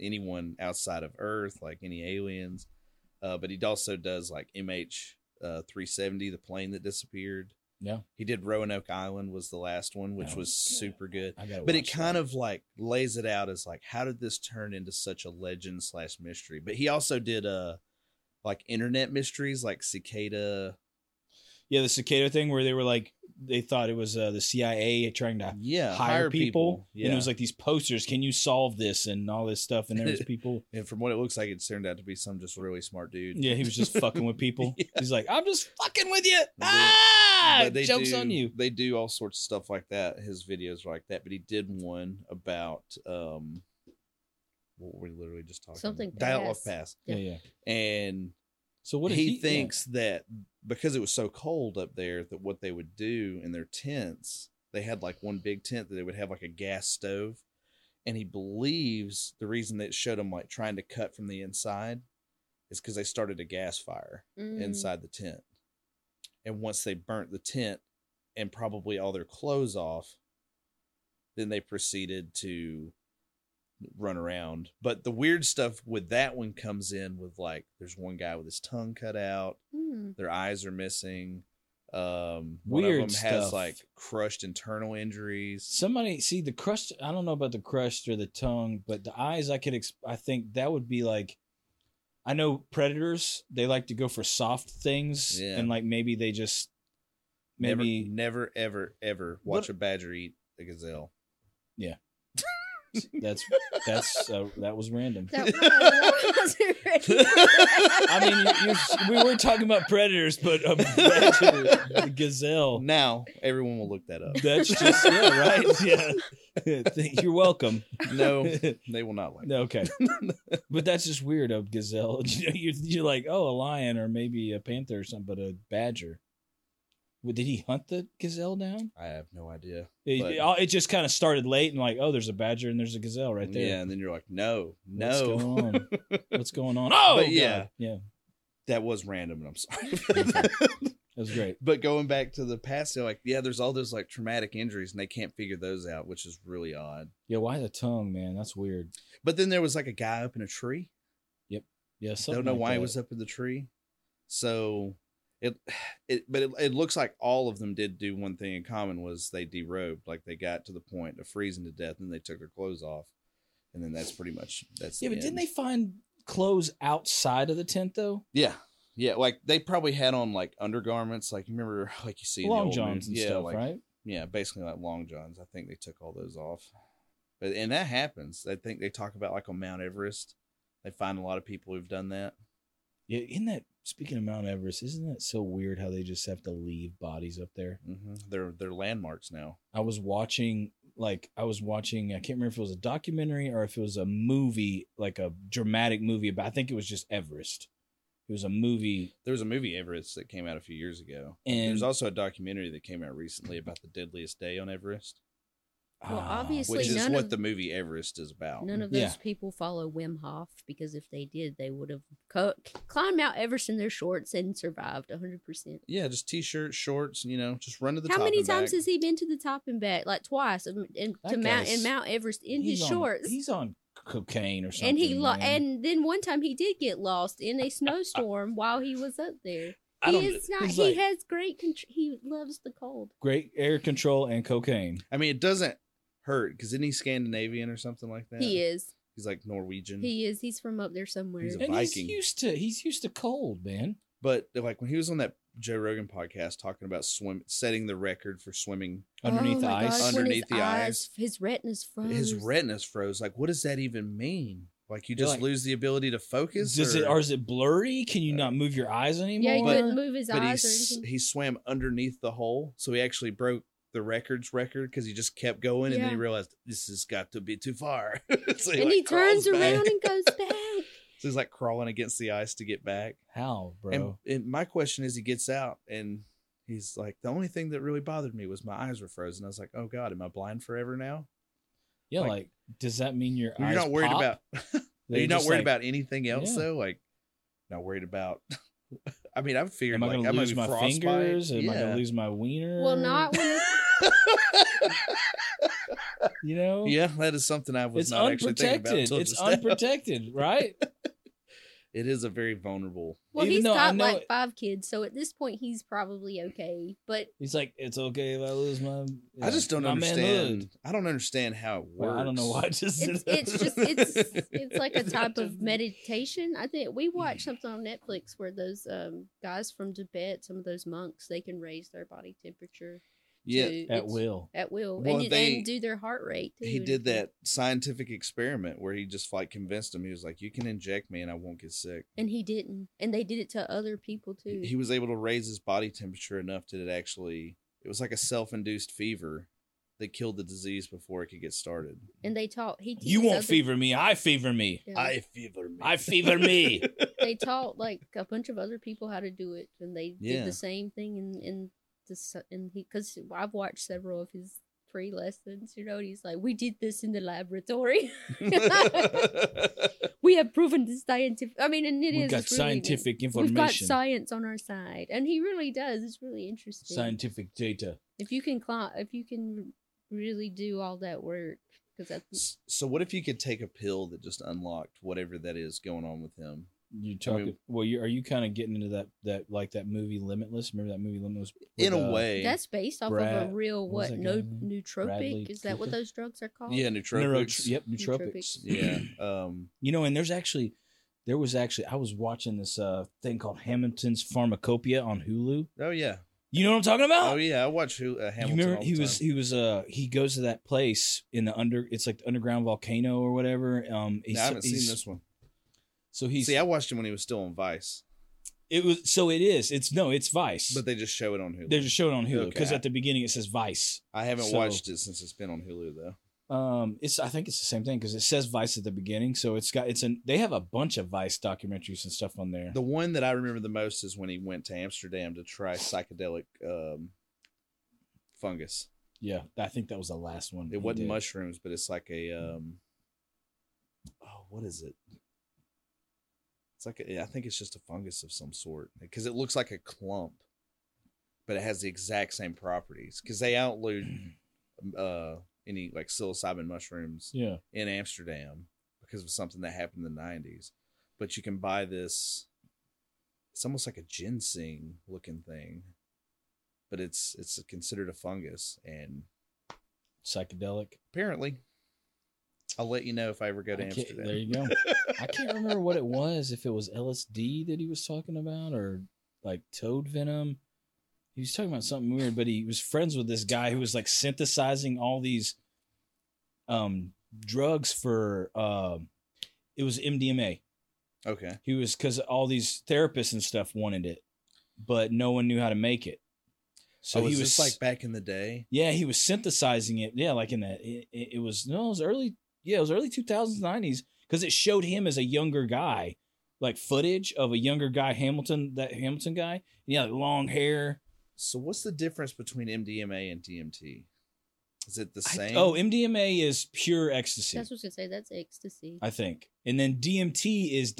Speaker 3: anyone outside of earth like any aliens uh, but he also does like mh uh, 370 the plane that disappeared
Speaker 1: Yeah.
Speaker 3: he did roanoke island was the last one which
Speaker 1: Oh,
Speaker 3: was
Speaker 1: God.
Speaker 3: super good
Speaker 1: I gotta
Speaker 3: but
Speaker 1: watch
Speaker 3: it kind
Speaker 1: that.
Speaker 3: of like lays it out as like how did this turn into such a legend slash mystery but he also did uh like internet mysteries like cicada
Speaker 1: yeah the cicada thing where they were like they thought it was uh, the CIA trying to
Speaker 3: yeah
Speaker 1: hire, people, and
Speaker 3: Yeah.
Speaker 1: it was like these posters can you solve this and all this stuff and there was people
Speaker 3: And from what it looks like, it's turned out to be some just really smart dude.
Speaker 1: yeah he was just fucking with people
Speaker 3: Yeah.
Speaker 1: he's like i'm just fucking with you
Speaker 3: But-
Speaker 1: ah
Speaker 3: But they
Speaker 1: jokes
Speaker 3: do-
Speaker 1: on you
Speaker 3: They do all sorts of stuff like that. His videos are like that. But he did one about um, what were we literally just talking?
Speaker 2: Something
Speaker 3: about? Dial
Speaker 2: pass.
Speaker 3: off pass,
Speaker 1: yeah
Speaker 2: Yeah.
Speaker 1: yeah
Speaker 3: and
Speaker 1: so what did
Speaker 3: he,
Speaker 1: yeah.
Speaker 3: thinks that because it was so cold up there that what they would do in their tents they had like one big tent that they would have like a gas stove and he believes the reason that it showed him like trying to cut from the inside is because they started a gas fire
Speaker 1: Mm-hmm.
Speaker 2: Mm.
Speaker 3: inside the tent and once they burnt the tent and probably all their clothes off then they proceeded to run around but the weird stuff with that one comes in with like there's one guy with his tongue cut out
Speaker 2: Mm.
Speaker 3: their eyes are missing um one of
Speaker 1: Weird
Speaker 3: them has
Speaker 1: stuff.
Speaker 3: like crushed internal injuries
Speaker 1: somebody see the crust i don't know about the crust or the tongue but the eyes i could ex- i think that would be like i know predators they like to go for soft things
Speaker 3: Yeah.
Speaker 1: and like maybe they just maybe
Speaker 3: never never ever ever
Speaker 1: What-
Speaker 3: watch a badger eat a gazelle
Speaker 1: that's that's uh, that was random
Speaker 2: That was- that was already-
Speaker 1: I mean, you, you, we were talking about predators, but a predator, gazelle.
Speaker 3: now everyone will look that up
Speaker 1: That's just yeah, right. Yeah, Thank- you're welcome.
Speaker 3: no they will not like
Speaker 1: No, okay, but that's just weird. A gazelle, you know, you're, you're like, oh, a lion or maybe a panther or something, but a badger. Well, did he hunt the gazelle down?
Speaker 3: i have no idea
Speaker 1: It,
Speaker 3: But-
Speaker 1: it all- it just kind of started late and like, oh, there's a badger and there's a gazelle right there.
Speaker 3: Yeah, and then you're like, no,
Speaker 1: What's
Speaker 3: no,
Speaker 1: going on? What's going on? Oh,
Speaker 3: But yeah.
Speaker 1: God. yeah.
Speaker 3: that was random, and I'm sorry.
Speaker 1: It was great.
Speaker 3: But going back to the past, they're like, yeah, there's all those like traumatic injuries, and they can't figure those out, which is really odd.
Speaker 1: Yeah, why the tongue, man? That's weird.
Speaker 3: But then there was like a guy up in a tree.
Speaker 1: Yeah,
Speaker 3: I
Speaker 1: something
Speaker 3: Don't know
Speaker 1: like
Speaker 3: why he
Speaker 1: that.
Speaker 3: was up in the tree. So it, it, but it, it looks like all of them did do one thing in common was they derobed, like they got to the point of freezing to death, and they took their clothes off, and then that's pretty much that's.
Speaker 1: Yeah,
Speaker 3: the
Speaker 1: but didn't
Speaker 3: end.
Speaker 1: they find clothes outside of the tent though?
Speaker 3: Yeah. Yeah, like they probably had on like undergarments, like you remember, like you see in the
Speaker 1: Long
Speaker 3: old
Speaker 1: johns and
Speaker 3: movies. yeah,
Speaker 1: stuff,
Speaker 3: like,
Speaker 1: right?
Speaker 3: yeah, basically like long johns. I think they took all those off, but and that happens. I think they talk about like on Mount Everest, they find a lot of people who've done that.
Speaker 1: Yeah, isn't that speaking of Mount Everest, isn't that so weird how they just have to leave bodies up there?
Speaker 3: hmm They're they're landmarks now.
Speaker 1: I was watching like I was watching I can't remember if it was a documentary or if it was a movie, like a dramatic movie, but I think it was just Everest. It was a movie
Speaker 3: There was a movie Everest that came out a few years ago.
Speaker 1: and
Speaker 3: There's also a documentary that came out recently about the deadliest day on Everest,
Speaker 2: Well,
Speaker 1: Ah,
Speaker 2: obviously-
Speaker 3: which is
Speaker 2: none
Speaker 3: what
Speaker 2: of-
Speaker 3: the movie Everest is about.
Speaker 2: None of those
Speaker 1: Yeah.
Speaker 2: people follow Wim Hof because if they did, they would have co- climbed Mount Everest in their shorts and survived 100%.
Speaker 3: yeah, just t-shirts, shorts, you know, just run to the
Speaker 2: How
Speaker 3: top.
Speaker 2: many
Speaker 3: and back.
Speaker 2: times has he been to the top and back? Like twice, and, and
Speaker 1: That
Speaker 2: to Mount
Speaker 1: guy's-
Speaker 2: and Mount Everest in his
Speaker 1: he's on-
Speaker 2: shorts.
Speaker 1: He's on cocaine or something.
Speaker 2: and he lo-
Speaker 1: man.
Speaker 2: and then one time he did get lost in a snowstorm while he was up there.
Speaker 1: I
Speaker 2: He
Speaker 1: don't-
Speaker 2: is not.
Speaker 1: he's
Speaker 2: He
Speaker 1: like,
Speaker 2: has great. Contr- he loves the cold.
Speaker 1: great air control and cocaine.
Speaker 3: I mean, it doesn't hurt because isn't he Scandinavian or something like that?
Speaker 2: He is.
Speaker 3: He's like Norwegian.
Speaker 2: He is. He's from up there somewhere.
Speaker 3: He's a-
Speaker 1: And
Speaker 3: Viking.
Speaker 1: he's used to he's used to cold, man.
Speaker 3: but like when he was on that Joe Rogan podcast talking about swim, setting the record for swimming,
Speaker 1: Underneath
Speaker 2: Oh
Speaker 1: the
Speaker 2: my
Speaker 1: ice.
Speaker 2: gosh, when
Speaker 3: Underneath
Speaker 2: his
Speaker 3: the
Speaker 2: eyes, His retina's froze.
Speaker 3: his retinas froze. Like, what does that even mean? Like, you
Speaker 1: You're
Speaker 3: just
Speaker 1: like-
Speaker 3: lose the ability to focus?
Speaker 1: Does
Speaker 3: or-
Speaker 1: it or is it blurry? Can you not move your eyes anymore?
Speaker 2: Yeah, he
Speaker 3: Uh, But-
Speaker 2: couldn't move his
Speaker 3: but he,
Speaker 2: eyes or
Speaker 3: s-
Speaker 2: anything.
Speaker 3: he swam underneath the hole. So he actually broke the records record because he just kept going. And then he
Speaker 2: Yeah.
Speaker 3: realized this has got to be too far. so
Speaker 2: and he
Speaker 3: like, crawls
Speaker 2: turns around
Speaker 3: back.
Speaker 2: and goes back.
Speaker 3: So he's like crawling against the ice to get back.
Speaker 1: How, bro?
Speaker 3: And, and my question is, he gets out and he's like, the only thing that really bothered me was my eyes were frozen. I was like, oh God, am I blind forever now?
Speaker 1: yeah,
Speaker 3: like-
Speaker 1: like, does that mean your
Speaker 3: You're
Speaker 1: eyes
Speaker 3: not worried
Speaker 1: pop?
Speaker 3: about.
Speaker 1: They're
Speaker 3: Are you not
Speaker 1: just
Speaker 3: worried
Speaker 1: like,
Speaker 3: about anything else
Speaker 1: Yeah.
Speaker 3: though? Like, not worried about. I mean, I'm figured
Speaker 1: Am I
Speaker 3: like
Speaker 1: going
Speaker 3: I
Speaker 1: to
Speaker 3: might
Speaker 1: lose
Speaker 3: be
Speaker 1: my
Speaker 3: frostbite.
Speaker 1: fingers? Am I going
Speaker 3: Yeah.
Speaker 1: to lose my wiener?
Speaker 2: Well, not when
Speaker 1: you know.
Speaker 3: yeah, that is something I was
Speaker 1: it's
Speaker 3: not actually thinking about.
Speaker 1: unprotected.
Speaker 3: Until
Speaker 1: It's
Speaker 3: just now.
Speaker 1: unprotected, right?
Speaker 3: It is a very vulnerable.
Speaker 2: well,
Speaker 1: Even
Speaker 2: he's
Speaker 1: though I
Speaker 2: got
Speaker 1: know
Speaker 2: like
Speaker 1: it-
Speaker 2: five kids, so at this point he's probably okay. But
Speaker 1: He's like, it's okay if I lose my.
Speaker 3: I just don't
Speaker 1: my
Speaker 3: understand.
Speaker 1: manhood."
Speaker 3: I don't understand how it works.
Speaker 1: Well, I don't know why. I just said
Speaker 2: it's
Speaker 1: that.
Speaker 2: it's just it's it's like a type of meditation. I think we watched something on Netflix where those um guys from Tibet, some of those monks, they can raise their body temperature
Speaker 3: Yeah,
Speaker 2: to,
Speaker 1: at
Speaker 2: it's-
Speaker 1: will.
Speaker 2: at will
Speaker 3: Well,
Speaker 2: and, you-
Speaker 3: they-
Speaker 2: and do their heart rate. Too,
Speaker 3: he
Speaker 2: and
Speaker 3: did
Speaker 2: everything.
Speaker 3: that scientific experiment where he just like convinced him. He was like, "You can inject me and I won't get sick."
Speaker 2: and he didn't, and they did it to other people too.
Speaker 3: he was able to raise his body temperature enough that it actually it was like a self-induced fever that killed the disease before it could get started
Speaker 2: and they taught he
Speaker 1: You
Speaker 2: teaches
Speaker 1: won't
Speaker 2: other-
Speaker 1: fever me. I fever me.
Speaker 2: Yeah.
Speaker 3: i fever me
Speaker 1: I fever me.
Speaker 2: they taught like a bunch of other people how to do it, and they
Speaker 3: Yeah.
Speaker 2: did the same thing. And and this and he because I've watched several of his free lessons, you know, and he's like, "We did this in the laboratory. we have proven the scientific. I mean, and it
Speaker 1: We've
Speaker 2: is,
Speaker 1: got
Speaker 2: it's really neat.
Speaker 1: scientific
Speaker 2: We've got
Speaker 1: information,
Speaker 2: science on our side, and he really does. It's really interesting.
Speaker 1: scientific data.
Speaker 2: If you can climb, if you can really do all that work, because that's
Speaker 3: S- so what if you could take a pill that just unlocked whatever that is going on with him
Speaker 1: You talking?
Speaker 3: mean-
Speaker 1: well, you are you kind of getting into that that like that movie Limitless? Remember that movie Limitless?
Speaker 3: in
Speaker 1: With,
Speaker 3: a
Speaker 1: uh,
Speaker 3: way
Speaker 2: that's based off of
Speaker 1: Brad-
Speaker 2: a real
Speaker 1: what was that
Speaker 2: what? No,
Speaker 1: guy's name?
Speaker 2: nootropic.
Speaker 1: Bradley
Speaker 2: is that what
Speaker 1: Cooper?
Speaker 2: those drugs are called?
Speaker 3: yeah
Speaker 1: neuro-
Speaker 3: nootropics
Speaker 1: yep, nootropics.
Speaker 2: Nootropics.
Speaker 3: yeah um
Speaker 1: You know, and there's actually there was actually I was watching this uh thing called Hamilton's Pharmacopoeia on Hulu.
Speaker 3: oh yeah
Speaker 1: You know what I'm talking about?
Speaker 3: oh yeah i watch who uh,
Speaker 1: You
Speaker 3: hamilton
Speaker 1: remember
Speaker 3: all the
Speaker 1: he was
Speaker 3: time.
Speaker 1: he was uh he goes to that place in the under it's like the underground volcano or whatever. Um, he's,
Speaker 3: No, i haven't
Speaker 1: he's-
Speaker 3: seen this one
Speaker 1: So he's
Speaker 3: see i watched him when he was still on vice
Speaker 1: it was so it is it's no it's Vice,
Speaker 3: but they just show it on hulu
Speaker 1: they're just showing on Hulu
Speaker 3: Okay,
Speaker 1: because
Speaker 3: I-
Speaker 1: at the beginning it says Vice.
Speaker 3: i haven't
Speaker 1: so-
Speaker 3: watched it since it's been on hulu though
Speaker 1: Um, it's I think it's the same thing because it says Vice at the beginning, so it's got it's an they have a bunch of Vice documentaries and stuff on there.
Speaker 3: The one that I remember the most is when he went to Amsterdam to try psychedelic um, fungus.
Speaker 1: yeah, I think that was the last one. he
Speaker 3: It wasn't
Speaker 1: did.
Speaker 3: mushrooms, but it's like a um, oh, what is it? It's like a, I think it's just a fungus of some sort because it looks like a clump, but it has the exact same properties because they outlude uh, any like psilocybin mushrooms
Speaker 1: Yeah.
Speaker 3: in Amsterdam because of something that happened in the 90s. But you can buy this it's almost like a ginseng looking thing. But it's it's considered a fungus and
Speaker 1: Psychedelic.
Speaker 3: apparently I'll let you know if I ever go to
Speaker 1: I can't-
Speaker 3: Amsterdam.
Speaker 1: There you go. I can't remember what it was. If it was LSD that he was talking about, or like toad venom. He was talking about something weird, but he was friends with this guy who was like synthesizing all these um drugs for um it was MDMA.
Speaker 3: okay.
Speaker 1: He was because all these therapists and stuff wanted it, but no one knew how to make it. So
Speaker 3: So
Speaker 1: he
Speaker 3: was
Speaker 1: was
Speaker 3: Oh, this like back in the day?
Speaker 1: yeah, he was synthesizing it. Yeah, like in that. It, it, it was no, it was early. Yeah, it was early 2000s, 90s because it showed him as a younger guy, like footage of a younger guy, Hamilton, that Hamilton guy. Yeah, like long hair.
Speaker 3: So what's the difference between MDMA and DMT? Is it the
Speaker 1: I-
Speaker 3: same?
Speaker 1: oh, MDMA is pure ecstasy,
Speaker 2: That's what I was gonna say. That's ecstasy.
Speaker 1: I think, and then DMT is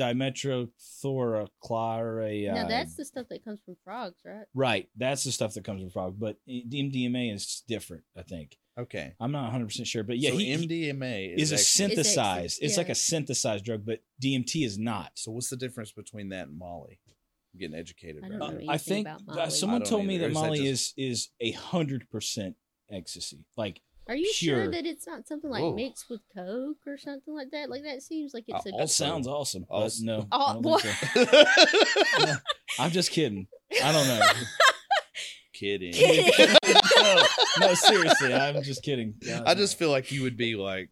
Speaker 1: dimetrothoraclarea.
Speaker 2: now that's the stuff that comes from frogs, right?
Speaker 1: right. That's the stuff that comes with frog, but eh, MDMA is different. I think
Speaker 3: okay.
Speaker 1: I'm not 100 percent sure, but yeah,
Speaker 3: so
Speaker 1: he, he
Speaker 3: MDMA
Speaker 1: is
Speaker 3: is,
Speaker 1: a
Speaker 2: synth-
Speaker 3: actually-
Speaker 1: synthesized. It's like
Speaker 2: yeah.
Speaker 1: a synthesized drug, but DMT is not.
Speaker 3: So what's the difference between that and Molly? I'm getting educated
Speaker 2: I
Speaker 3: right
Speaker 2: don't
Speaker 3: now.
Speaker 2: know.
Speaker 1: I
Speaker 2: anything
Speaker 1: think
Speaker 2: about
Speaker 1: uh,
Speaker 2: Molly.
Speaker 1: someone
Speaker 3: I don't
Speaker 1: told me
Speaker 3: either.
Speaker 1: that
Speaker 3: Is that
Speaker 1: Molly
Speaker 3: just-
Speaker 1: is is a hundred percent ecstasy. Like
Speaker 2: Are you
Speaker 1: Sure.
Speaker 2: sure that it's not something like
Speaker 3: Whoa.
Speaker 2: mixed with coke or something like that? Like that seems like
Speaker 3: Uh,
Speaker 2: it's a
Speaker 1: that
Speaker 3: also-
Speaker 1: sounds awesome. but
Speaker 3: also-
Speaker 1: no,
Speaker 2: Oh,
Speaker 1: I
Speaker 2: boy.
Speaker 1: am just kidding. I don't know.
Speaker 3: Kidding.
Speaker 2: Kidding.
Speaker 1: no, no, seriously, I'm just kidding. Yeah,
Speaker 3: I just feel like you would be like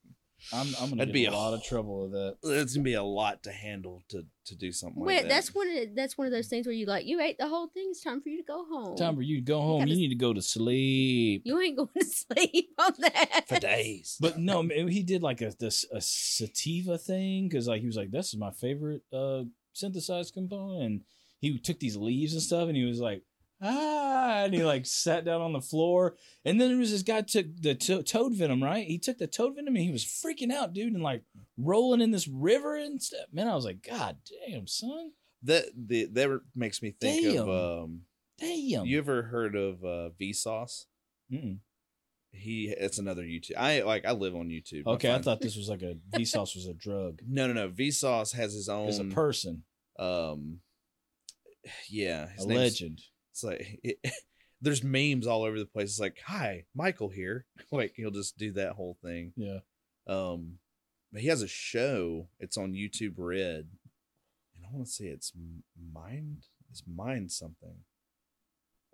Speaker 1: I'm, I'm gonna
Speaker 3: That'd
Speaker 1: get
Speaker 3: be
Speaker 1: a
Speaker 3: a-
Speaker 1: lot of trouble with that.
Speaker 3: it's gonna be a lot to handle to to do something
Speaker 2: Wait,
Speaker 3: like that.
Speaker 2: that's one of the, that's one of those things where you like you ate the whole thing. It's time for you to go home.
Speaker 1: Time for you to go home.
Speaker 2: Oh. gotta-
Speaker 1: You need to go to sleep.
Speaker 2: you ain't going to sleep on that.
Speaker 3: for days.
Speaker 1: But no, man, he did like a this a sativa thing because like he was like, "This is my favorite uh synthesized component." And he took these leaves and stuff, and he was like, "Ah!" And he like sat down on the floor. And then there was this guy took the to- toad venom, right? He took the toad venom, and he was freaking out, dude, and like rolling in this river and stuff. Man, I was like, "God damn, son,
Speaker 3: that the, that makes me think of um.
Speaker 1: damn."
Speaker 3: You ever heard of uh, Vsauce?
Speaker 1: Mm-mm.
Speaker 3: He it's another YouTube. I like I live on YouTube. my
Speaker 1: Okay, I
Speaker 3: friend.
Speaker 1: thought this was like a Vsauce was a drug.
Speaker 3: no no no. Vsauce has his own
Speaker 1: It's a person,
Speaker 3: um. Yeah,
Speaker 1: a
Speaker 3: his name's-
Speaker 1: legend.
Speaker 3: It's like it, there's memes all over the place. It's like, "Hi, Michael here." Like he'll just do that whole thing.
Speaker 1: Yeah.
Speaker 3: Um, but he has a show. It's on YouTube Red, and I want to say it's M- Mind. It's Mind something.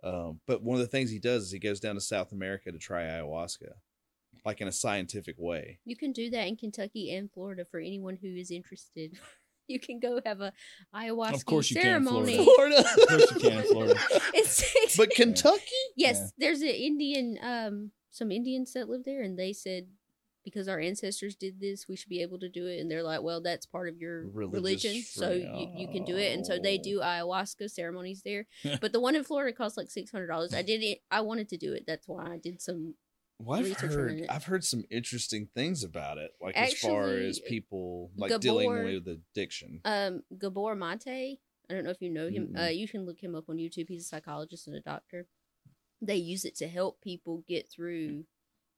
Speaker 3: Um, but one of the things he does is he goes down to South America to try ayahuasca, like in a scientific way.
Speaker 2: You can do that in Kentucky and Florida for anyone who is interested. You can go have a ayahuasca
Speaker 1: course you can in Florida.
Speaker 2: ceremony.
Speaker 3: Florida,
Speaker 1: Of course you can in Florida.
Speaker 2: It's, it's
Speaker 3: but Kentucky.
Speaker 2: yes,
Speaker 1: Yeah.
Speaker 2: there's an Indian, um, some Indians that live there, and they said because our ancestors did this, we should be able to do it. And they're like, well, that's part of your
Speaker 3: Religious
Speaker 2: religion, so you, you can do it. And so they
Speaker 3: freak.
Speaker 2: do ayahuasca ceremonies there. but the one in Florida costs like six hundred dollars. I did it. I wanted to do it. That's why I did some.
Speaker 3: Well, I've
Speaker 2: research on
Speaker 3: heard
Speaker 2: it.
Speaker 3: I've heard some interesting things about it, like as far as
Speaker 2: Actually,
Speaker 3: people like
Speaker 2: Gabor-
Speaker 3: dealing with addiction.
Speaker 2: Um, Gabor Mate. I don't know if you know him.
Speaker 3: Mm-mm.
Speaker 2: Uh, you can look him up on YouTube. He's a psychologist and a doctor. They use it to help people get through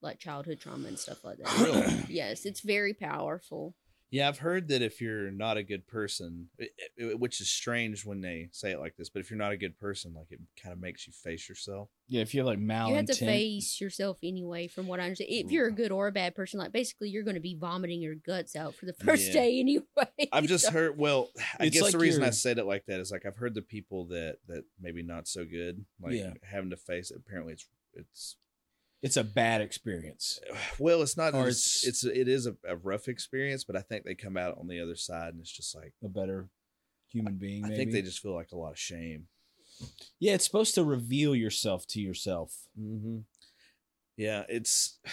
Speaker 2: like childhood trauma and stuff like that.
Speaker 3: Really?
Speaker 2: Yes, it's very powerful.
Speaker 3: Yeah, I've heard that if you're not a good person, i- i- which is strange when they say it like this, but if you're not a good person, like it kind of makes you face yourself.
Speaker 1: Yeah, if you have like malintent.
Speaker 2: You have to face yourself anyway, from what I understand.
Speaker 1: Mm.
Speaker 2: If you're a good or a bad person, like basically you're going to be vomiting your guts out for the first
Speaker 3: Yeah.
Speaker 2: day anyway.
Speaker 3: I've just
Speaker 2: So-
Speaker 3: heard. Well, I
Speaker 1: It's
Speaker 3: guess
Speaker 1: like
Speaker 3: the reason I
Speaker 1: you're-
Speaker 3: said it like that is like I've heard the people that that maybe not so good, like
Speaker 1: Yeah.
Speaker 3: having to face. it. Apparently, it's it's
Speaker 1: it's a bad experience.
Speaker 3: well, it's not.
Speaker 1: Or
Speaker 3: It's, it's it is a, a rough experience, but I think they come out on the other side, and it's just like
Speaker 1: A better human being.
Speaker 3: I
Speaker 1: Maybe.
Speaker 3: think they just feel like a lot of shame.
Speaker 1: Yeah, it's supposed to reveal yourself to yourself.
Speaker 3: Mm-hmm. Yeah, it's.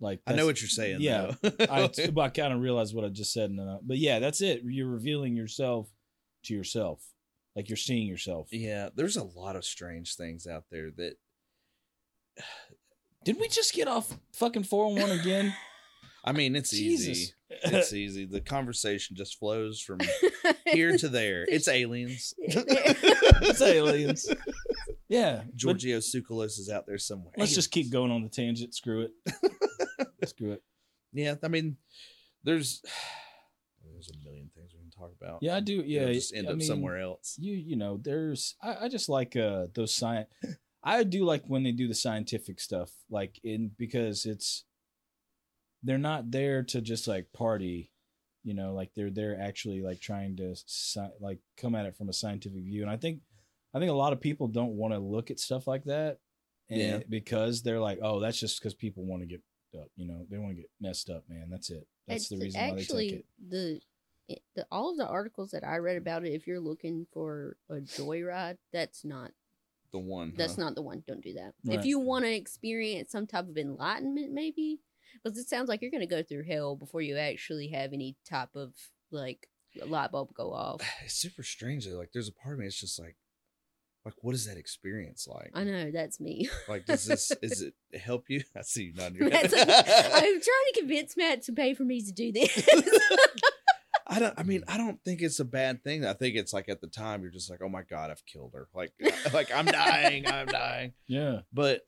Speaker 1: Like
Speaker 3: I
Speaker 1: that's-
Speaker 3: know what you're saying.
Speaker 1: yeah.
Speaker 3: though.
Speaker 1: I, well, I kind of realized what I just said, and then I, but yeah, that's it. You're revealing yourself to yourself, like you're seeing yourself.
Speaker 3: Yeah, there's a lot of strange things out there that
Speaker 1: Did we just get off fucking four hundred one again?
Speaker 3: I mean, it's
Speaker 1: Jesus.
Speaker 3: easy. It's easy. The conversation just flows from here to there. It's aliens.
Speaker 1: it's aliens. Yeah. but
Speaker 3: Giorgio Tsoukalos is out there somewhere.
Speaker 1: Let's just keep going on the tangent. Screw it. Screw it.
Speaker 3: Yeah, I mean, there's there's a million things we can talk about.
Speaker 1: Yeah, I do.
Speaker 3: It'll
Speaker 1: Yeah.
Speaker 3: just end
Speaker 1: I
Speaker 3: up
Speaker 1: mean,
Speaker 3: somewhere else.
Speaker 1: You you know, there's I, I just like uh those science I do like when they do the scientific stuff, like in because it's they're not there to just like party, you know, like they're they're actually like trying to sci- like come at it from a scientific view. And I think I think a lot of people don't want to look at stuff like that, and
Speaker 3: Yeah.
Speaker 1: because they're like, oh, that's just because people want to get up, you know, they want to get messed up, man. That's it. That's the
Speaker 2: It's
Speaker 1: reason why they
Speaker 2: actually
Speaker 1: take it.
Speaker 2: the it- the all of the articles that I read about it. If you're looking for a joyride, that's not
Speaker 3: The one.
Speaker 2: that's
Speaker 3: huh?
Speaker 2: not the one. Don't do that. If
Speaker 1: Uh-huh. Right.
Speaker 2: you want to experience some type of enlightenment, maybe because it sounds like you're going to go through hell before you actually have any type of like a light bulb go off.
Speaker 3: It's super strange. Though. Like, there's a part of me. It's just like, like, what is that experience like?
Speaker 2: I know that's me.
Speaker 3: Like, does this is it help you? I see you nodding. Your head.
Speaker 2: Matt's like, I'm trying to convince Matt to pay for me to do this.
Speaker 3: I don't. I mean, I don't think it's a bad thing. I think it's like at the time you're just like, oh my god, I've killed her. Like, like I'm dying. I'm dying.
Speaker 1: Yeah.
Speaker 3: But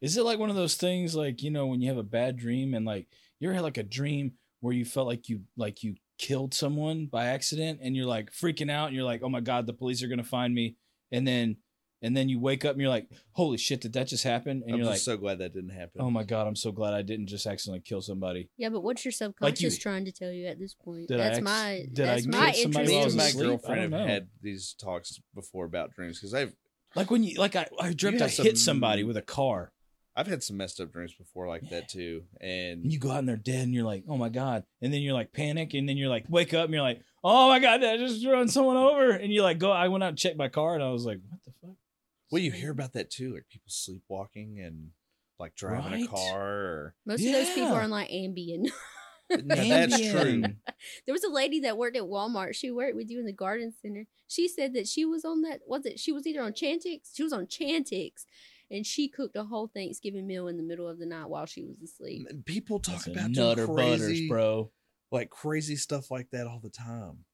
Speaker 1: Is it like one of those things like, you know, when you have a bad dream and like you ever had like a dream where you felt like you like you killed someone by accident and you're like freaking out and you're like, "Oh my god, the police are going to find me." And then and then you wake up and you're like, "Holy shit, did that just happen?" And
Speaker 3: I'm
Speaker 1: you're
Speaker 3: just
Speaker 1: like,
Speaker 3: so glad that didn't happen.
Speaker 1: "Oh my god, I'm so glad I didn't just accidentally kill somebody."
Speaker 2: yeah, but what's your subconscious
Speaker 1: you-
Speaker 2: trying to tell you at this point?
Speaker 1: Did I
Speaker 2: that's
Speaker 1: ex-
Speaker 2: my
Speaker 1: did I
Speaker 2: that's
Speaker 1: kill
Speaker 2: my
Speaker 1: somebody
Speaker 2: interest.
Speaker 1: while
Speaker 3: Me
Speaker 1: I
Speaker 2: in
Speaker 1: was
Speaker 3: and my
Speaker 2: this.
Speaker 1: asleep? I
Speaker 3: girlfriend
Speaker 1: don't
Speaker 3: have
Speaker 1: know.
Speaker 3: had these talks before about dreams because I've
Speaker 1: Like when you like I I dreamt
Speaker 3: You
Speaker 1: I
Speaker 3: have
Speaker 1: hit
Speaker 3: some-
Speaker 1: somebody with a car.
Speaker 3: I've had some messed up dreams before like that too, and
Speaker 1: And you go out and they're dead and you're like, "Oh my god." And then you're like panic and then you're like wake up and you're like, "Oh my god, did I just run someone over." And you like go I went out and checked my car and I was like, "What the fuck?"
Speaker 3: well, you hear about that too, like people sleepwalking and like driving
Speaker 1: Right.
Speaker 3: a car. Or,
Speaker 2: Most of those people
Speaker 1: Yeah.
Speaker 2: are on like Ambien.
Speaker 3: Now, that's true.
Speaker 1: Ambien.
Speaker 2: There was a lady that worked at Walmart. She worked with you in the garden center. She said that she was on that was it? She was either on Chantix. She was on Chantix, and she cooked a whole Thanksgiving meal in the middle of the night while she was asleep.
Speaker 3: People talk
Speaker 1: That's a
Speaker 3: about nutter
Speaker 1: nutter butters,
Speaker 3: crazy,
Speaker 1: bro.
Speaker 3: like crazy stuff like that all the time.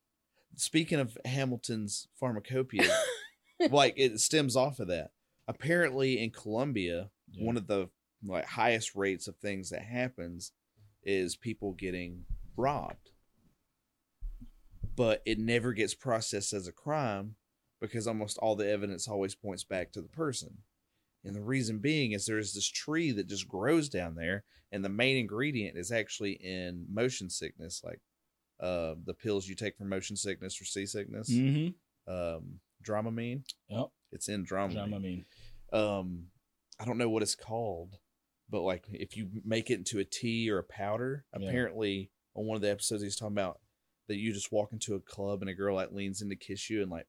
Speaker 3: Speaking of Hamilton's pharmacopoeia, like it stems off of that. Apparently, in Colombia, one of the like highest rates of things that happens is people getting robbed but it never gets processed as a crime because almost all the evidence always points back to the person and the reason being is there is this tree that just grows down there and the main ingredient is actually in motion sickness like uh, the pills you take for motion sickness or seasickness
Speaker 1: Mm-hmm.
Speaker 3: um, dramamine
Speaker 1: Yep.
Speaker 3: it's in
Speaker 1: I
Speaker 3: dramamine
Speaker 1: mean,
Speaker 3: um i don't know what it's called but like if you make it into a tea or a powder
Speaker 1: Yeah.
Speaker 3: apparently on one of the episodes he's talking about that you just walk into a club and a girl like leans in to kiss you and like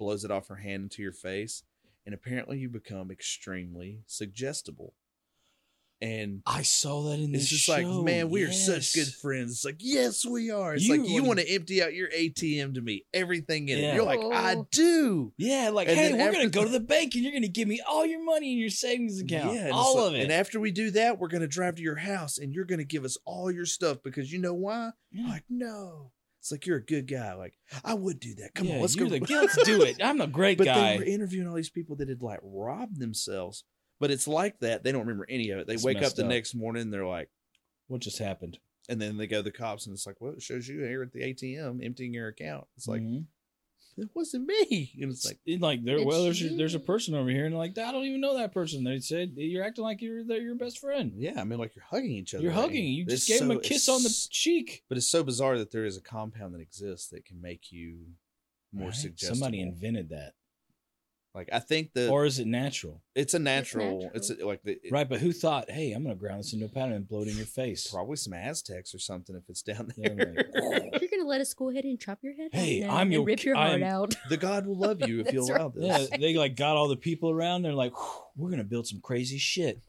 Speaker 3: blows it off her hand into your face and apparently you become extremely suggestible and
Speaker 1: I saw that in this
Speaker 3: it's just
Speaker 1: show.
Speaker 3: like man we are
Speaker 1: yes.
Speaker 3: such good friends it's like yes we are it's
Speaker 1: You
Speaker 3: like you want
Speaker 1: wanna-
Speaker 3: to empty out your atm to me everything in
Speaker 1: Yeah.
Speaker 3: it you're like i
Speaker 2: Oh.
Speaker 3: do
Speaker 1: Yeah, like
Speaker 3: And
Speaker 1: hey,
Speaker 3: then
Speaker 1: we're gonna
Speaker 3: after-
Speaker 1: go to the bank and you're gonna give me all your money in your savings account,
Speaker 3: and
Speaker 1: all
Speaker 3: it's like-
Speaker 1: of it.
Speaker 3: And after we do that, we're gonna drive to your house and you're gonna give us all your stuff because you know why? I'm
Speaker 1: Yeah.
Speaker 3: like, no. It's like you're a good guy. Like, I would do that. Come
Speaker 1: Yeah,
Speaker 3: on, let's
Speaker 1: you're
Speaker 3: go.
Speaker 1: The guilt's do it. I'm a great
Speaker 3: but
Speaker 1: guy.
Speaker 3: they were interviewing all these people that had like robbed themselves. But it's like that. They don't remember any of it. They
Speaker 1: It's
Speaker 3: wake up
Speaker 1: messed
Speaker 3: the
Speaker 1: up.
Speaker 3: next morning and they're like,
Speaker 1: what just happened?
Speaker 3: and then they go to the cops and it's like, well, it shows you here at the ATM emptying your account. It's like,
Speaker 1: Mhm.
Speaker 3: it wasn't me. And it's
Speaker 1: It's
Speaker 3: like,
Speaker 1: like, there. Well,
Speaker 2: It's
Speaker 1: there's a, there's a
Speaker 2: you.
Speaker 1: person over here, and like I don't even know that person. They said you're acting like you're their your best friend.
Speaker 3: yeah, I mean, like you're hugging each other.
Speaker 1: You're
Speaker 3: right?
Speaker 1: hugging. You
Speaker 3: It's
Speaker 1: just gave him
Speaker 3: so-
Speaker 1: a kiss on the
Speaker 3: it's-
Speaker 1: cheek.
Speaker 3: But it's so bizarre that there is a compound that exists that can make you more
Speaker 1: Right?
Speaker 3: suggestible.
Speaker 1: Somebody invented that,
Speaker 3: like I think that
Speaker 1: or is it natural?
Speaker 3: it's a natural.
Speaker 2: natural.
Speaker 3: It's, a, like the, it-
Speaker 1: Right, but who thought, hey, I'm gonna ground this into a pattern and blow it in your face?
Speaker 3: probably some Aztecs or something if it's down
Speaker 1: Yeah,
Speaker 3: there.
Speaker 1: right.
Speaker 2: You're going to let us go ahead and chop your head. off
Speaker 1: Hey,
Speaker 2: now
Speaker 1: I'm
Speaker 2: and
Speaker 1: your
Speaker 2: rip
Speaker 1: ki-
Speaker 2: your heart
Speaker 1: I'm-
Speaker 2: out.
Speaker 3: the God will love you if you
Speaker 2: That's
Speaker 3: allow
Speaker 1: Yeah,
Speaker 3: this.
Speaker 1: they like got all the people around. They're like, "Whew, we're gonna build some crazy shit.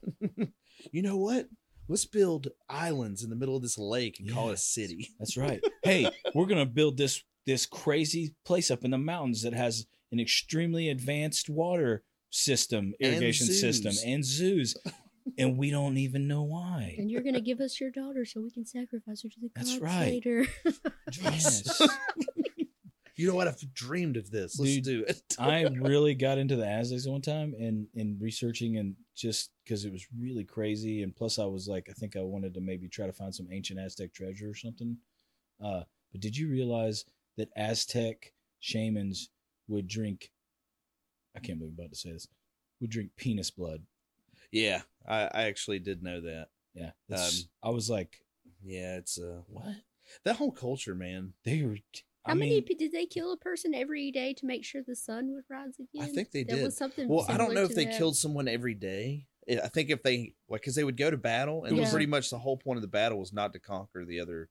Speaker 3: You know what? Let's build islands in the middle of this lake and call it a
Speaker 1: Yes.
Speaker 3: city.
Speaker 1: That's right. hey, we're gonna build this this crazy place up in the mountains that has an extremely advanced water system,
Speaker 3: And
Speaker 1: irrigation system,
Speaker 3: zoos.
Speaker 1: and zoos, and we don't even know why.
Speaker 2: And you're going to give us your daughter so we can sacrifice her to the
Speaker 1: That's
Speaker 2: gods
Speaker 1: right.
Speaker 2: later.
Speaker 1: Yes.
Speaker 3: you know what? I've dreamed of this. Let's
Speaker 1: Dude,
Speaker 3: do it.
Speaker 1: I really got into the Aztecs one time and in researching and just because it was really crazy. And plus, I was like, I think I wanted to maybe try to find some ancient Aztec treasure or something. Uh, but did you realize that Aztec shamans would drink? I can't believe I'm about to say this. Would drink penis blood.
Speaker 3: yeah, I, I actually did know that.
Speaker 1: Yeah, that's- I was like,
Speaker 3: Yeah, it's uh
Speaker 1: what?
Speaker 3: that whole culture, man.
Speaker 1: They were.
Speaker 2: How
Speaker 1: I mean,
Speaker 2: many pe- did they kill a person every day to make sure the sun would rise again?
Speaker 3: think they
Speaker 2: that
Speaker 3: did.
Speaker 2: Was something
Speaker 3: Well, I don't
Speaker 2: similar
Speaker 3: know if
Speaker 2: to
Speaker 3: they
Speaker 2: that.
Speaker 3: killed someone every day. I I think if they like, because they would go to battle, and
Speaker 2: Yeah.
Speaker 3: pretty much the whole point of the battle was not to conquer the other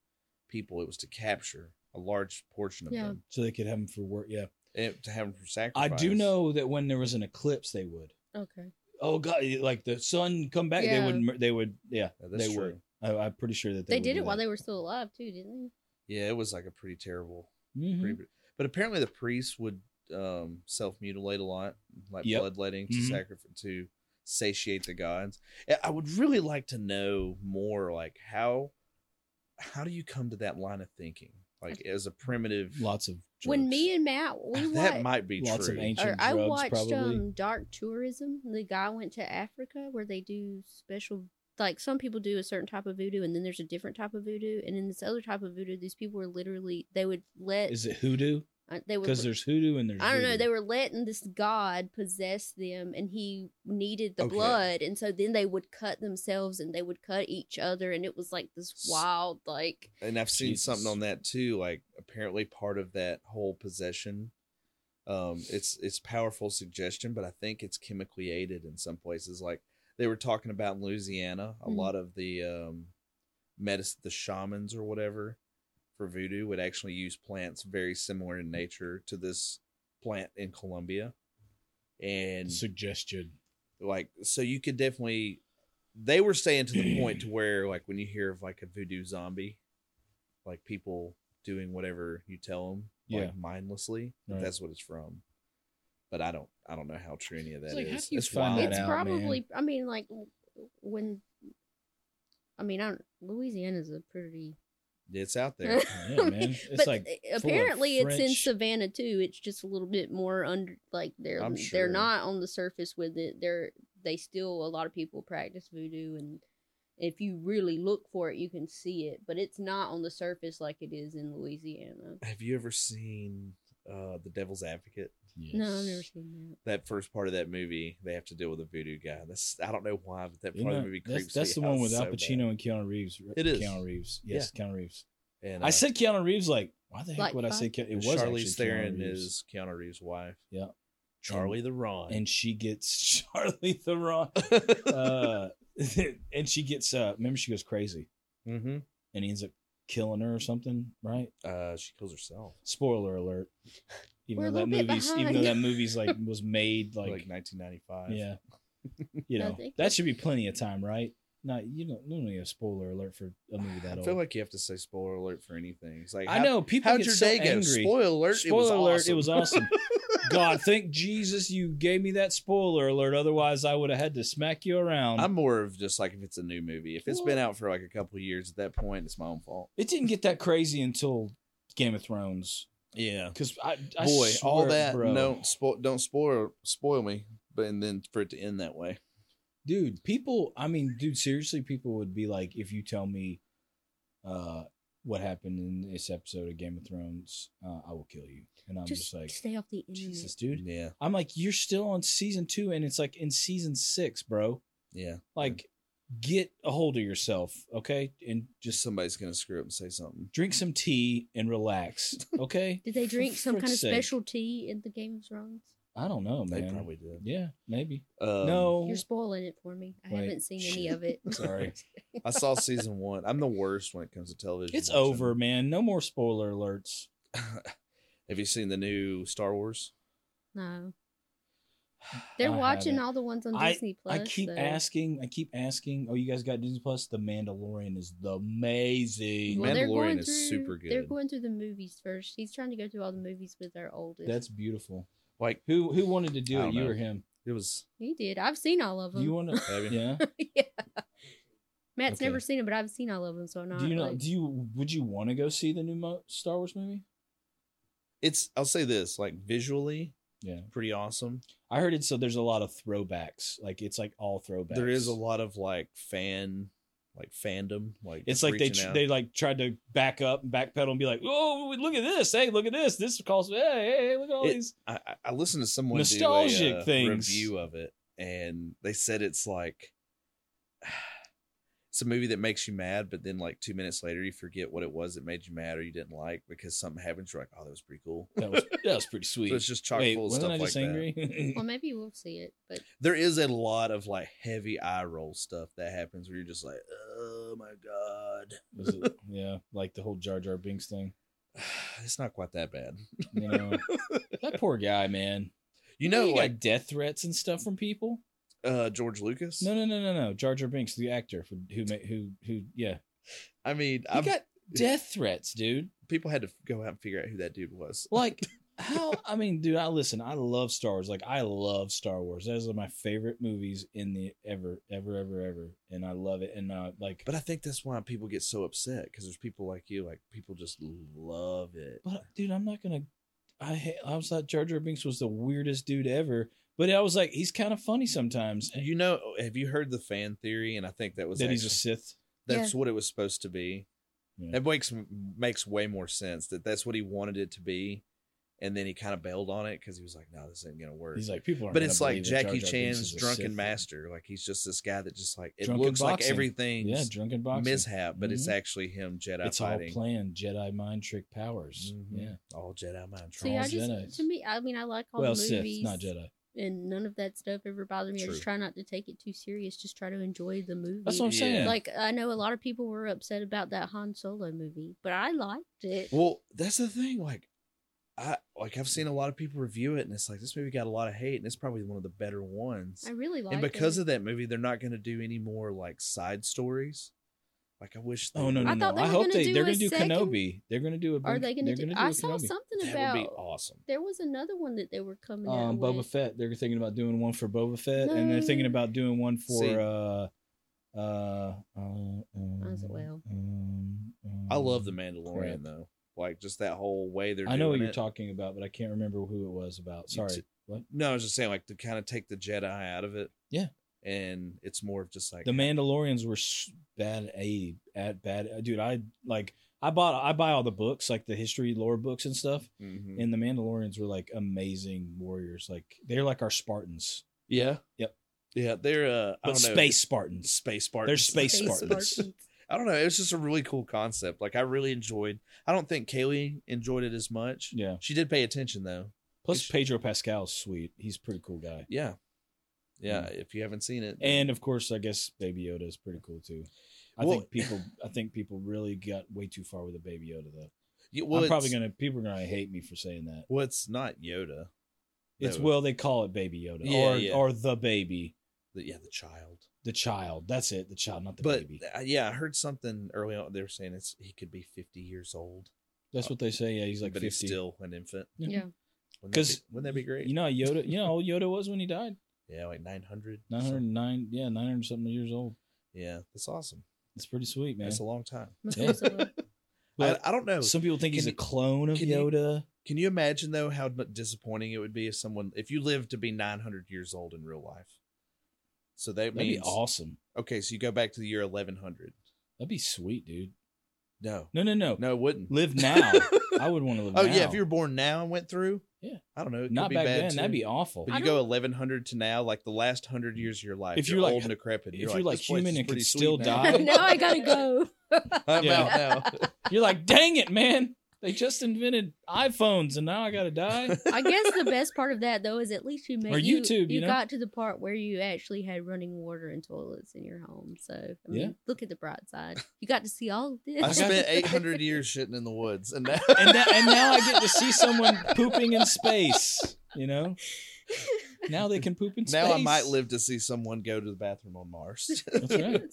Speaker 3: people; it was to capture a large portion of
Speaker 2: Yeah.
Speaker 3: them
Speaker 1: so they could have them for work. Yeah,
Speaker 3: and to have them for
Speaker 1: I
Speaker 3: sacrifice.
Speaker 1: do know that when there was an eclipse, they would.
Speaker 2: Okay.
Speaker 1: Oh God! Like the sun come back, they
Speaker 2: Yeah.
Speaker 1: would. mur- They would. Yeah,
Speaker 3: Yeah, that's
Speaker 1: they
Speaker 3: true.
Speaker 1: would. I, I'm pretty sure that
Speaker 2: They,
Speaker 1: they,
Speaker 2: did it while they were still alive too, didn't
Speaker 3: Yeah, it was like a pretty terrible.
Speaker 1: they. Mhm.
Speaker 3: Pretty, but apparently, the priests would um, self mutilate a lot, like
Speaker 1: Yep.
Speaker 3: bloodletting to
Speaker 1: Mhm.
Speaker 3: sacrifice to satiate the gods. I- I would really like to know more, like how how do you come to that line of thinking, like as a primitive.
Speaker 1: Lots of
Speaker 2: they? When
Speaker 1: drugs.
Speaker 2: me and Matt we
Speaker 3: that
Speaker 2: watched
Speaker 3: might be
Speaker 1: lots
Speaker 3: true.
Speaker 1: of ancient
Speaker 2: or I
Speaker 1: drugs
Speaker 2: watched
Speaker 1: probably.
Speaker 2: um Dark Tourism. The guy went to Africa where they do special like some people do a certain type of voodoo and then there's a different type of voodoo and in this other type of voodoo these people were literally they would let
Speaker 1: Is it hoodoo?
Speaker 2: uh, they would
Speaker 1: Because there's hoodoo and there's.
Speaker 2: I don't know.
Speaker 1: voodoo.
Speaker 2: They were letting this god possess them, and he needed the
Speaker 3: Okay.
Speaker 2: blood, and so then they would cut themselves, and they would cut each other, and it was like this
Speaker 3: S-
Speaker 2: wild, like
Speaker 3: and I've seen
Speaker 1: Jesus.
Speaker 3: something on that too. Like apparently part of that whole possession, um, it's it's powerful suggestion, but I think it's chemically aided in some places. Like they were talking about in Louisiana, a
Speaker 2: Mhm.
Speaker 3: lot of the um, medicine, the shamans or whatever for voodoo would actually use plants very similar in nature to this plant in Colombia, and
Speaker 1: suggestion.
Speaker 3: like so you could definitely they were staying to the point to where like when you hear of like a voodoo zombie like people doing whatever you tell them
Speaker 1: Yeah.
Speaker 3: like mindlessly that
Speaker 1: Right.
Speaker 3: that's what it's from but i don't i don't know how true any of that
Speaker 1: It's like, how
Speaker 3: is.
Speaker 1: do you
Speaker 3: it's
Speaker 1: find
Speaker 3: wild.
Speaker 1: that
Speaker 2: it's
Speaker 1: out,
Speaker 2: probably. I mean, like when. I mean, I don't, Louisiana's a pretty.
Speaker 3: it's out there
Speaker 1: Yeah, man. It's
Speaker 2: but
Speaker 1: like
Speaker 2: apparently, it's in
Speaker 1: French-
Speaker 2: Savannah too. It's just a little bit more under, like they're
Speaker 3: I'm
Speaker 2: they're
Speaker 3: sure.
Speaker 2: not on the surface with it. They're they still a lot of people practice voodoo, and if you really look for it, you can see it. But it's not on the surface like it is in Louisiana.
Speaker 3: have you ever seen uh the devil's advocate
Speaker 2: No,
Speaker 1: Yes.
Speaker 2: I've never seen
Speaker 3: that first part of that movie they have to deal with a voodoo guy that's i don't know why but that
Speaker 1: You
Speaker 3: part
Speaker 1: know,
Speaker 3: of the movie
Speaker 1: that's,
Speaker 3: creeps
Speaker 1: that's the
Speaker 3: me
Speaker 1: one
Speaker 3: out
Speaker 1: with Al
Speaker 3: so
Speaker 1: Pacino and Keanu Reeves.
Speaker 3: It is.
Speaker 1: Keanu Reeves. Yes, Keanu Reeves.
Speaker 3: bad. and,
Speaker 1: I
Speaker 3: uh,
Speaker 1: said Keanu Reeves. Like, why the heck
Speaker 2: Like
Speaker 1: would I
Speaker 2: five-
Speaker 1: say Keanu? It was actually Keanu
Speaker 3: charlie's theron
Speaker 1: Reeves.
Speaker 3: is keanu reeves wife
Speaker 1: Yeah.
Speaker 3: charlie the ron
Speaker 1: and she gets Charlie Theron. Uh, and she gets. Uh, remember, she goes crazy,
Speaker 3: mm-hmm.
Speaker 1: and he ends up killing her or something, right?
Speaker 3: Uh, she kills herself.
Speaker 1: spoiler alert. Even
Speaker 2: We're a
Speaker 1: though that
Speaker 2: little bit
Speaker 1: movie's even though
Speaker 2: behind.
Speaker 1: that movie's like was made
Speaker 3: Like,
Speaker 1: like,
Speaker 3: 1995.
Speaker 1: yeah, you
Speaker 2: I
Speaker 1: know
Speaker 2: think-
Speaker 1: that should be plenty of time, right? Not you don't normally have spoiler alert for a movie that
Speaker 3: I
Speaker 1: old.
Speaker 3: feel like you have to say spoiler alert for anything. It's like
Speaker 1: I
Speaker 3: how-
Speaker 1: know people
Speaker 3: How'd
Speaker 1: get
Speaker 3: your
Speaker 1: so
Speaker 3: day go?
Speaker 1: angry.
Speaker 3: Spoiler alert!
Speaker 1: Spoiler alert! It was
Speaker 3: awesome.
Speaker 1: awesome. God, thank Jesus you gave me that spoiler alert. Otherwise, I would have had to smack you around.
Speaker 3: I'm more of just like if it's a new movie. If it's
Speaker 1: Well-
Speaker 3: been out for like a couple of years, at that point, it's my own fault.
Speaker 1: it didn't get that crazy until Game of Thrones.
Speaker 3: Yeah.
Speaker 1: Because I, I
Speaker 3: Boy, all
Speaker 1: swear,
Speaker 3: that
Speaker 1: bro.
Speaker 3: don't spoil don't spoil spoil me. But and then for it to end that way,
Speaker 1: dude people i mean dude seriously people would be like if you tell me uh what happened in this episode of game of thrones uh, i will kill you and i'm
Speaker 2: that.
Speaker 1: just,
Speaker 2: Just,
Speaker 1: like
Speaker 2: stay off the internet.
Speaker 1: jesus dude
Speaker 3: yeah,
Speaker 1: i'm like you're still on season two and it's like in season six bro
Speaker 3: yeah.
Speaker 1: like get a hold of yourself okay and
Speaker 3: Just
Speaker 1: just
Speaker 3: somebody's gonna screw up and say something.
Speaker 1: drink some tea and relax okay
Speaker 2: Did they drink
Speaker 1: For
Speaker 2: some kind of
Speaker 1: frick's sake.
Speaker 2: special tea in the Game of Thrones?
Speaker 1: i don't know
Speaker 3: They
Speaker 1: man
Speaker 3: probably did.
Speaker 1: yeah maybe
Speaker 3: Um,
Speaker 1: no
Speaker 2: You're spoiling it for me. I
Speaker 1: Oh. Wait,
Speaker 2: haven't seen any
Speaker 1: shit.
Speaker 2: of it.
Speaker 1: Sorry.
Speaker 3: I saw season one. I'm the worst when it comes to television.
Speaker 1: it's
Speaker 3: watching.
Speaker 1: over man no more spoiler alerts
Speaker 3: Have you seen the new Star Wars?
Speaker 2: No, they're
Speaker 1: I
Speaker 2: watching
Speaker 1: haven't.
Speaker 2: all the ones on
Speaker 1: I-
Speaker 2: Disney
Speaker 1: I
Speaker 2: Plus.
Speaker 1: keep
Speaker 2: though.
Speaker 1: asking. I keep asking. Oh, you guys got Disney Plus? The Mandalorian is the amazing.
Speaker 2: they're
Speaker 3: Mandalorian
Speaker 2: going
Speaker 3: is super good.
Speaker 2: They're going through the movies first. He's trying to go through all the movies with our oldest.
Speaker 1: That's beautiful.
Speaker 3: Like
Speaker 1: Who who wanted to do
Speaker 3: I
Speaker 1: it?
Speaker 3: don't
Speaker 1: You
Speaker 3: know.
Speaker 1: or him?
Speaker 3: it was.
Speaker 2: he did. I've seen all of them.
Speaker 1: You want to?
Speaker 3: Have you?
Speaker 1: Yeah.
Speaker 2: yeah. Matt's
Speaker 1: Okay.
Speaker 2: never seen it, but I've seen all of them, so I'm not.
Speaker 1: Do you know?
Speaker 2: like-
Speaker 1: Do you? Would you want to go see the new Mo- Star Wars movie?
Speaker 3: it's I'll say this like visually,
Speaker 1: Yeah.
Speaker 3: pretty awesome.
Speaker 1: I heard it so there's a lot of throwbacks. Like it's like all throwbacks.
Speaker 3: There is a lot of like fan, like fandom, like
Speaker 1: It's like they
Speaker 3: reaching
Speaker 1: tr-
Speaker 3: out.
Speaker 1: they like tried to back up and backpedal and be like, "Oh, look at this! Hey, look at this! This calls hey, hey, hey, look at all
Speaker 3: It-
Speaker 1: these."
Speaker 3: I, I- I listened to someone nostalgic do
Speaker 1: Nostalgic
Speaker 3: a, uh,
Speaker 1: things.
Speaker 3: review of it, and they said it's like it's a movie that makes you mad, but then like two minutes later you forget what it was that made you mad or you didn't like because something happened. You're like, oh, that was pretty cool.
Speaker 1: That was that was pretty
Speaker 3: So
Speaker 1: sweet.
Speaker 3: it's just chock full of
Speaker 1: wasn't
Speaker 3: stuff
Speaker 1: I
Speaker 3: like
Speaker 1: just
Speaker 3: that.
Speaker 1: angry?
Speaker 2: Well, maybe we'll see it, but
Speaker 3: There is a lot of like heavy eye roll stuff that happens where you're just like, oh my god,
Speaker 1: Was it- yeah, like the whole Jar Jar Binks thing.
Speaker 3: it's not quite that bad.
Speaker 1: You know, that poor guy, man.
Speaker 3: You know,
Speaker 1: he
Speaker 3: like
Speaker 1: got death threats and stuff from people.
Speaker 3: uh, George Lucas.
Speaker 1: No, no, no, no, no. Jar Jar Binks, the actor for, who ma- who who yeah,
Speaker 3: I mean,
Speaker 1: he
Speaker 3: I've,
Speaker 1: got death threats, dude.
Speaker 3: people had to go out and figure out who that dude was.
Speaker 1: Like how I mean, dude, I listen, I love Star Wars. Like I love Star Wars. That is one of my favorite movies in the ever, ever, ever, ever. And I love it. And uh like
Speaker 3: But I think that's why people get so upset because there's people like you, like people just love it.
Speaker 1: but dude, I'm not gonna I ha- I was thought Jar Jar Binks was the weirdest dude ever. But I was like, he's kind of funny sometimes.
Speaker 3: You know, have you heard the fan theory? And I think that was
Speaker 1: that he's a
Speaker 3: actually-
Speaker 1: Sith.
Speaker 3: that's what it was supposed to be.
Speaker 1: Yeah.
Speaker 3: That makes makes way more sense that that's what he wanted it to be, and then he kind of bailed on it because he was like, "No, this ain't gonna work."
Speaker 1: He's like people are.
Speaker 3: but it's like Jackie Chan's drunken master. Like he's just this guy that just like it
Speaker 1: Drunken
Speaker 3: looks like
Speaker 1: boxing.
Speaker 3: everything's
Speaker 1: Yeah, drunken boxing.
Speaker 3: mishap, but it's
Speaker 1: Mhm.
Speaker 3: actually him Jedi
Speaker 1: it's all
Speaker 3: fighting.
Speaker 1: planned Jedi mind trick powers.
Speaker 3: Mhm.
Speaker 1: Yeah.
Speaker 3: all Jedi mind
Speaker 2: see,
Speaker 1: All
Speaker 2: I
Speaker 3: trolls.
Speaker 2: just
Speaker 1: Jedis.
Speaker 2: to me, I mean, I like all
Speaker 1: Well,
Speaker 2: the
Speaker 1: Sith,
Speaker 2: movies,
Speaker 1: not Jedi.
Speaker 2: and none of that stuff ever bothered me. I just
Speaker 3: True.
Speaker 2: try not to take it too serious. Just try to enjoy the movie.
Speaker 1: That's what I'm
Speaker 3: Yeah.
Speaker 1: saying.
Speaker 2: Like I know a lot of people were upset about that Han Solo movie, but I liked it.
Speaker 3: Well, that's the thing. Like, I like I've seen a lot of people review it, and it's like this movie got a lot of hate, and it's probably one of the better ones.
Speaker 2: I really liked
Speaker 3: and
Speaker 2: it.
Speaker 3: because of that movie, they're not going to do any more like side stories. Like I wish.
Speaker 1: Oh no
Speaker 2: I
Speaker 1: no no!
Speaker 2: thought they
Speaker 1: I
Speaker 2: were
Speaker 1: hope
Speaker 2: gonna
Speaker 1: they
Speaker 2: do
Speaker 1: they're
Speaker 2: a
Speaker 1: gonna do
Speaker 2: second-
Speaker 1: Kenobi. They're gonna do a.
Speaker 2: are
Speaker 1: bring-
Speaker 2: they going to
Speaker 1: they're
Speaker 2: do?
Speaker 1: gonna
Speaker 2: I
Speaker 1: a
Speaker 2: saw
Speaker 1: Kenobi.
Speaker 2: something
Speaker 3: that
Speaker 2: about.
Speaker 3: would be awesome.
Speaker 2: There was another one that they were coming out
Speaker 1: Um, Boba
Speaker 2: with.
Speaker 1: Fett. They're thinking about doing one for Boba Fett, and they're thinking
Speaker 2: No.
Speaker 1: about doing one for.
Speaker 3: See.
Speaker 1: uh uh, uh,
Speaker 2: Might as well.
Speaker 1: um,
Speaker 3: I love the
Speaker 1: um, Crap.
Speaker 3: Mandalorian though. Like just that whole way they're.
Speaker 1: I know what
Speaker 3: doing
Speaker 1: you're
Speaker 3: it.
Speaker 1: talking about, but I can't remember who it was about.
Speaker 3: You
Speaker 1: Sorry.
Speaker 3: t- No, I was just saying like to kind of take the Jedi out of it.
Speaker 1: Yeah.
Speaker 3: And it's more of just like
Speaker 1: The Mandalorians were s- bad a at bad uh, dude. I like I bought I buy all the books like the history lore books and stuff,
Speaker 3: Mhm.
Speaker 1: and the Mandalorians were like amazing warriors. Like they're like our Spartans,
Speaker 3: Yeah.
Speaker 1: Yep.
Speaker 3: Yeah. They're uh I
Speaker 1: but
Speaker 3: don't know.
Speaker 1: space Spartans.
Speaker 3: space Spartans.
Speaker 1: They're space
Speaker 2: Space
Speaker 1: Spartans.
Speaker 2: Spartans.
Speaker 3: I don't know. It was just a really cool concept. Like I really enjoyed. I don't think Kaylee enjoyed it as much.
Speaker 1: Yeah.
Speaker 3: She did pay attention though.
Speaker 1: Plus
Speaker 3: It's-
Speaker 1: Pedro Pascal's sweet. He's a pretty cool guy.
Speaker 3: Yeah. Yeah. If you haven't seen it, then-
Speaker 1: Mm. And of course, I guess Baby Yoda is pretty cool too. I
Speaker 3: Well-
Speaker 1: think people I think people really got way too far with the Baby Yoda though.
Speaker 3: You- well,
Speaker 1: I'm probably
Speaker 3: it's-
Speaker 1: gonna people are gonna hate me for saying that.
Speaker 3: Well, it's not Yoda.
Speaker 1: It's
Speaker 3: No.
Speaker 1: well they call it Baby Yoda
Speaker 3: Yeah,
Speaker 1: or
Speaker 3: yeah.
Speaker 1: or the baby,
Speaker 3: The, yeah, the child.
Speaker 1: the child. That's it, the child, not the
Speaker 3: but
Speaker 1: baby.
Speaker 3: uh, yeah, I heard something early on. They were saying it's he could be fifty years old,
Speaker 1: That's what they say. Yeah, he's like
Speaker 3: but he's
Speaker 1: fifty.
Speaker 3: still an infant.
Speaker 2: yeah.
Speaker 3: Wouldn't that
Speaker 1: 'Cause
Speaker 3: be- wouldn't that be great?
Speaker 1: You know how Yoda, you know how old Yoda was when he died.
Speaker 3: yeah, like nine hundred.
Speaker 1: Nine hundred nine, yeah, nine hundred something years old.
Speaker 3: Yeah, that's awesome.
Speaker 1: It's pretty sweet, man.
Speaker 3: That's a long time.
Speaker 2: Methuselah.
Speaker 1: But
Speaker 3: I, I don't know.
Speaker 1: some people think he's
Speaker 3: can
Speaker 1: a
Speaker 3: you-
Speaker 1: clone of
Speaker 3: can you-
Speaker 1: Yoda.
Speaker 3: Can you imagine though how mu- disappointing it would be if someone if you lived to be 900 years old in real life? So that
Speaker 1: That'd be
Speaker 3: means
Speaker 1: awesome.
Speaker 3: okay, so you go back to the year 1100.
Speaker 1: That'd be sweet, dude.
Speaker 3: No,
Speaker 1: No, no, no.
Speaker 3: no, it wouldn't.
Speaker 1: Live now. I would want to live
Speaker 3: oh
Speaker 1: now.
Speaker 3: yeah, if you were born now and went through,
Speaker 1: Yeah.
Speaker 3: I don't know, it could
Speaker 1: not
Speaker 3: be
Speaker 1: back
Speaker 3: bad
Speaker 1: then, that'd
Speaker 3: too.
Speaker 1: be awful.
Speaker 3: But you
Speaker 2: I
Speaker 3: go 1100 to now, like the last hundred years of your life.
Speaker 1: If
Speaker 3: you're,
Speaker 1: you're like-
Speaker 3: old and decrepit.
Speaker 1: if
Speaker 3: you're
Speaker 1: you're like
Speaker 3: "This place
Speaker 1: human
Speaker 3: is
Speaker 1: and could
Speaker 3: pretty sweet
Speaker 1: still
Speaker 3: now."
Speaker 1: die-
Speaker 2: now I gotta go.
Speaker 3: I'm
Speaker 1: Yeah.
Speaker 3: out now.
Speaker 1: You're like, dang it, man. They just invented iPhones, and now I gotta die.
Speaker 2: I guess the best part of that though is at least you made
Speaker 1: Or YouTube, you know?
Speaker 2: got to the part where you actually had running water and toilets in your home. So I mean,
Speaker 1: Yeah.
Speaker 2: look at the bright side. You got to see all of this.
Speaker 3: I spent 800 years shitting in the woods, and now
Speaker 1: and that, and now I get to see someone pooping in space. You know, now they can poop in space.
Speaker 3: now I might live to see someone go to the bathroom on Mars.
Speaker 1: That's right.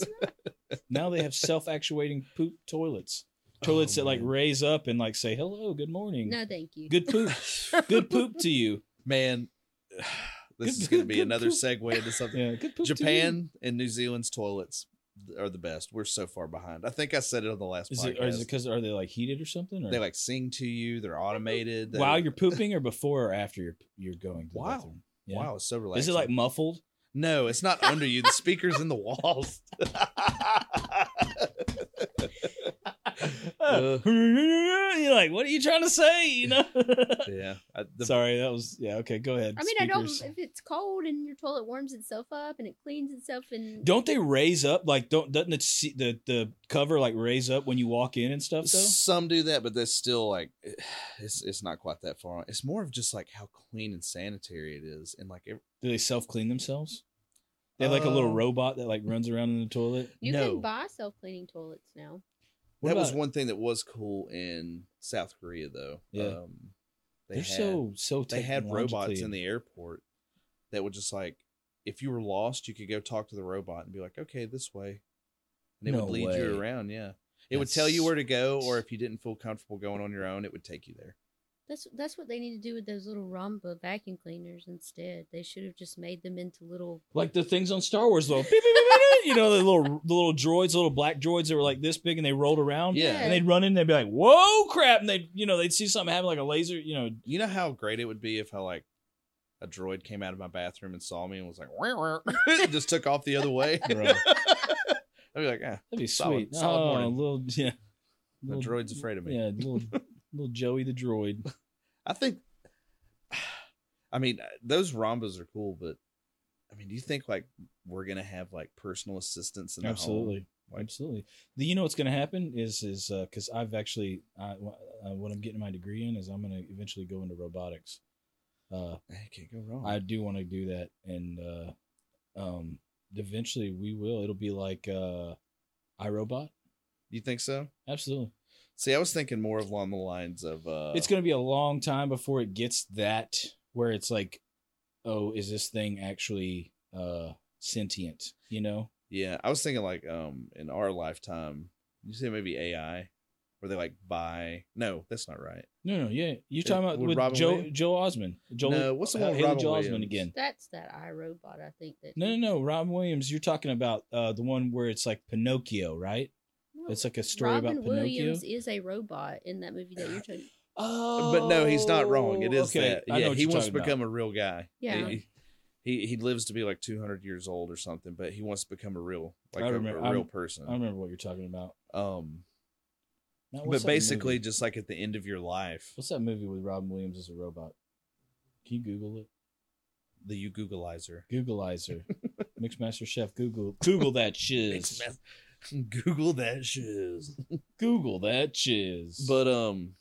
Speaker 1: Now they have self-actuating poop toilets, toilets
Speaker 3: Oh,
Speaker 1: that like
Speaker 3: man.
Speaker 1: raise up and like say hello, good morning,
Speaker 2: No, thank you.
Speaker 1: good poop, good poop to you.
Speaker 3: man this
Speaker 1: Good-
Speaker 3: is going to
Speaker 1: good-
Speaker 3: be
Speaker 1: good
Speaker 3: another
Speaker 1: poop.
Speaker 3: segue into something
Speaker 1: Yeah, good poop. to you.
Speaker 3: japan and new zealand's toilets are the best. We're so far behind. I think I said it on the last
Speaker 1: Is it
Speaker 3: podcast.
Speaker 1: or is it because are they like heated or something? Or
Speaker 3: they like sing to you. They're automated. They,
Speaker 1: while you're pooping or before or after you're you're going to the
Speaker 3: Wow.
Speaker 1: bathroom? Yeah.
Speaker 3: wow, it's so relaxing.
Speaker 1: Is it like muffled?
Speaker 3: no? It's not under you. The speaker's in the walls. Uh.
Speaker 1: you're like, what are you trying to say? You know.
Speaker 3: yeah, I, the,
Speaker 1: Sorry, that was yeah. Okay, go ahead.
Speaker 2: I mean, I don't.
Speaker 1: speakers.
Speaker 2: If it's cold and your toilet warms itself up and it cleans itself and
Speaker 1: Don't they raise up like don't doesn't it see, the the cover like raise up when you walk in and stuff though?
Speaker 3: some do that, but that's still like it's it's not quite that far. It's more of just like how clean and sanitary it is, and like it,
Speaker 1: Do they self clean themselves? They have like a little
Speaker 3: Uh,
Speaker 1: robot that like runs around in the toilet.
Speaker 2: you
Speaker 3: no.
Speaker 2: can buy self cleaning toilets now.
Speaker 1: What
Speaker 3: that was
Speaker 1: about-
Speaker 3: one thing that was cool in South Korea though.
Speaker 1: Yeah.
Speaker 3: Um,
Speaker 1: They are so so.
Speaker 3: they had robots
Speaker 1: technologically-
Speaker 3: in the airport that would just like if you were lost you could go talk to the robot and be like okay this way and it
Speaker 1: No
Speaker 3: would lead
Speaker 1: way.
Speaker 3: you around yeah it would
Speaker 1: That's
Speaker 3: tell you where to go or
Speaker 1: nice.
Speaker 3: if you didn't feel comfortable going on your own it would take you there
Speaker 2: That's that's what they need to do with those little Rumba vacuum cleaners instead. They should have just made them into little.
Speaker 1: like the things on Star Wars though. Beep, beep, beep, beep, beep. you know the little the little droids, the little black droids that were like this big and they rolled around.
Speaker 3: Yeah.
Speaker 1: And they'd run in, and they'd be like, "Whoa, crap!" And they'd, you know, they'd see something happen, like a laser, you know,
Speaker 3: you know how great it would be if i like a droid came out of my bathroom and saw me and was like "Wah, wah," just took off the other way
Speaker 1: Right.
Speaker 3: i'd be like ah,
Speaker 1: That'd be
Speaker 3: Solid-
Speaker 1: sweet.
Speaker 3: solid
Speaker 1: oh,
Speaker 3: warning.
Speaker 1: little yeah.
Speaker 3: The droid's afraid of me.
Speaker 1: Yeah, little little Joey the droid.
Speaker 3: i think i mean uh, those rombas are cool but i mean do you think like we're gonna have like personal assistants in the home?
Speaker 1: Absolutely.
Speaker 3: Like-
Speaker 1: Absolutely. Do you know what's going to happen is is because I've actually I, wh- uh, what I'm getting my degree in is I'm going to eventually go into robotics. Uh,
Speaker 3: I can't go wrong.
Speaker 1: I do want to do that, and uh, um, eventually we will. It'll be like uh, iRobot.
Speaker 3: you think so?
Speaker 1: Absolutely.
Speaker 3: See, I was thinking more of along the lines of uh
Speaker 1: it's going to be a long time before it gets that where it's like, oh, is this thing actually uh, sentient? You know.
Speaker 3: yeah. I was thinking like um in our lifetime, you say maybe AI, where they like buy. No, that's not right.
Speaker 1: No, no, yeah. You're talking about
Speaker 3: Uh, with
Speaker 1: with
Speaker 3: Robin
Speaker 1: Joe
Speaker 3: Williams?
Speaker 1: Joe Osmond. Joe
Speaker 3: No, what's the one with
Speaker 1: uh, Haley
Speaker 3: Robin
Speaker 1: Joel Osment
Speaker 3: Williams?
Speaker 1: again?
Speaker 2: That's that iRobot, I think. That
Speaker 1: No, no, no. Robin Williams. You're talking about uh, the one where it's like Pinocchio, right?
Speaker 2: no.
Speaker 1: It's like a story about
Speaker 2: Robin
Speaker 1: Pinocchio.
Speaker 2: Williams is a robot in that movie that you're talking.
Speaker 1: Oh,
Speaker 3: But no, he's not wrong. It is
Speaker 1: okay.
Speaker 3: that.
Speaker 1: I know
Speaker 3: Yeah,
Speaker 1: what
Speaker 3: he
Speaker 1: you're
Speaker 3: wants to
Speaker 1: talking
Speaker 3: become a real guy.
Speaker 2: Yeah.
Speaker 3: He, he he lives to be like 200 years old or something, but he wants to become a real like
Speaker 1: I
Speaker 3: a-
Speaker 1: remember-
Speaker 3: a real
Speaker 1: I'm- about. I
Speaker 3: person.
Speaker 1: remember what you're talking about.
Speaker 3: Um,
Speaker 1: Now, what's
Speaker 3: but
Speaker 1: that
Speaker 3: basically,
Speaker 1: movie?
Speaker 3: just like at the end of your life,
Speaker 1: what's that movie with Robin Williams as a robot? Can you Google it?
Speaker 3: the you Googleizer.
Speaker 1: Googleizer, Mixmaster Chef. Google Google that shiz.
Speaker 3: Google that shiz.
Speaker 1: Google that shiz.
Speaker 3: But um,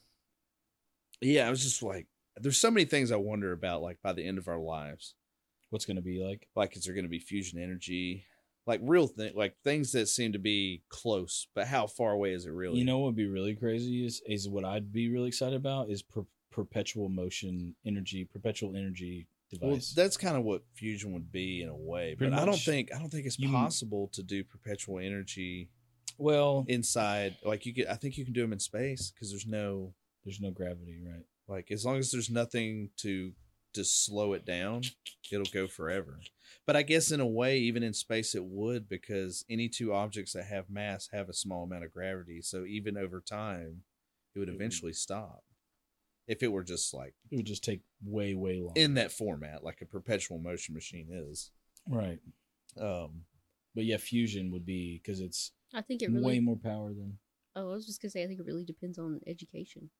Speaker 3: yeah, I was just like, there's so many things I wonder about. Like by the end of our lives,
Speaker 1: what's gonna be like?
Speaker 3: like is there going to be fusion energy? Like real thing, like things that seem to be close, but how far away is it really?
Speaker 1: You know what would be really crazy is is what I'd be really excited about is per- perpetual motion energy, perpetual energy
Speaker 3: well,
Speaker 1: device.
Speaker 3: that's kind of what fusion would be in a way.
Speaker 1: Pretty
Speaker 3: but I don't
Speaker 1: much.
Speaker 3: think I don't think it's
Speaker 1: You-
Speaker 3: possible to do perpetual energy
Speaker 1: Well,
Speaker 3: inside. Like you could, I think you can do them in space because there's no
Speaker 1: there's no gravity, right?
Speaker 3: Like as long as there's nothing to to slow it down, it'll go forever. But I guess in a way, even in space, it would because any two objects that have mass have a small amount of gravity. So even over time, it would
Speaker 1: Mhm.
Speaker 3: eventually stop. If it were just like
Speaker 1: It would just take way, way long.
Speaker 3: in that format, like a perpetual motion machine is.
Speaker 1: right.
Speaker 3: Um,
Speaker 1: But yeah, fusion would be because it's
Speaker 2: I think it
Speaker 1: way
Speaker 2: really.
Speaker 1: more power than.
Speaker 2: Oh, I was just gonna say. I think it really depends on education.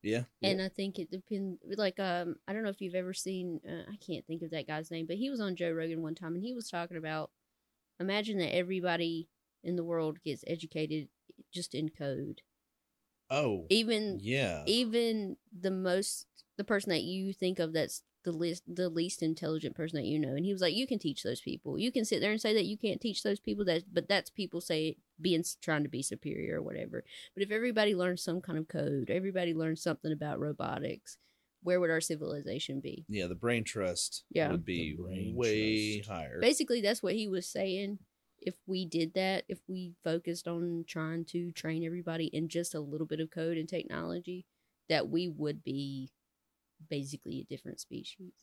Speaker 3: yeah.
Speaker 2: And I think it depends. Like, um, I don't know if you've ever seen. Uh, I can't think of that guy's name, but he was on Joe Rogan one time, and he was talking about. Imagine that everybody in the world gets educated just in code.
Speaker 3: Oh,
Speaker 2: Even e
Speaker 3: yeah.
Speaker 2: even the most the person that you think of that's the least the least intelligent person that you know and he was like you can teach those people you can sit there and say that you can't teach those people that but that's people say being trying to be superior or whatever but if everybody learns some kind of code everybody learns something about robotics where would our civilization be
Speaker 3: Yeah, the brain trust
Speaker 2: Yeah.
Speaker 3: would be
Speaker 1: The brain
Speaker 3: way
Speaker 1: trust.
Speaker 3: higher.
Speaker 2: basically that's what he was saying if we did that if we focused on trying to train everybody in just a little bit of code and technology that we would be basically a different species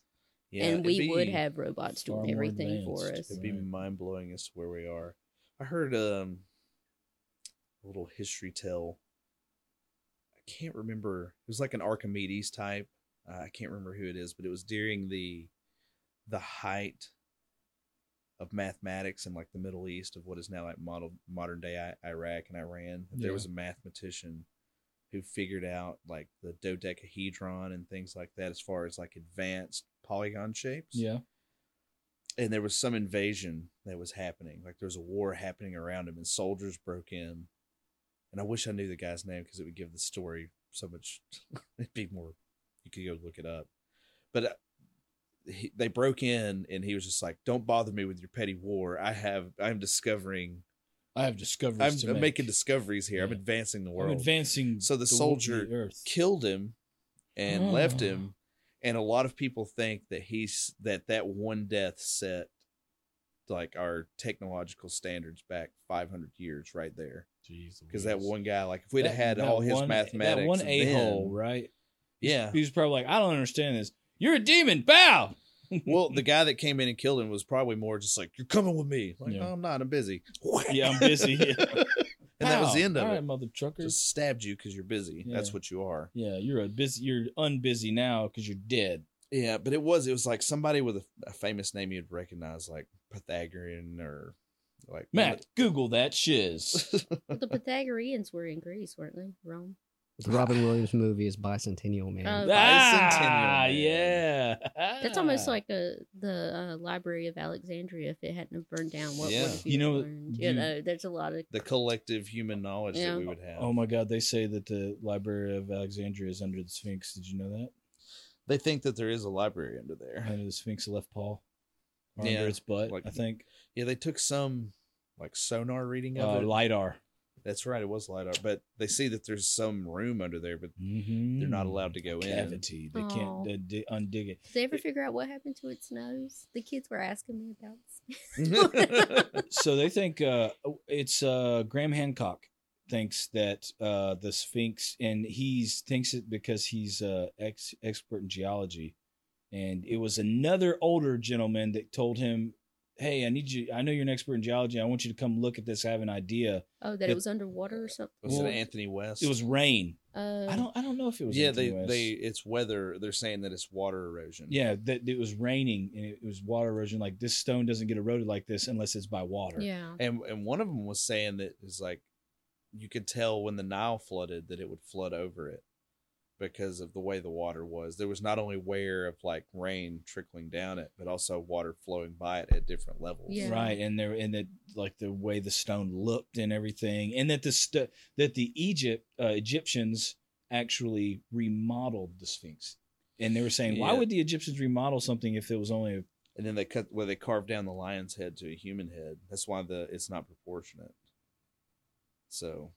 Speaker 3: Yeah,
Speaker 2: and
Speaker 3: it'd
Speaker 2: we would
Speaker 3: be-
Speaker 2: have robots
Speaker 1: far
Speaker 2: doing
Speaker 1: more
Speaker 2: everything for
Speaker 1: advanced.
Speaker 2: us
Speaker 3: It'd be
Speaker 1: Right.
Speaker 3: mind blowing as to where we are. I heard um, a little history tell. I can't remember. It was like an Archimedes type. Uh, I can't remember who it is, but it was during the the height of mathematics in like the Middle East of what is now like model, modern day I- Iraq and Iran. that There
Speaker 1: Yeah.
Speaker 3: was a mathematician who figured out like the dodecahedron and things like that as far as like advanced polygon shapes
Speaker 1: Yeah.
Speaker 3: and there was some invasion that was happening. Like there was a war happening around him, and soldiers broke in. And I wish I knew the guy's name because it would give the story so much. it'd be more. You could go look it up. But uh, he, they broke in, and he was just like, "Don't bother me with your petty war. I have. I'm discovering.
Speaker 1: I have discoveries.
Speaker 3: I'm,
Speaker 1: to
Speaker 3: I'm
Speaker 1: make.
Speaker 3: making discoveries here. I'm
Speaker 1: Yeah.
Speaker 3: advancing the
Speaker 1: I'm
Speaker 3: world."
Speaker 1: advancing.
Speaker 3: So the
Speaker 1: wo-
Speaker 3: soldier
Speaker 1: the Earth.
Speaker 3: killed him and left
Speaker 1: Oh.
Speaker 3: him and a lot of people think that he's that that one death set like our technological standards back 500 years right there
Speaker 1: Jeez
Speaker 3: because that
Speaker 1: Louise.
Speaker 3: one guy like if we'd have
Speaker 1: That-
Speaker 3: had
Speaker 1: that
Speaker 3: all his
Speaker 1: one-
Speaker 3: mathematics
Speaker 1: That one
Speaker 3: then-
Speaker 1: a hole, right?
Speaker 3: yeah
Speaker 1: He was probably like, I don't understand this. You're a demon. Bow.
Speaker 3: well the guy that came in and killed him was probably more just like you're coming with me like
Speaker 1: Yeah.
Speaker 3: no i'm not i'm busy
Speaker 1: Yeah, I'm busy. Yeah.
Speaker 3: and that was
Speaker 1: Pow.
Speaker 3: the end of
Speaker 1: All
Speaker 3: it
Speaker 1: right, mother trucker.
Speaker 3: just stabbed you because you're busy that's
Speaker 1: Yeah.
Speaker 3: what you are
Speaker 1: Yeah, you're a busy. You're unbusy now because you're dead.
Speaker 3: Yeah, but it was it was like somebody with a, a famous name you'd recognize, like Pythagorean or like
Speaker 1: Matt, Google that shiz.
Speaker 2: But the Pythagoreans were in Greece, weren't they? Rome.
Speaker 4: The Robin Williams movie is Bicentennial Man.
Speaker 1: Uh,
Speaker 2: Oh.
Speaker 1: ah,
Speaker 3: Bicentennial Man.
Speaker 1: yeah.
Speaker 2: That's almost like a, the uh, Library of Alexandria. If it hadn't have burned down, what
Speaker 3: Yeah.
Speaker 2: would have
Speaker 1: You know,
Speaker 2: learned? You,
Speaker 1: you-
Speaker 2: know, there's a lot of
Speaker 3: the collective human knowledge
Speaker 2: Yeah.
Speaker 3: that we would have.
Speaker 1: Oh my God! They say that the Library of Alexandria is under the Sphinx. Did you know that?
Speaker 3: They think that there is a library under there.
Speaker 1: Under the Sphinx left paw, or
Speaker 3: Yeah,
Speaker 1: under its butt.
Speaker 3: like-
Speaker 1: I think
Speaker 3: Yeah, they took some like sonar reading
Speaker 1: uh,
Speaker 3: of it.
Speaker 1: lidar.
Speaker 3: That's right, it was lidar. But they see that there's some room under there, but
Speaker 1: Mm-hmm.
Speaker 3: they're not allowed to go in.
Speaker 1: Cavity. They
Speaker 2: Aw.
Speaker 1: can't uh, di- undig it.
Speaker 2: Did they ever
Speaker 1: It-
Speaker 2: figure out what happened to its nose? The kids were asking me about
Speaker 1: so they think uh, it's uh, Graham Hancock thinks that uh, the Sphinx, and he's thinks it because he's uh, ex expert in geology, and it was another older gentleman that told him, "Hey, I need you. I know you're an expert in geology. I want you to come look at this. I have an idea."
Speaker 2: Oh, that
Speaker 1: Yeah.
Speaker 2: it was underwater or something.
Speaker 3: was it
Speaker 1: Well,
Speaker 3: Anthony West?
Speaker 1: It was rain.
Speaker 2: Uh,
Speaker 1: I don't. I don't know if it was.
Speaker 3: yeah,
Speaker 1: Anthony
Speaker 3: they,
Speaker 1: West.
Speaker 3: they it's weather. They're saying that it's water erosion.
Speaker 1: Yeah, that it was raining and it was water erosion. Like this stone doesn't get eroded like this unless it's by water.
Speaker 2: Yeah.
Speaker 3: and and one of them was saying that it's like you could tell when the Nile flooded that it would flood over it because of the way the water was. There was not only wear of like rain trickling down it, but also water flowing by it at different levels.
Speaker 2: Yeah.
Speaker 1: right and there and that like the way the stone looked and everything and that the st- that the egypt uh, egyptians actually remodeled the sphinx and they were saying why
Speaker 3: Yeah.
Speaker 1: would the egyptians remodel something if it was only a,
Speaker 3: And then they cut where they carved down the lion's head to a human head. That's why the it's not proportionate. So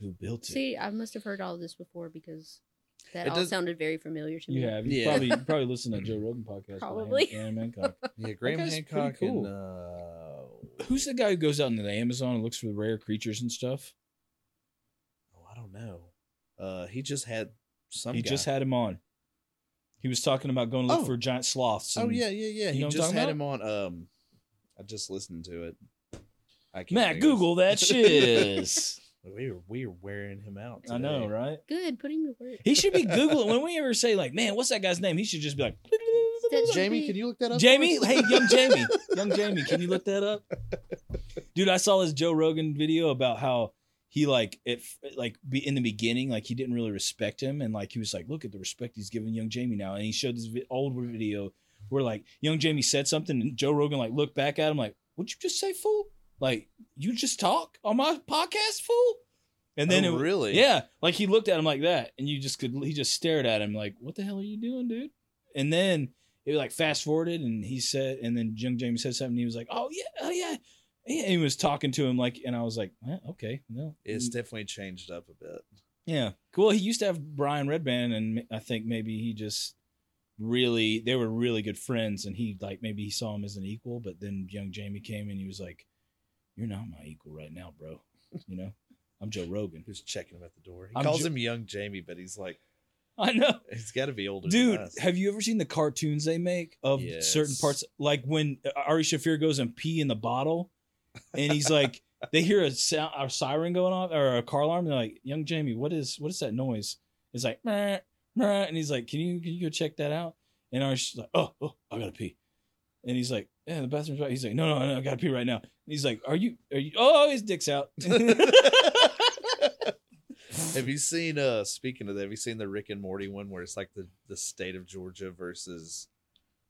Speaker 1: who built it
Speaker 2: See, I must have heard all this before because that
Speaker 3: It
Speaker 2: all
Speaker 3: does-
Speaker 2: sounded very familiar to me.
Speaker 1: you have you
Speaker 3: Yeah.
Speaker 1: probably you probably listened to joe rogan podcast
Speaker 2: Probably.
Speaker 1: Graham Hancock.
Speaker 3: yeah, Graham
Speaker 1: guy's pretty
Speaker 3: Hancock
Speaker 1: cool.
Speaker 3: and uh,
Speaker 1: who's the guy who goes out into the amazon and looks for the rare creatures and stuff
Speaker 3: oh I don't know. Uh, he just had some.
Speaker 1: he
Speaker 3: guy.
Speaker 1: just had him on he was talking about going to look
Speaker 3: Oh.
Speaker 1: for giant sloths
Speaker 3: Oh
Speaker 1: and-
Speaker 3: yeah, yeah, yeah.
Speaker 1: you
Speaker 3: He
Speaker 1: know what I'm
Speaker 3: just
Speaker 1: talking
Speaker 3: had
Speaker 1: about?
Speaker 3: him on. Um, I just listened to it. I can't
Speaker 1: matt
Speaker 3: think of his-
Speaker 1: google that shiz
Speaker 3: we were we were wearing him out.
Speaker 1: i know
Speaker 3: today.
Speaker 1: right
Speaker 2: Good, put him to work.
Speaker 1: He should be Googling. when we ever say, like, man, what's that guy's name? He should just be like,
Speaker 2: That's-
Speaker 3: Jamie, can you look that up?
Speaker 1: Jamie,
Speaker 3: for us?
Speaker 1: hey, young Jamie, young Jamie, can you look that up? Dude, I saw this Joe Rogan video about how he like it like be in the beginning like he didn't really respect him and like he was like look at the respect he's giving young Jamie now and he showed this vi- old video where like young Jamie said something and Joe Rogan like looked back at him like what'd you just say fool like you just talk on my podcast fool and then
Speaker 3: Oh,
Speaker 1: it,
Speaker 3: really,
Speaker 1: yeah, like he looked at him like that, and you just could he just stared at him like, "What the hell are you doing, dude?" And then it like fast forwarded, and he said, and then Young Jamie said something. And he was like, "Oh yeah, oh yeah." yeah," And he was talking to him like, and I was like, eh, "Okay, no,
Speaker 3: it's definitely changed up a bit.
Speaker 1: yeah, cool." He used to have Brian Redband, and I think maybe he just really they were really good friends, and he like maybe he saw him as an equal, but then Young Jamie came and he was like, "You're not my equal right now, bro. You know, I'm Joe Rogan.
Speaker 3: He was checking him at the door. He
Speaker 1: I'm
Speaker 3: calls
Speaker 1: ju-
Speaker 3: him young Jamie, but he's like
Speaker 1: I know."
Speaker 3: he's got to be older,
Speaker 1: Dude,
Speaker 3: Than us.
Speaker 1: have you ever seen the cartoons they make of certain uh,
Speaker 3: Yes.
Speaker 1: parts? Like when Ari Shafir goes and pee in the bottle, and he's like, they hear a sound, a siren going off or a car alarm. And they're like, "Young Jamie, what is what is that noise?" It's like, meh, meh, and he's like, "Can you can you go check that out?" And Archie's like, "Oh, oh, I gotta pee," and he's like, "Yeah, the bathroom's right." He's like, "No, no, no, I gotta pee right now." And he's like, "Are you are you?" Oh, his dick's out.
Speaker 3: have you seen uh speaking of that, have you seen the Rick and Morty one where it's like the the state of Georgia versus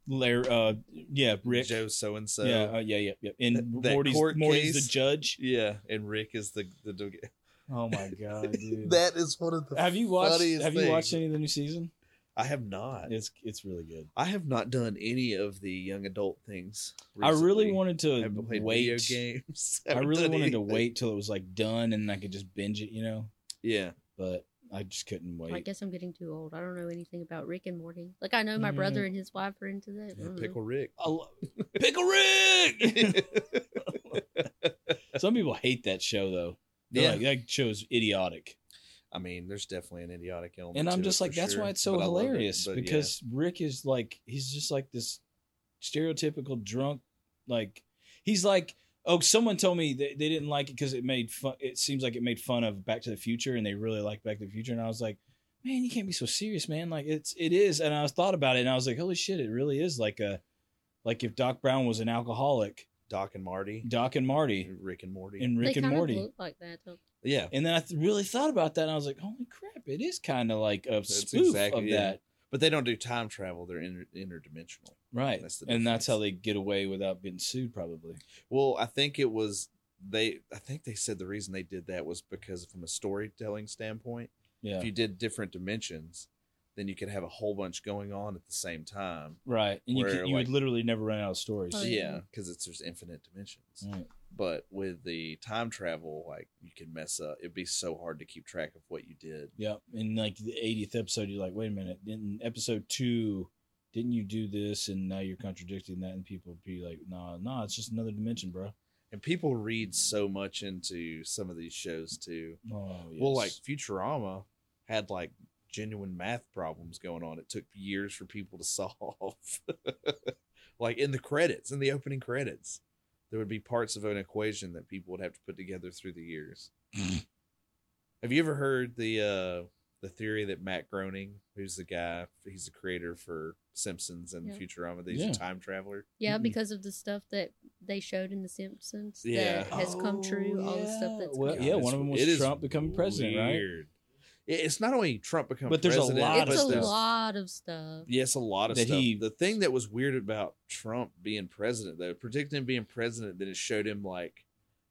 Speaker 1: Larry, uh, yeah, Rick.
Speaker 3: Joe so and so?
Speaker 1: yeah, uh, yeah, yeah, yeah. And
Speaker 3: That- that
Speaker 1: Morty's,
Speaker 3: court
Speaker 1: Morty's
Speaker 3: case?
Speaker 1: the judge.
Speaker 3: Yeah, and Rick is the the
Speaker 1: Oh my god, dude!
Speaker 3: That is one of the
Speaker 1: have you watched?
Speaker 3: funniest
Speaker 1: Have you watched
Speaker 3: things.
Speaker 1: any of the new season?
Speaker 3: I have not.
Speaker 1: It's it's really good.
Speaker 3: I have not done any of the young adult things.
Speaker 1: I really
Speaker 3: recently.
Speaker 1: wanted
Speaker 3: I
Speaker 1: to
Speaker 3: haven't played
Speaker 1: wait.
Speaker 3: video games.
Speaker 1: I
Speaker 3: haven't
Speaker 1: really
Speaker 3: done
Speaker 1: wanted to
Speaker 3: anything.
Speaker 1: wait till it was like done and I could just binge it, you know.
Speaker 3: Yeah.
Speaker 1: But I just couldn't wait.
Speaker 2: I guess I'm getting too old. I don't know anything about Rick and Morty. Like I know my
Speaker 1: Mm.
Speaker 2: brother and his wife are into that. I
Speaker 3: yeah
Speaker 2: don't know.
Speaker 3: Pickle Rick.
Speaker 1: I lo- Mm. Oh, Pickle Rick. Some people hate that show though. They're
Speaker 3: yeah.
Speaker 1: like that show's idiotic,
Speaker 3: I mean, there's definitely an idiotic element.
Speaker 1: and I'm
Speaker 3: to
Speaker 1: just
Speaker 3: it
Speaker 1: like,
Speaker 3: for
Speaker 1: that's
Speaker 3: sure,
Speaker 1: why it's so
Speaker 3: but I love it,
Speaker 1: hilarious
Speaker 3: but yeah.
Speaker 1: because Rick is like he's just like this stereotypical drunk. Like he's like, oh, someone told me they, they didn't like it because it made fun. It seems like it made fun of Back to the Future, and they really like Back to the Future. And I was like, man, you can't be so serious, man. Like it's it is. And I was thought about it, and I was like, holy shit, it really is like a like if Doc Brown was an alcoholic,
Speaker 3: Doc and Marty,
Speaker 1: Doc and Marty
Speaker 3: Rick and Morty.
Speaker 1: and Rick
Speaker 2: they
Speaker 1: and
Speaker 2: kind
Speaker 1: Morty.
Speaker 2: of look like that. Don't
Speaker 3: yeah.
Speaker 1: And then I th- really thought about that, and I was like, "Holy crap! It is kind of like a
Speaker 3: That's
Speaker 1: spoof
Speaker 3: exactly
Speaker 1: of
Speaker 3: it.
Speaker 1: that,
Speaker 3: But they don't do time travel, they're inter- interdimensional.
Speaker 1: right?"
Speaker 3: That's the
Speaker 1: and that's
Speaker 3: difference.
Speaker 1: how they get away without being sued, probably.
Speaker 3: Well, I think it was they I think they said the reason they did that was because from a storytelling standpoint,
Speaker 1: Yeah,
Speaker 3: if you did different dimensions, then you could have a whole bunch going on at the same time.
Speaker 1: right. And you,
Speaker 3: Where,
Speaker 1: can, you
Speaker 3: like-
Speaker 1: would literally never run out of stories.
Speaker 2: Oh, yeah.
Speaker 3: yeah, because it's there's infinite dimensions.
Speaker 1: Right.
Speaker 3: But with the time travel, like you can mess up. It'd be so hard to keep track of what you did.
Speaker 1: Yep. In like the 80th episode, you're like, "Wait a minute! In episode two, didn't you do this?" And now you're contradicting that, and people be like, "Nah, nah, it's just another dimension, bro."
Speaker 3: And people read so much into some of these shows too.
Speaker 1: Oh, yes.
Speaker 3: Well, like Futurama had like genuine math problems going on. It took years for people to solve. like in the credits, in the opening credits, there would be parts of an equation that people would have to put together through the years.
Speaker 1: Mm-hmm.
Speaker 3: have you ever heard the uh the theory that Matt Groening, who's the guy, he's the creator for Simpsons and
Speaker 2: Yeah.
Speaker 3: Futurama, that he's
Speaker 1: Yeah.
Speaker 3: a time traveler.
Speaker 2: Yeah,
Speaker 1: Mm-mm.
Speaker 2: because of the stuff that they showed in The Simpsons
Speaker 3: Yeah.
Speaker 2: that has come
Speaker 1: Oh,
Speaker 2: true. All the
Speaker 1: yeah.
Speaker 2: stuff that's
Speaker 1: Well,
Speaker 2: come
Speaker 1: yeah,
Speaker 2: true.
Speaker 1: one of them was
Speaker 3: it is
Speaker 1: Trump becoming president, right?
Speaker 3: weird. It- It's not only Trump becoming
Speaker 1: But there's a
Speaker 3: president,
Speaker 1: lot of
Speaker 2: it's a
Speaker 1: stuff.
Speaker 2: lot of stuff.
Speaker 3: Yes, a lot of
Speaker 1: That
Speaker 3: stuff.
Speaker 1: he-
Speaker 3: the thing that was weird about Trump being president, though, predicting him being president, then it showed him like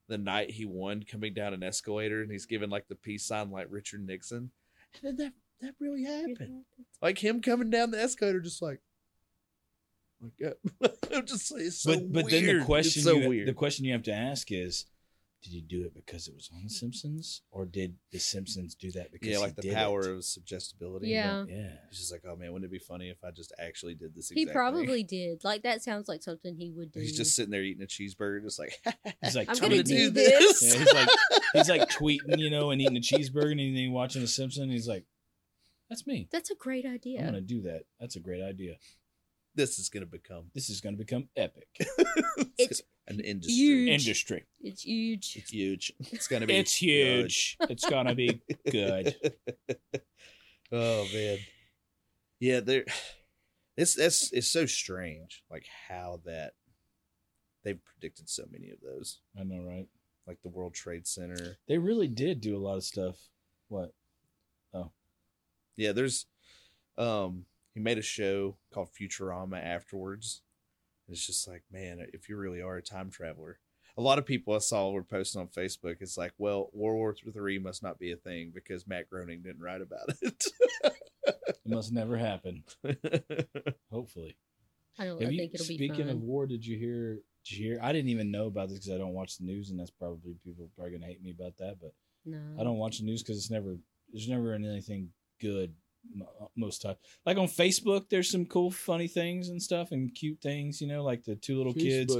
Speaker 3: the night he won coming down an escalator and he's giving like the peace sign like Richard Nixon. And then that that really happened. Like him coming down the escalator just like like yeah. I'm just saying it's so
Speaker 1: but but
Speaker 3: weird.
Speaker 1: then the
Speaker 3: It's
Speaker 1: question
Speaker 3: so
Speaker 1: you,
Speaker 3: weird.
Speaker 1: the question you have to ask is did he do it because it was on the simpsons or did the simpsons do that because
Speaker 3: yeah,
Speaker 1: he
Speaker 3: like the
Speaker 1: did
Speaker 3: power
Speaker 1: it?
Speaker 3: of suggestibility.
Speaker 2: Yeah.
Speaker 1: yeah
Speaker 3: It's just like, oh man, wouldn't it be funny if I just actually did this
Speaker 2: He
Speaker 3: exactly?
Speaker 2: probably did. Like that sounds like something he would do.
Speaker 3: He's just sitting there eating a cheeseburger, just like
Speaker 1: he's like
Speaker 2: Mm-hmm. I'm
Speaker 1: tweeting.
Speaker 2: gonna
Speaker 3: gonna
Speaker 2: do
Speaker 3: do
Speaker 2: this.
Speaker 1: Yeah, he's like he's like tweeting you know and eating a cheeseburger and then he watching the simpsons and he's like that's me
Speaker 2: That's a great
Speaker 1: i'm
Speaker 2: idea.
Speaker 1: gonna do that that's a great idea
Speaker 3: this is gonna become
Speaker 1: this is gonna become epic
Speaker 2: It's
Speaker 3: an industry.
Speaker 2: huge.
Speaker 1: industry
Speaker 2: it's huge.
Speaker 3: It's huge. It's gonna be.
Speaker 1: it's huge it's gonna be good
Speaker 3: oh man. Yeah, there. It's that's it's so strange, like how that they've predicted so many of those,
Speaker 1: i know right
Speaker 3: like the World Trade Center.
Speaker 1: they really did do a lot of stuff what
Speaker 3: Yeah, there's. Um, he made a show called Futurama afterwards. And it's just like, man, if you really are a time traveler. A lot of people I saw were posting on Facebook. It's like, well, World War Three must not be a thing because Matt Groening didn't write about it.
Speaker 1: it must never happen hopefully
Speaker 2: I don't. I
Speaker 1: Have you-
Speaker 2: think it'll be
Speaker 1: speaking
Speaker 2: fun.
Speaker 1: of war, did you hear? Did you hear? I didn't even know about this because I don't watch the news, and that's probably people are gonna hate me about that. But
Speaker 2: no,
Speaker 1: I don't watch the news because it's never there's never anything good mo- most time. Like on Facebook, there's some cool, funny things and stuff, and cute things. You know, like the two little kids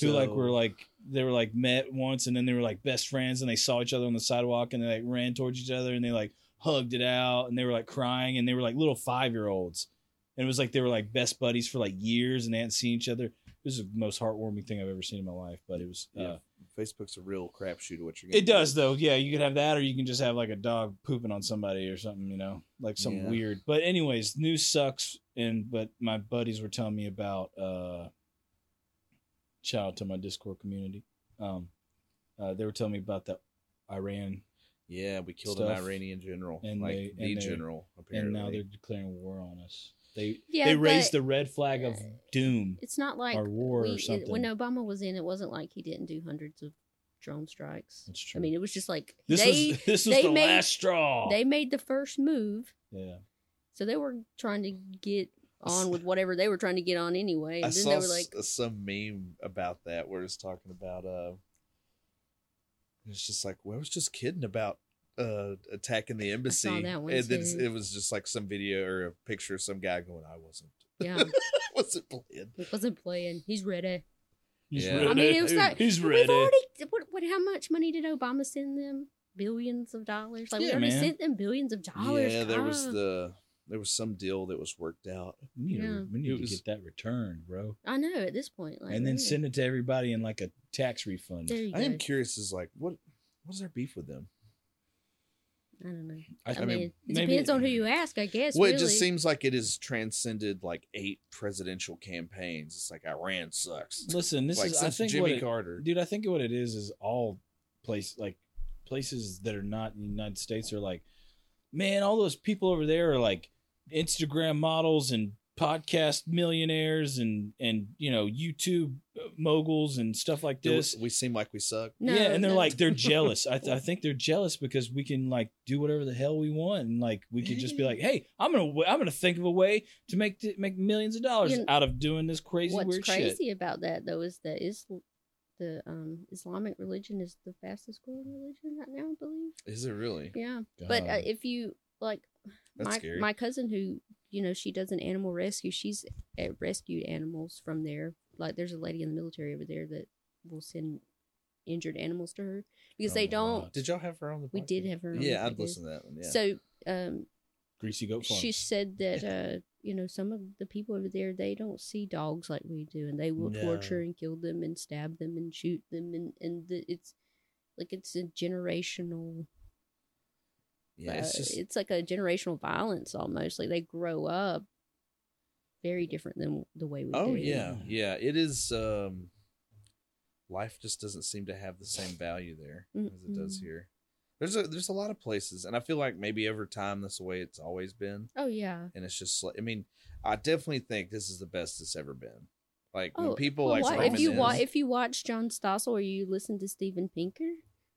Speaker 1: who like were like they were like met once, and then they were like best friends, and they saw each other on the sidewalk, and they like ran towards each other, and they like hugged it out, and they were like crying, and they were like little five year olds. And it was like they were like best buddies for like years and they hadn't seen each other. It was the most heartwarming thing I've ever seen in my life. But it was uh,
Speaker 3: Yeah. Facebook's a real crapshoot. of What you're gonna
Speaker 1: It does
Speaker 3: do.
Speaker 1: though. Yeah, you could have that, or you can just have like a dog pooping on somebody or something. You know, like something
Speaker 3: Yeah.
Speaker 1: weird. But anyways, news sucks. And but my buddies were telling me about. uh Shout out to my Discord community. Um, uh, they were telling me about that Iran,
Speaker 3: Yeah, we killed an
Speaker 1: Stuff.
Speaker 3: Iranian general,
Speaker 1: And
Speaker 3: like
Speaker 1: they-
Speaker 3: the
Speaker 1: and they-
Speaker 3: general.
Speaker 1: and
Speaker 3: Apparently,
Speaker 1: now they're declaring war on us. They
Speaker 2: Yeah,
Speaker 1: they raised
Speaker 2: but
Speaker 1: the red flag of
Speaker 2: uh,
Speaker 1: doom
Speaker 2: It's not like
Speaker 1: or war
Speaker 2: we-
Speaker 1: or something.
Speaker 2: when Obama was in, it wasn't like he didn't do hundreds of drone strikes.
Speaker 1: That's true.
Speaker 2: I mean, it was just like
Speaker 1: this
Speaker 2: they
Speaker 1: was Oh. this was
Speaker 2: they
Speaker 1: the
Speaker 2: made-
Speaker 1: last straw.
Speaker 2: they made the first move,
Speaker 1: yeah.
Speaker 2: so they were trying to get on with whatever they were trying to get on anyway.
Speaker 3: I
Speaker 2: And then
Speaker 3: saw
Speaker 2: they were like,
Speaker 3: s- uh, some meme about that where it's talking about uh, it's just like well, I was just kidding about uh attacking the embassy,
Speaker 2: that one
Speaker 3: and then
Speaker 2: too.
Speaker 3: it was just like some video or a picture of some guy going, "I wasn't,
Speaker 2: yeah,
Speaker 3: wasn't playing."
Speaker 2: he wasn't playing. He's ready.
Speaker 1: He's
Speaker 3: Yeah.
Speaker 1: ready.
Speaker 2: I mean, it was like-
Speaker 1: He's
Speaker 2: We've
Speaker 1: ready.
Speaker 2: already. What, what? How much money did Obama send them? Billions of dollars. Like we
Speaker 1: Yeah,
Speaker 2: already
Speaker 1: man.
Speaker 2: sent them billions of dollars.
Speaker 3: yeah, there was
Speaker 2: God.
Speaker 3: the there was some deal that was worked out.
Speaker 1: we need, to-
Speaker 2: Yeah.
Speaker 1: we need
Speaker 3: It
Speaker 1: to
Speaker 3: was-
Speaker 1: get that returned, bro.
Speaker 2: I know at this point. Like,
Speaker 1: and then
Speaker 2: really.
Speaker 1: send it to everybody in like a tax refund.
Speaker 2: There you
Speaker 3: I am
Speaker 2: go.
Speaker 3: curious, is like what what's our beef with them?
Speaker 2: I don't know.
Speaker 1: I,
Speaker 2: I, mean, it depends on who
Speaker 1: Mm.
Speaker 2: you ask, I guess.
Speaker 3: well,
Speaker 2: really.
Speaker 3: it just seems like it has transcended like eight presidential campaigns. It's like Iran sucks.
Speaker 1: Listen, this
Speaker 3: like
Speaker 1: is I
Speaker 3: since
Speaker 1: think what
Speaker 3: Jimmy
Speaker 1: it,
Speaker 3: Carter.
Speaker 1: dude. I think what it is is all place like places that are not in the United States are like, man, all those people over there are like Instagram models and podcast millionaires and and you know YouTube moguls and stuff like
Speaker 3: Do we-
Speaker 1: this.
Speaker 3: we seem like we suck.
Speaker 2: No,
Speaker 1: yeah, and they're
Speaker 2: no.
Speaker 1: like they're jealous. I, th- I think they're jealous because we can like do whatever the hell we want, and like we could just be like, "Hey, I'm gonna w- I'm gonna think of a way to make th- make millions of dollars
Speaker 2: You kn-
Speaker 1: out of doing this crazy
Speaker 2: What's
Speaker 1: weird
Speaker 2: crazy
Speaker 1: shit."
Speaker 2: about that though is that is the um Islamic religion is the fastest growing religion right now, I believe.
Speaker 3: Is it really?
Speaker 2: Yeah, but uh,
Speaker 1: God.
Speaker 2: if you like,
Speaker 3: That's
Speaker 2: my
Speaker 3: scary.
Speaker 2: my cousin who you know she does an animal rescue. She's uh rescued animals from there. Like there's a lady in the military over there that will send injured animals to her because
Speaker 1: Oh
Speaker 2: they
Speaker 1: my
Speaker 2: don't.
Speaker 1: God.
Speaker 3: Did y'all have her on the?
Speaker 2: We did
Speaker 3: podcast?
Speaker 2: have her on the
Speaker 3: Yeah, I'd
Speaker 2: podcast.
Speaker 3: listen to that one. Yeah.
Speaker 2: So um,
Speaker 1: greasy goat farm.
Speaker 2: she said that uh you know some of the people over there they don't see dogs like we do and they will
Speaker 3: No.
Speaker 2: torture and kill them and stab them and shoot them and and the, it's like it's a generational
Speaker 3: yeah, it's
Speaker 2: uh,
Speaker 3: just
Speaker 2: it's like a generational violence almost like they grow up very different than the way we
Speaker 3: Oh
Speaker 2: do.
Speaker 3: yeah, yeah. It is. Um, life just doesn't seem to have the same value there as it does
Speaker 2: Mm-mm.
Speaker 3: here. There's a there's a lot of places, and I feel like maybe over time that's the way it's always been,
Speaker 2: oh yeah
Speaker 3: and it's just. like I mean, I definitely think this is the best it's ever been. Like when
Speaker 2: Oh,
Speaker 3: people
Speaker 2: Well,
Speaker 3: like
Speaker 2: why-
Speaker 3: recommend
Speaker 2: if you
Speaker 3: this-
Speaker 2: wa- if you watch John Stossel or you listen to Steven Pinker,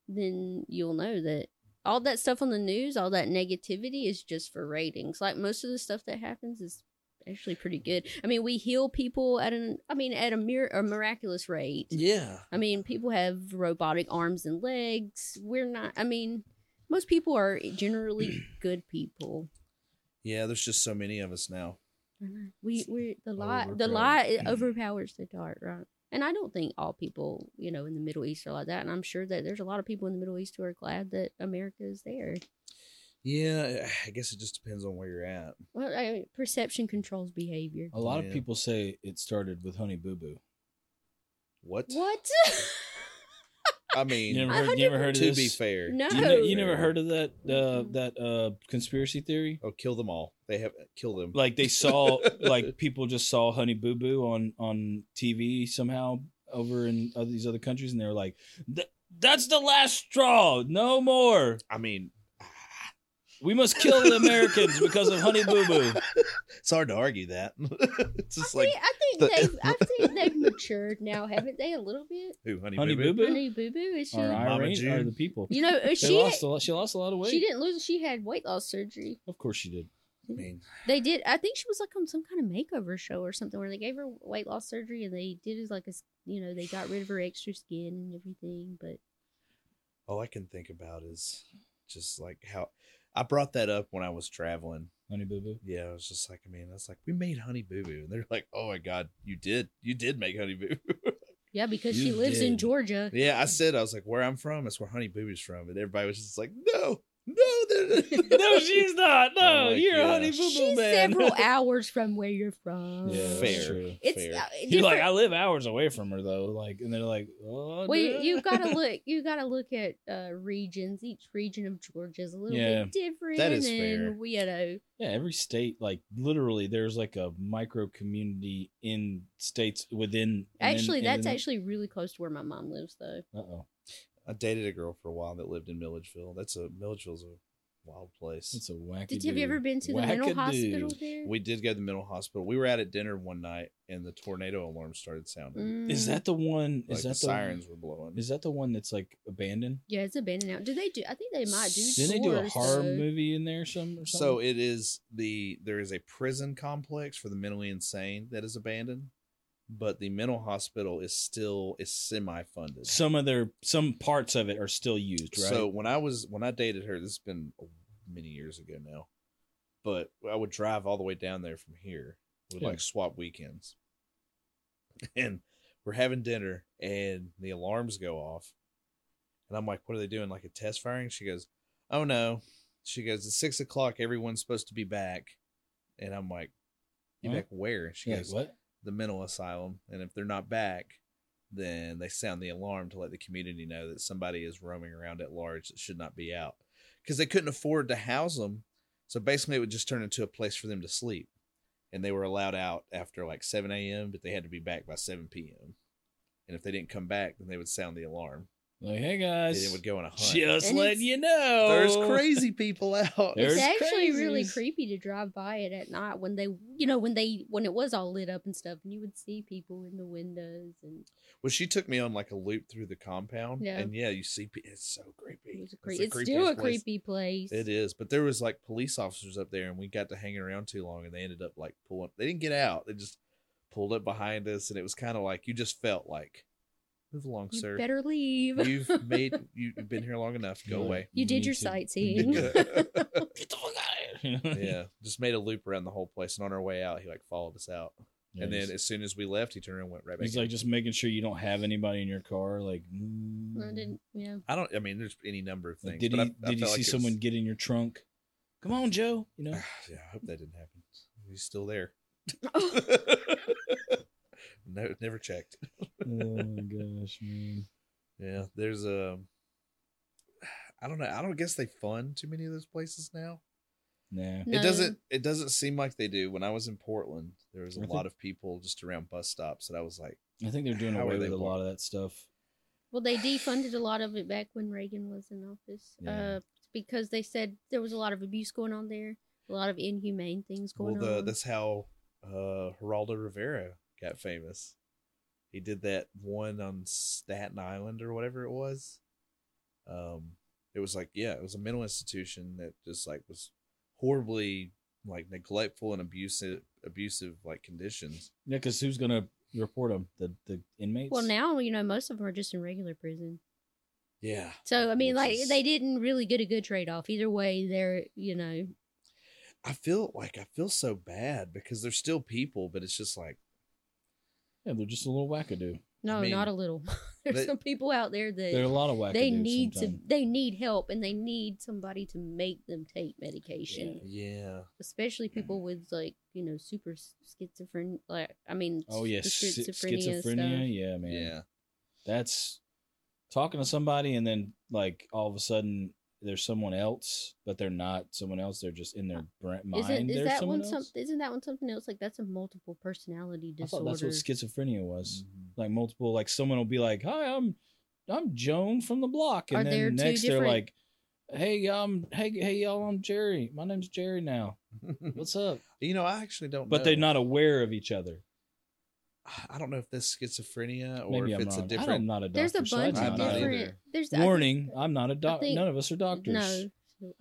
Speaker 2: then you'll know that all that stuff on the news, all that negativity is just for ratings. Like most of the stuff that happens is actually pretty good. I mean, we heal people at an I mean at a mir- a miraculous rate.
Speaker 3: yeah,
Speaker 2: I mean, people have robotic arms and legs. We're not I mean, most people are generally good people.
Speaker 3: yeah. There's just so many of us now.
Speaker 2: I
Speaker 1: Mm-hmm.
Speaker 2: know. We we the light the
Speaker 1: Overpowered.
Speaker 2: light it overpowers the dark, right? And I don't think all people, you know, in the Middle East are like that. And I'm sure that there's a lot of people in the Middle East who are glad that America is there.
Speaker 3: Yeah, I guess it just depends on where you're at.
Speaker 2: Well, I mean, perception controls behavior.
Speaker 1: a lot
Speaker 3: Yeah.
Speaker 1: of people say it started with Honey Boo Boo.
Speaker 3: What?
Speaker 2: What?
Speaker 3: I mean,
Speaker 1: You never
Speaker 2: I
Speaker 1: heard? You never heard of
Speaker 3: to
Speaker 1: this?
Speaker 3: be fair,
Speaker 2: No.
Speaker 3: to
Speaker 1: You,
Speaker 3: be
Speaker 1: ne- you never
Speaker 3: fair.
Speaker 1: heard of that uh,
Speaker 2: Mm-mm.
Speaker 1: that uh, conspiracy theory?
Speaker 3: Oh, kill them all. They have kill them.
Speaker 1: Like they saw, like people just saw Honey Boo Boo on on TV somehow over in other, these other countries, and they were like, "Th- "That's the last straw, no more.
Speaker 3: I mean,
Speaker 1: We must kill the Americans because of Honey Boo Boo."
Speaker 3: it's hard to argue that. it's just
Speaker 2: I
Speaker 3: like
Speaker 2: think, I think
Speaker 3: the-
Speaker 2: they've I think they've matured now, haven't they? A little bit.
Speaker 3: who, honey,
Speaker 1: Honey
Speaker 3: boo boo.
Speaker 1: Boo?
Speaker 2: Honey Boo Boo is she?
Speaker 1: Or Irene,
Speaker 3: June.
Speaker 1: or the people.
Speaker 2: You know, uh,
Speaker 1: They
Speaker 2: she
Speaker 1: lost a lot, she lost a lot of weight.
Speaker 2: she didn't lose. She had weight loss surgery.
Speaker 1: Of course she did.
Speaker 3: I mean,
Speaker 2: They did. I think she was like on some kind of makeover show or something where they gave her weight loss surgery and they did it like a, s- you know, they got rid of her extra skin and everything. But
Speaker 3: all I can think about is just like how I brought that up when I was traveling.
Speaker 1: Honey Boo Boo.
Speaker 3: Yeah, I was just like, I mean, that's like we made honey boo boo, and they're like, oh my god, you did, you did make honey boo. Boo.
Speaker 2: yeah, because she
Speaker 1: You
Speaker 2: lives in
Speaker 1: did.
Speaker 2: Georgia.
Speaker 3: yeah, I said I was like, where I'm from, that's where honey boo boo's from, and everybody was just like, no, No,
Speaker 1: no, she's not. No,
Speaker 3: Oh my
Speaker 1: you're a honey
Speaker 3: gosh.
Speaker 1: boo boo
Speaker 2: She's
Speaker 1: man.
Speaker 2: several hours from where you're from.
Speaker 1: Yeah, that's
Speaker 3: Fair.
Speaker 1: true.
Speaker 2: It's
Speaker 3: Fair.
Speaker 2: uh,
Speaker 1: You're like,
Speaker 2: different-
Speaker 1: I live hours away from her though. Like, and they're like, oh,
Speaker 2: well, you,
Speaker 1: duh."
Speaker 2: you gotta look. You gotta look at uh, regions. Each region of Georgia is a little
Speaker 1: Yeah.
Speaker 2: bit different.
Speaker 3: That is fair.
Speaker 2: and, You know,
Speaker 1: Yeah, every state, like literally, there's like a micro community in states within.
Speaker 2: actually, that's actually really close to where my mom lives, though.
Speaker 1: Uh oh,
Speaker 3: I dated a girl for a while that lived in Milledgeville. That's a Milledgeville's a wild place.
Speaker 1: it's a wacky.
Speaker 2: Did you have you ever been to the mental hospital there?
Speaker 3: we did go to the mental hospital. We were out at dinner one night and the tornado alarm started sounding.
Speaker 1: Is
Speaker 2: Mm.
Speaker 1: that the one?
Speaker 3: Like
Speaker 1: Is
Speaker 3: the
Speaker 1: that the,
Speaker 3: sirens were blowing.
Speaker 1: Is that the one that's like abandoned?
Speaker 2: Yeah, it's abandoned now. Do they do? I think they might do.
Speaker 1: Didn't they do a
Speaker 2: tours,
Speaker 1: horror
Speaker 2: though.
Speaker 1: movie in there? or Some or
Speaker 3: So
Speaker 1: something?
Speaker 3: it is the there is a prison complex for the mentally insane that is abandoned, but the mental hospital is still is semi funded.
Speaker 1: some of their some parts of it are still used, right?
Speaker 3: So when I was when I dated her, this has been many years ago now, but I would drive all the way down there from here. We would
Speaker 1: Yeah.
Speaker 3: like swap weekends, and we're having dinner, and the alarms go off, and I'm like, "What are they doing? Like a test firing?" She goes, "Oh no," she goes, "It's six o'clock. Everyone's supposed to be back," and I'm like, "You
Speaker 1: Huh?
Speaker 3: back where?" She
Speaker 1: You're like,
Speaker 3: goes,
Speaker 1: what?
Speaker 3: the mental asylum, and if they're not back, then they sound the alarm to let the community know that somebody is roaming around at large that should not be out because they couldn't afford to house them. So basically, it would just turn into a place for them to sleep, and they were allowed out after like 7 a.m., but they had to be back by 7 p.m. And if they didn't come back, then they would sound the alarm,
Speaker 1: Like, hey
Speaker 3: and
Speaker 1: guys,
Speaker 3: it would go on a hunt.
Speaker 1: just
Speaker 2: And
Speaker 1: letting
Speaker 2: it's-
Speaker 1: you know,
Speaker 3: There's crazy people out.
Speaker 1: There's
Speaker 2: it's actually really
Speaker 1: crazies.
Speaker 2: creepy to drive by it at night when they, you know, when they when it was all lit up and stuff, and you would see people in the windows, and
Speaker 3: Well, she took me on like a loop through the compound,
Speaker 2: Yeah.
Speaker 3: and yeah, you see, pe- it's so creepy.
Speaker 2: it was a
Speaker 3: the
Speaker 2: cre- it's, still
Speaker 3: creepiest
Speaker 2: a
Speaker 3: place.
Speaker 2: creepy place.
Speaker 3: It is, but there was like police officers up there, and we got to hanging around too long, and they ended up like pulling. They didn't get out; they just pulled up behind us, and it was kind of like you just felt like, "Move along,
Speaker 2: You
Speaker 3: sir.
Speaker 2: better leave.
Speaker 3: You've made you- you've been here long enough. Go away."
Speaker 2: You did
Speaker 1: Me
Speaker 2: your
Speaker 1: too.
Speaker 2: sightseeing.
Speaker 1: Get
Speaker 3: yeah,
Speaker 1: the fuck out of here.
Speaker 3: just made a loop around the whole place, and on our way out, he like followed us out, and then as soon as we left, he turned around and went right back.
Speaker 1: He's like
Speaker 3: in.
Speaker 1: just making sure you don't have anybody in your car. Like, mm.
Speaker 2: I didn't. Yeah.
Speaker 3: I don't. I mean, there's any number of things.
Speaker 1: Like, did he?
Speaker 3: but I- I
Speaker 1: did you
Speaker 3: felt
Speaker 1: see
Speaker 3: like it was-
Speaker 1: someone get in your trunk? Come on, Joe. You know,
Speaker 3: yeah, I hope that didn't happen. He's still there.
Speaker 2: Oh,
Speaker 3: no, never checked.
Speaker 1: oh my gosh, man.
Speaker 3: Yeah, there's a. I don't know. I don't guess they fund too many of those places now.
Speaker 1: Nah.
Speaker 2: No.
Speaker 3: It doesn't. It doesn't seem like they do. When I was in Portland, there was a
Speaker 1: I think-
Speaker 3: lot of people just around bus stops that I was like,
Speaker 1: I think they're doing
Speaker 3: How are
Speaker 1: away
Speaker 3: they
Speaker 1: with a lot
Speaker 3: walk-
Speaker 1: of that stuff.
Speaker 2: Well, they defunded a lot of it back when Reagan was in office,
Speaker 1: Yeah.
Speaker 2: uh, because they said there was a lot of abuse going on there, a lot of inhumane things
Speaker 3: "Well,
Speaker 2: going
Speaker 3: the,
Speaker 2: on.
Speaker 3: that's how uh Geraldo Rivera got famous. He did that one on Staten Island or whatever it was. Um, it was like yeah, it was a mental institution that just like was horribly like neglectful and abusive, abusive like conditions.
Speaker 1: Yeah, because who's gonna report them? The the inmates.
Speaker 2: Well, now you know most of them are just in regular prison.
Speaker 3: Yeah.
Speaker 2: So I mean,
Speaker 3: Which
Speaker 2: like
Speaker 3: is-
Speaker 2: they didn't really get a good trade off either way. They're you know,
Speaker 3: I feel like I feel so bad because they're still people, but it's just like
Speaker 1: yeah, they're just a little wackadoo.
Speaker 2: no,
Speaker 3: mean,
Speaker 2: not a little. There's
Speaker 3: they-
Speaker 2: some people out there
Speaker 1: There are a
Speaker 2: that
Speaker 1: lot of wackadoos.
Speaker 2: they need
Speaker 1: sometimes.
Speaker 2: to they need help and they need somebody to make them take medication,
Speaker 3: yeah,
Speaker 2: especially people with like you know super schizophrenia. Like I mean,
Speaker 1: Oh yeah,
Speaker 2: the
Speaker 1: schi-
Speaker 2: schizophrenia,
Speaker 1: schizophrenia.
Speaker 2: stuff.
Speaker 1: Yeah, man.
Speaker 3: yeah.
Speaker 1: That's talking to somebody and then like all of a sudden there's someone else, but they're not someone else. They're just in their brain, mind.
Speaker 2: Isn't is
Speaker 1: they're
Speaker 2: that
Speaker 1: someone
Speaker 2: one
Speaker 1: else?
Speaker 2: something? Isn't that one something else? Like that's a multiple personality
Speaker 1: I thought
Speaker 2: disorder.
Speaker 1: that's what schizophrenia was.
Speaker 3: Mhm.
Speaker 1: Mm-hmm. Like multiple, like someone will be like, "Hi, I'm I'm Joan from the block," and
Speaker 2: Are there
Speaker 1: then
Speaker 2: two
Speaker 1: next they're
Speaker 2: different-
Speaker 1: like, "Hey, um, hey, hey, y'all, I'm Jerry. My name's Jerry now. What's up?"
Speaker 3: Mm-hmm. you know, I actually don't.
Speaker 1: But
Speaker 3: know.
Speaker 1: they're not aware of each other.
Speaker 3: I don't know if that's schizophrenia or
Speaker 1: Maybe
Speaker 3: if
Speaker 1: I'm wrong. I
Speaker 3: it's a
Speaker 1: don't,
Speaker 3: different.
Speaker 1: not a doctor.
Speaker 2: There's a
Speaker 1: so I
Speaker 2: bunch
Speaker 1: do
Speaker 3: I'm
Speaker 2: of
Speaker 1: not know.
Speaker 3: either.
Speaker 2: different. There's I think-
Speaker 1: Warning: I'm not a doctor.
Speaker 2: think-
Speaker 1: None of us are doctors.
Speaker 2: No,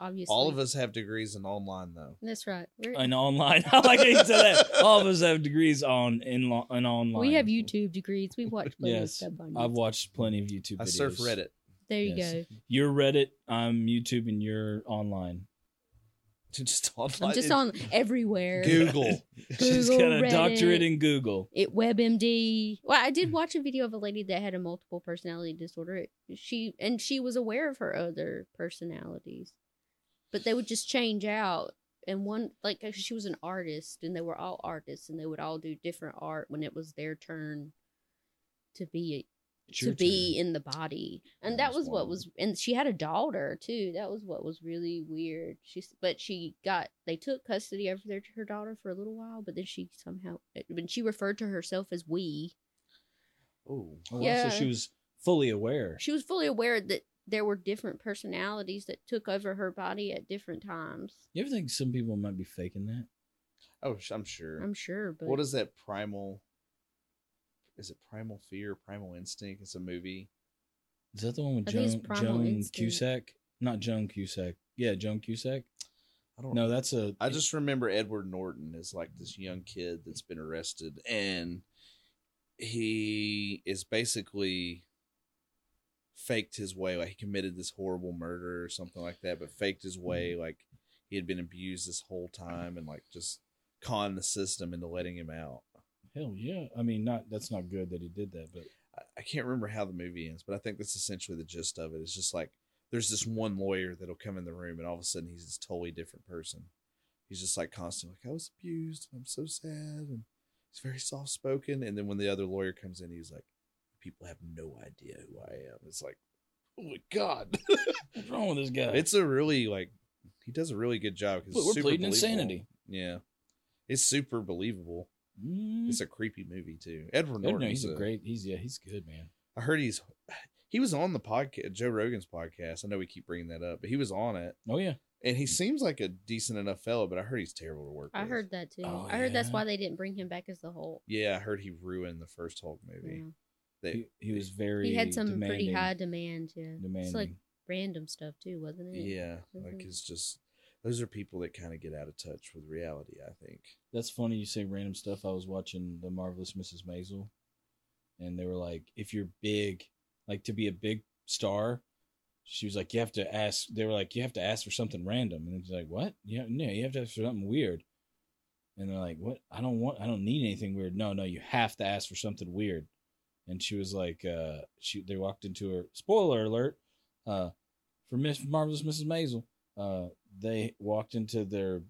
Speaker 2: obviously.
Speaker 3: All of us have degrees in online though.
Speaker 2: That's right. We're-
Speaker 1: And online, I like they said that. All of us have degrees on in lo- and online.
Speaker 2: We have YouTube degrees. We watch plenty of
Speaker 1: Yes,
Speaker 2: stuff on
Speaker 1: I've
Speaker 2: YouTube.
Speaker 1: watched plenty of YouTube.
Speaker 3: I
Speaker 1: videos.
Speaker 3: surf Reddit.
Speaker 2: There you
Speaker 1: Yes.
Speaker 2: go.
Speaker 1: You're Reddit. I'm YouTube, and you're online.
Speaker 3: Just online.
Speaker 2: I'm just on everywhere.
Speaker 3: Google.
Speaker 1: She's got a
Speaker 2: Google,
Speaker 1: doctorate
Speaker 2: Reddit.
Speaker 1: in Google.
Speaker 2: It WebMD. Well, I
Speaker 1: Mm.
Speaker 2: did watch a video of a lady that had a multiple personality disorder. She and she was aware of her other personalities. but they would just change out. And one, like, uh, she was an artist, and they were all artists, and they would all do different art when it was their turn to be
Speaker 1: It's
Speaker 2: to
Speaker 1: your
Speaker 2: be
Speaker 1: turn.
Speaker 2: in the body and that
Speaker 3: Yeah, that's
Speaker 2: was what
Speaker 3: wild.
Speaker 2: was and she had a daughter too that was what was really weird she s- but she got they took custody of their, her daughter for a little while but then she somehow when she referred to herself as we
Speaker 3: Oh,
Speaker 1: Oh, wow,
Speaker 2: Yeah.
Speaker 1: So she was fully aware.
Speaker 2: she was fully aware that there were different personalities that took over her body at different times
Speaker 1: You ever think some people might be faking that?
Speaker 3: oh, sh- I'm sure.
Speaker 2: i'm sure but
Speaker 3: what is that primal? Is it Primal Fear? Primal Instinct? It's a movie.
Speaker 1: Is that the one with
Speaker 2: I think it's
Speaker 1: Joan,
Speaker 2: Primal
Speaker 1: Joan
Speaker 2: Instinct.
Speaker 1: Cusack? Not Joan Cusack. Yeah, Joan Cusack.
Speaker 3: I don't.
Speaker 1: No, that's a.
Speaker 3: Oh, I just remember Edward Norton is like this young kid that's been arrested, and he is basically faked his way. Like he committed this horrible murder or something like that, but faked his way. Like he had been abused this whole time, and like just conned the system into letting him out.
Speaker 1: hell yeah. I mean, not that's not good that he did that, but
Speaker 3: I- I can't remember how the movie ends, but I think that's essentially the gist of it. It's just like there's this one lawyer that'll come in the room, and all of a sudden he's this totally different person. He's just like constantly like I was abused, and I'm so sad, and he's very soft spoken. And then when the other lawyer comes in, he's like, "People have no idea who I am." It's like, oh my god,
Speaker 1: what's wrong with this guy?
Speaker 3: it's a really like he does a really good job because
Speaker 1: But we're pleading insanity.
Speaker 3: Yeah, it's super believable.
Speaker 1: Mm.
Speaker 3: It's a creepy movie too. Edward
Speaker 1: I don't
Speaker 3: Norton.
Speaker 1: know, he's a great. He's yeah, he's good, man.
Speaker 3: I heard he's he was on the podcast Joe Rogan's podcast. I know we keep bringing that up, but he was on it,
Speaker 1: Oh yeah,
Speaker 3: and he seems like a decent enough fellow. But I heard he's terrible to work.
Speaker 2: i
Speaker 3: with.
Speaker 2: heard that too
Speaker 1: Oh,
Speaker 2: i heard that's
Speaker 1: yeah.
Speaker 2: why they didn't bring him back as the Hulk.
Speaker 3: Yeah, I heard he ruined the first Hulk movie.
Speaker 2: Yeah.
Speaker 3: They,
Speaker 1: Mm. he, he was very.
Speaker 2: he had some
Speaker 1: demanding,
Speaker 2: pretty high demand yeah
Speaker 1: Demanding.
Speaker 2: it's like random stuff too wasn't it
Speaker 3: yeah, like
Speaker 2: Mhm.
Speaker 1: mm-hmm.
Speaker 3: it's just those are people that kind of get out of touch with reality. I think.
Speaker 1: That's funny you say random stuff. I was watching The Marvelous Mrs. Maisel, and they were like, if you're big, like to be a big star, she was like, you have to ask. They were like, you have to ask for something random. And she's like, what? Yeah, no, you have to ask for something weird. And they're like, what? I don't want, I don't need anything weird. No, no, you have to ask for something weird. And she was like, uh, she, they walked into her, spoiler alert, uh, for Miss Marvelous Mrs. Maisel, uh, they walked into their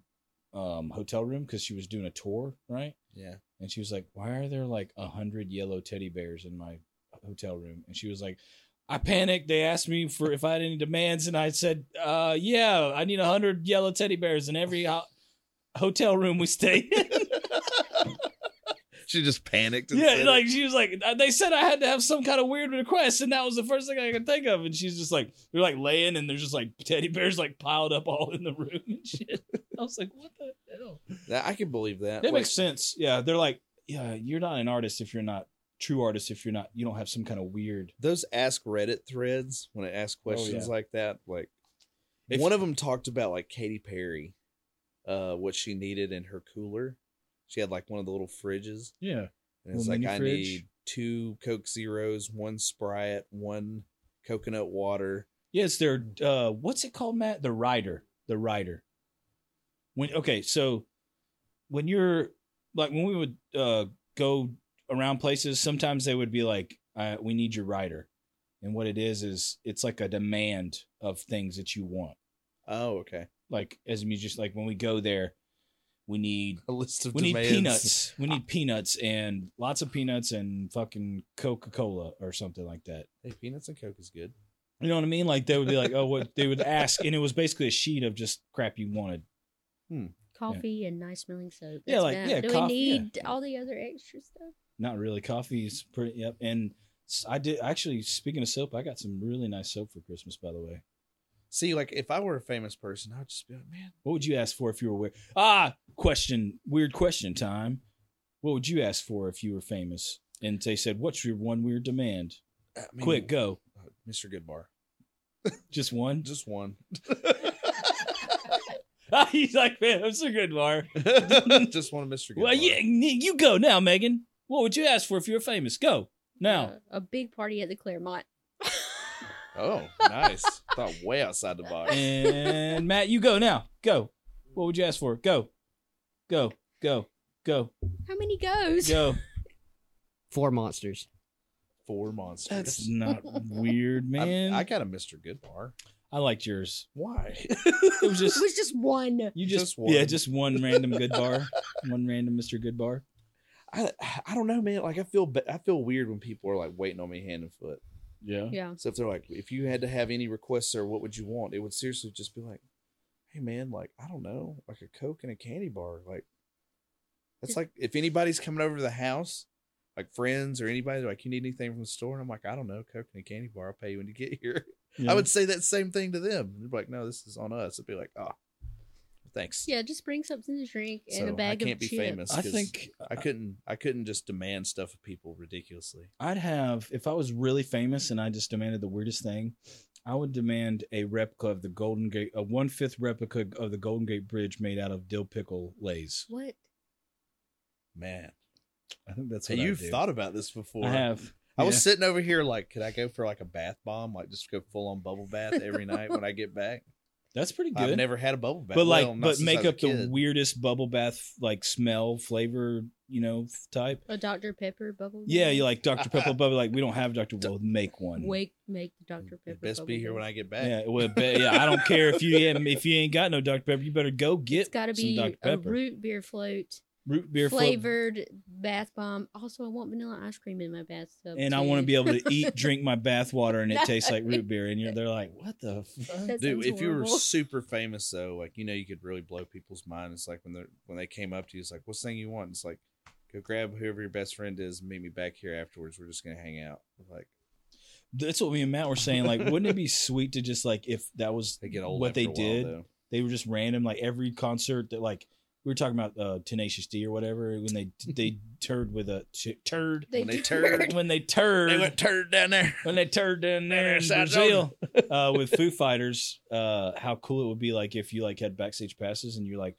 Speaker 1: um, hotel room because she was doing a tour, right?
Speaker 3: Yeah,
Speaker 1: And she was like, "Why are there like a hundred yellow teddy bears in my hotel room?" And she was like, "I panicked. They asked me for if I had any demands, and I said, uh, yeah, I need a hundred yellow teddy bears in every ho- hotel room we stay in.'
Speaker 3: she just panicked. and said
Speaker 1: yeah,
Speaker 3: it.
Speaker 1: like she was like, they said I had to have some kind of weird request, and that was the first thing I could think of. And she's just like, they're like laying, and there's just like teddy bears like piled up all in the room and shit. I was like, what the hell?
Speaker 3: That- I can believe that.
Speaker 1: That
Speaker 3: Like,
Speaker 1: makes sense. Yeah, they're like, yeah, you're not an artist if you're not true artist if you're not you don't have some kind of weird.
Speaker 3: Those ask Reddit threads when it asks questions
Speaker 1: Oh, yeah.
Speaker 3: like that, like.
Speaker 1: If-
Speaker 3: One of them talked about like Katy Perry, uh, what she needed in her cooler. She had like one of the little fridges,
Speaker 1: Yeah,
Speaker 3: and it's
Speaker 1: Little
Speaker 3: like
Speaker 1: mini
Speaker 3: I
Speaker 1: fridge.
Speaker 3: need two Coke Zeros, one Sprite, one coconut water.
Speaker 1: yeah, it's their uh, what's it called, Matt? The rider, the rider. When okay, so when you're like when we would uh go around places, sometimes they would be like, uh, "We need your rider," and what it is is it's like a demand of things that you want.
Speaker 3: Oh, okay.
Speaker 1: Like as a musician, like when we go there, we need
Speaker 3: A list of
Speaker 1: we need
Speaker 3: demands.
Speaker 1: peanuts. We need peanuts and lots of peanuts and fucking Coca Cola or something like that.
Speaker 3: Hey, peanuts and Coke is good.
Speaker 1: You know what I mean? Like they would be like, oh, what they would ask, and it was basically a sheet of just crap you wanted.
Speaker 2: coffee and nice smelling soap.
Speaker 1: Yeah,
Speaker 2: That's
Speaker 1: like,
Speaker 2: about-
Speaker 1: yeah,
Speaker 2: Do
Speaker 1: coffee,
Speaker 2: we
Speaker 1: yeah.
Speaker 2: need all the other extra stuff?
Speaker 1: Not really. Coffee is pretty. Yep. And s- I did actually. Speaking of soap, I got some really nice soap for Christmas. By the way,
Speaker 3: See, like if I were a famous person, I'd just be like, man,
Speaker 1: what would you ask for if you were weird? Ah, question. Weird question time. What would you ask for if you were famous? And they said, "What's your one weird demand?
Speaker 3: I mean,
Speaker 1: Quick, go.
Speaker 3: uh, Mr. Goodbar,
Speaker 1: Just one."
Speaker 3: just one,
Speaker 1: He's like, "Man, that's a good bar."
Speaker 3: just one, Mr. Goodbar.
Speaker 1: Well, yeah, n- you go now, Megan. What would you ask for if you were famous? Go now.
Speaker 2: Uh, a big party at the Claremont.
Speaker 3: Oh, nice. Thought way outside the box.
Speaker 1: and Matt, you go now. Go. What would you ask for? Go. Go. Go. Go.
Speaker 2: How many goes?
Speaker 1: Go.
Speaker 4: Four monsters.
Speaker 3: Four monsters.
Speaker 1: That's not weird, man.
Speaker 3: I,
Speaker 1: I,
Speaker 3: I got a Mr. Goodbar.
Speaker 1: I liked yours.
Speaker 3: Why?
Speaker 1: It was just
Speaker 2: it was just one.
Speaker 1: you just,
Speaker 3: Just one.
Speaker 1: yeah, just one random good bar, one random Mr. Good bar.
Speaker 3: I I don't know, man. Like I feel ba- I feel weird when people are like waiting on me hand and foot.
Speaker 1: Yeah.
Speaker 2: Yeah.
Speaker 3: So if they're like, if you had to have any requests or what would you want, it would seriously just be like, hey man, like I don't know, like a Coke and a candy bar. Like that's
Speaker 2: Just-
Speaker 3: like if anybody's coming over to the house, like friends or anybody, they're like you need anything from the store, and I'm like, I don't know, Coke and a candy bar. I'll pay you when you get here. I would say that same thing to them. They'd be like, no, this is on us. It'd be like, oh, thanks.
Speaker 2: Yeah, just bring something to drink and
Speaker 3: So
Speaker 2: a bag
Speaker 3: I uh, can't
Speaker 2: of
Speaker 3: be
Speaker 2: chips.
Speaker 3: famous.
Speaker 1: I
Speaker 3: 'cause
Speaker 1: think
Speaker 3: I couldn't. I couldn't just demand stuff of people ridiculously.
Speaker 1: I'd have if I was really famous and I just demanded the weirdest thing, I would demand a replica of the Golden Gate, a one fifth replica of the Golden Gate Bridge made out of dill pickle lays.
Speaker 2: What?
Speaker 3: Man,
Speaker 1: I think that's
Speaker 3: so
Speaker 1: what I
Speaker 3: you've
Speaker 1: would do.
Speaker 3: thought about this before.
Speaker 1: I have.
Speaker 3: I was
Speaker 1: Yeah.
Speaker 3: sitting over here like, could I go for like a bath bomb? Like just go full on bubble bath every night when I get back.
Speaker 1: That's pretty good.
Speaker 3: I've never had a bubble bath,
Speaker 1: but like,
Speaker 3: Well, not
Speaker 1: but
Speaker 3: since I
Speaker 1: make
Speaker 3: was a
Speaker 1: up the
Speaker 3: kid.
Speaker 1: weirdest bubble bath like smell flavor, you know, f- type.
Speaker 2: A Dr. Pepper bubble?
Speaker 1: Yeah, you like Dr Pepper bubble. Like we don't have Dr. Well, make one.
Speaker 2: Wake, make the Dr.
Speaker 3: You
Speaker 2: Pepper.
Speaker 3: Best be here when I get back.
Speaker 1: Yeah, well, be- yeah. I don't care if you ain't- if you ain't got no Dr Pepper, you better go get
Speaker 2: It's got to
Speaker 1: some
Speaker 2: be
Speaker 1: Dr
Speaker 2: a
Speaker 1: Pepper
Speaker 2: root beer float,
Speaker 1: root beer float
Speaker 2: flavored bath bomb. Also, I want vanilla ice cream in my bathtub.
Speaker 1: and I want to
Speaker 2: too.
Speaker 1: be able to eat, drink my bath water, and it
Speaker 2: No.
Speaker 1: tastes like root beer. And you're, they're like, "What the?" Fuck?
Speaker 2: That
Speaker 3: Dude,
Speaker 2: sounds
Speaker 3: if you were
Speaker 2: horrible.
Speaker 3: super famous though, like you know, you could really blow people's mind. It's like when they are when they came up to you, it's like, "What's the thing you want?" It's like, "Go grab whoever your best friend is, and meet me back here afterwards. We're just gonna hang out." Like,
Speaker 1: That's what me and Matt were saying. Like, wouldn't it be sweet to just like if that was
Speaker 3: They get old.
Speaker 1: what
Speaker 3: after
Speaker 1: they
Speaker 3: a while,
Speaker 1: did?
Speaker 3: though.
Speaker 1: They were just random. Like every concert that like we were talking about uh, Tenacious D or whatever when they they turd with a t- turd
Speaker 3: when they turd.
Speaker 1: when they turd
Speaker 3: They went turd down there.
Speaker 1: when they turned down
Speaker 3: Down there
Speaker 1: there in
Speaker 3: in South
Speaker 1: Brazil uh, with Foo Fighters, uh, how cool it would be like if you like had backstage passes and you're like,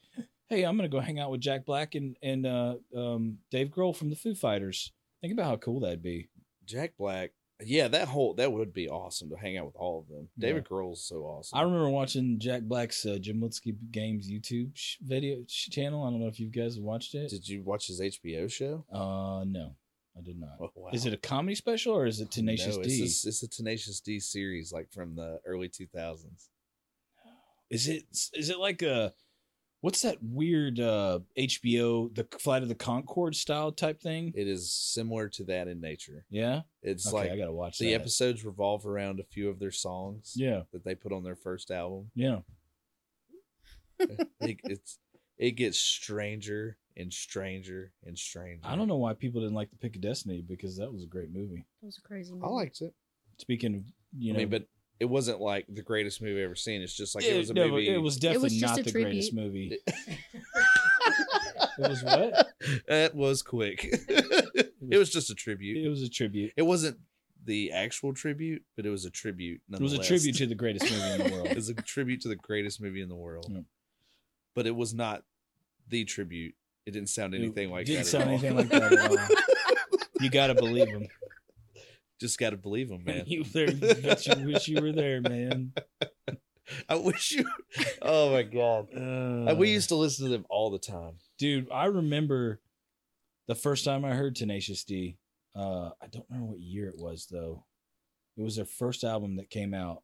Speaker 1: hey, I'm gonna go hang out with Jack Black and and uh, um, Dave Grohl from the Foo Fighters. Think about how cool that'd be.
Speaker 3: Jack Black. Yeah, that whole that would be awesome to hang out with all of them.
Speaker 1: Yeah.
Speaker 3: David Grohl's so awesome.
Speaker 1: I remember watching Jack Black's uh, Jim Litsky Games YouTube sh- video sh- channel. I don't know if you guys watched it.
Speaker 3: Did you watch his HBO show?
Speaker 1: uh, no, I did not.
Speaker 3: Oh, wow.
Speaker 1: Is it a comedy special or is it Tenacious
Speaker 3: No,
Speaker 1: D?
Speaker 3: It's, this- it's a Tenacious D series, like from the early two thousands.
Speaker 1: Is it is it like a what's that weird uh HBO the Flight of the Concord style type thing?
Speaker 3: It is similar to that in nature.
Speaker 1: yeah.
Speaker 3: It's
Speaker 1: okay,
Speaker 3: like
Speaker 1: I gotta watch
Speaker 3: the
Speaker 1: that.
Speaker 3: episodes revolve around a few of their songs
Speaker 1: Yeah,
Speaker 3: that they put on their first album.
Speaker 1: yeah.
Speaker 3: it, it's it gets stranger and stranger and stranger.
Speaker 1: I don't know why people didn't like the Pick of Destiny because that was a great movie.
Speaker 2: That was a crazy
Speaker 3: I
Speaker 2: movie.
Speaker 3: liked it.
Speaker 1: Speaking of you know,
Speaker 3: I mean, but it wasn't like the greatest movie I've ever seen. It's just like it,
Speaker 1: Yeah,
Speaker 3: was a
Speaker 1: no, but
Speaker 3: movie.
Speaker 1: It was definitely
Speaker 2: just
Speaker 1: not
Speaker 2: a
Speaker 1: the greatest movie.
Speaker 3: It-
Speaker 1: It was what?
Speaker 3: That was quick.
Speaker 1: was-
Speaker 3: it was just a tribute.
Speaker 1: It was a tribute.
Speaker 3: It wasn't the actual tribute, but it was a tribute.
Speaker 1: It was a
Speaker 3: nonetheless.
Speaker 1: tribute to the greatest movie in the
Speaker 3: It
Speaker 1: world.
Speaker 3: was a tribute to the greatest movie in the world.
Speaker 1: Yeah.
Speaker 3: But it was not the tribute. It didn't sound anything
Speaker 1: It
Speaker 3: like
Speaker 1: didn't
Speaker 3: that.
Speaker 1: sound
Speaker 3: at all.
Speaker 1: anything like that at all. You gotta believe him.
Speaker 3: Just got to believe him, man.
Speaker 1: You, there, bet you wish you were there, man.
Speaker 3: I wish you. Oh my god.
Speaker 1: Uh,
Speaker 3: we used to listen to them all the time.
Speaker 1: dude i remember the first time i heard tenacious d uh i don't remember what year it was though it was their first album that came out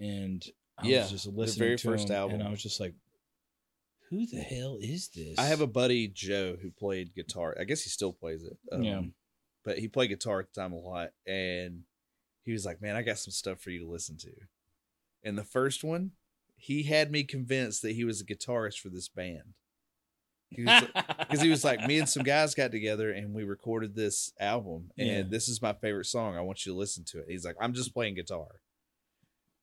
Speaker 1: and i
Speaker 3: Yeah,
Speaker 1: was just
Speaker 3: their
Speaker 1: listening
Speaker 3: very
Speaker 1: to
Speaker 3: first
Speaker 1: 'em,
Speaker 3: album.
Speaker 1: and i was just like who the hell is this
Speaker 3: I have a buddy Joe who played guitar. I guess he still plays it. um,
Speaker 1: Yeah.
Speaker 3: But he played guitar at the time a lot, and he was like, "Man, I got some stuff for you to listen to." And the first one, he had me convinced that he was a guitarist for this band. He was because he was like, me and some guys got together and we recorded this album, and
Speaker 1: Yeah.
Speaker 3: this is my favorite song. I want you to listen to it. He's like, I'm just playing guitar,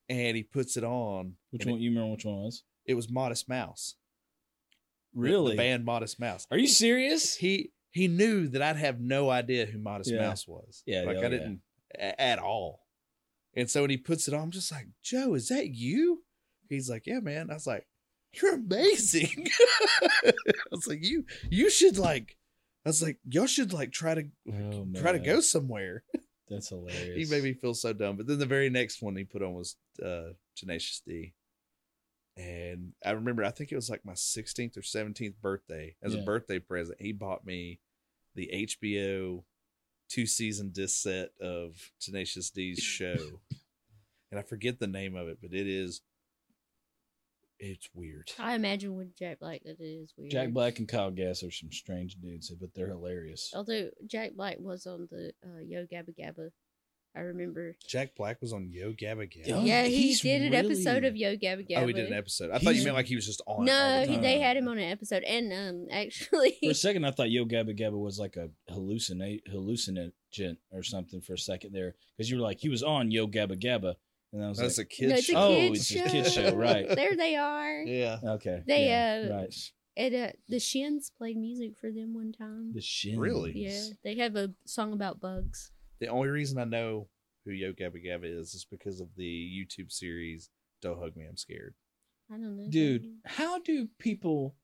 Speaker 3: and he puts it on.
Speaker 1: which
Speaker 3: and
Speaker 1: one
Speaker 3: It,
Speaker 1: you remember which one it was
Speaker 3: it was Modest Mouse. The-
Speaker 1: really
Speaker 3: the band Modest Mouse.
Speaker 1: are you serious
Speaker 3: He he knew that I'd have no idea who Modest
Speaker 1: Yeah.
Speaker 3: Mouse was.
Speaker 1: Yeah,
Speaker 3: like
Speaker 1: yeah,
Speaker 3: I
Speaker 1: yeah.
Speaker 3: didn't a- at all. And so when he puts it on, I'm just like, Joe, is that you? He's like, Yeah, man. I was like, You're amazing. I was like, You you should like. I was like, Y'all should like try to
Speaker 1: Oh,
Speaker 3: try to
Speaker 1: man.
Speaker 3: go somewhere.
Speaker 1: that's
Speaker 3: He
Speaker 1: hilarious
Speaker 3: made me feel so dumb. But then the very next one he put on was uh, Tenacious D. And I remember, I think it was like my 16th or 17th birthday. As
Speaker 1: Yeah.
Speaker 3: a birthday present, he bought me the HBO two season disc set of Tenacious D's show. and I forget the name of it, but it is. It's weird.
Speaker 2: I imagine with Jack Black that it is weird.
Speaker 1: Jack Black and Kyle Gass are some strange dudes, but they're hilarious.
Speaker 2: Although Jack Black was on the uh, Yo Gabba Gabba, I remember.
Speaker 3: Jack Black was on Yo Gabba Gabba.
Speaker 1: Oh,
Speaker 2: yeah, he
Speaker 1: he's
Speaker 2: did an episode
Speaker 1: really-
Speaker 2: of Yo Gabba Gabba.
Speaker 3: Oh, we did an episode. I thought you
Speaker 1: He's-
Speaker 3: meant like he was just on. it all
Speaker 2: No,
Speaker 3: the
Speaker 2: he,
Speaker 3: time.
Speaker 2: they had him on an episode, and um, actually,
Speaker 1: For a second, I thought Yo Gabba Gabba was like a hallucinate hallucinogen or something for a second there, because you were like he was on Yo Gabba Gabba, and I was
Speaker 3: That's
Speaker 1: like,
Speaker 3: a kid.
Speaker 2: No, it's a
Speaker 3: show.
Speaker 1: oh, it's
Speaker 2: kid's
Speaker 1: a kid's show, right?
Speaker 2: there they are.
Speaker 3: yeah.
Speaker 1: okay,
Speaker 2: They,
Speaker 1: yeah,
Speaker 2: uh,
Speaker 1: right,
Speaker 2: And uh, the Shins played music for them one time.
Speaker 1: the shins.
Speaker 3: Really?
Speaker 2: yeah, they have a song about bugs.
Speaker 3: The only reason I know who Yo Gabba Gabba is is because of the YouTube series "Don't Hug Me, I'm Scared."
Speaker 2: I don't know,
Speaker 1: dude. How do people?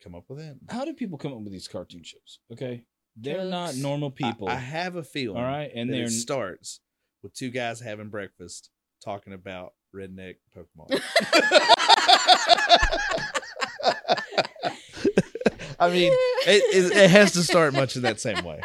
Speaker 3: Come up with it.
Speaker 1: How do people come up with these cartoon shows? Okay, they're not
Speaker 2: Drugs.
Speaker 1: normal people.
Speaker 3: I, I have a feeling.
Speaker 1: all right, and
Speaker 3: and
Speaker 1: they're
Speaker 3: it starts with two guys having breakfast talking about redneck Pokemon. I mean, it, it, it has to start much in that same way.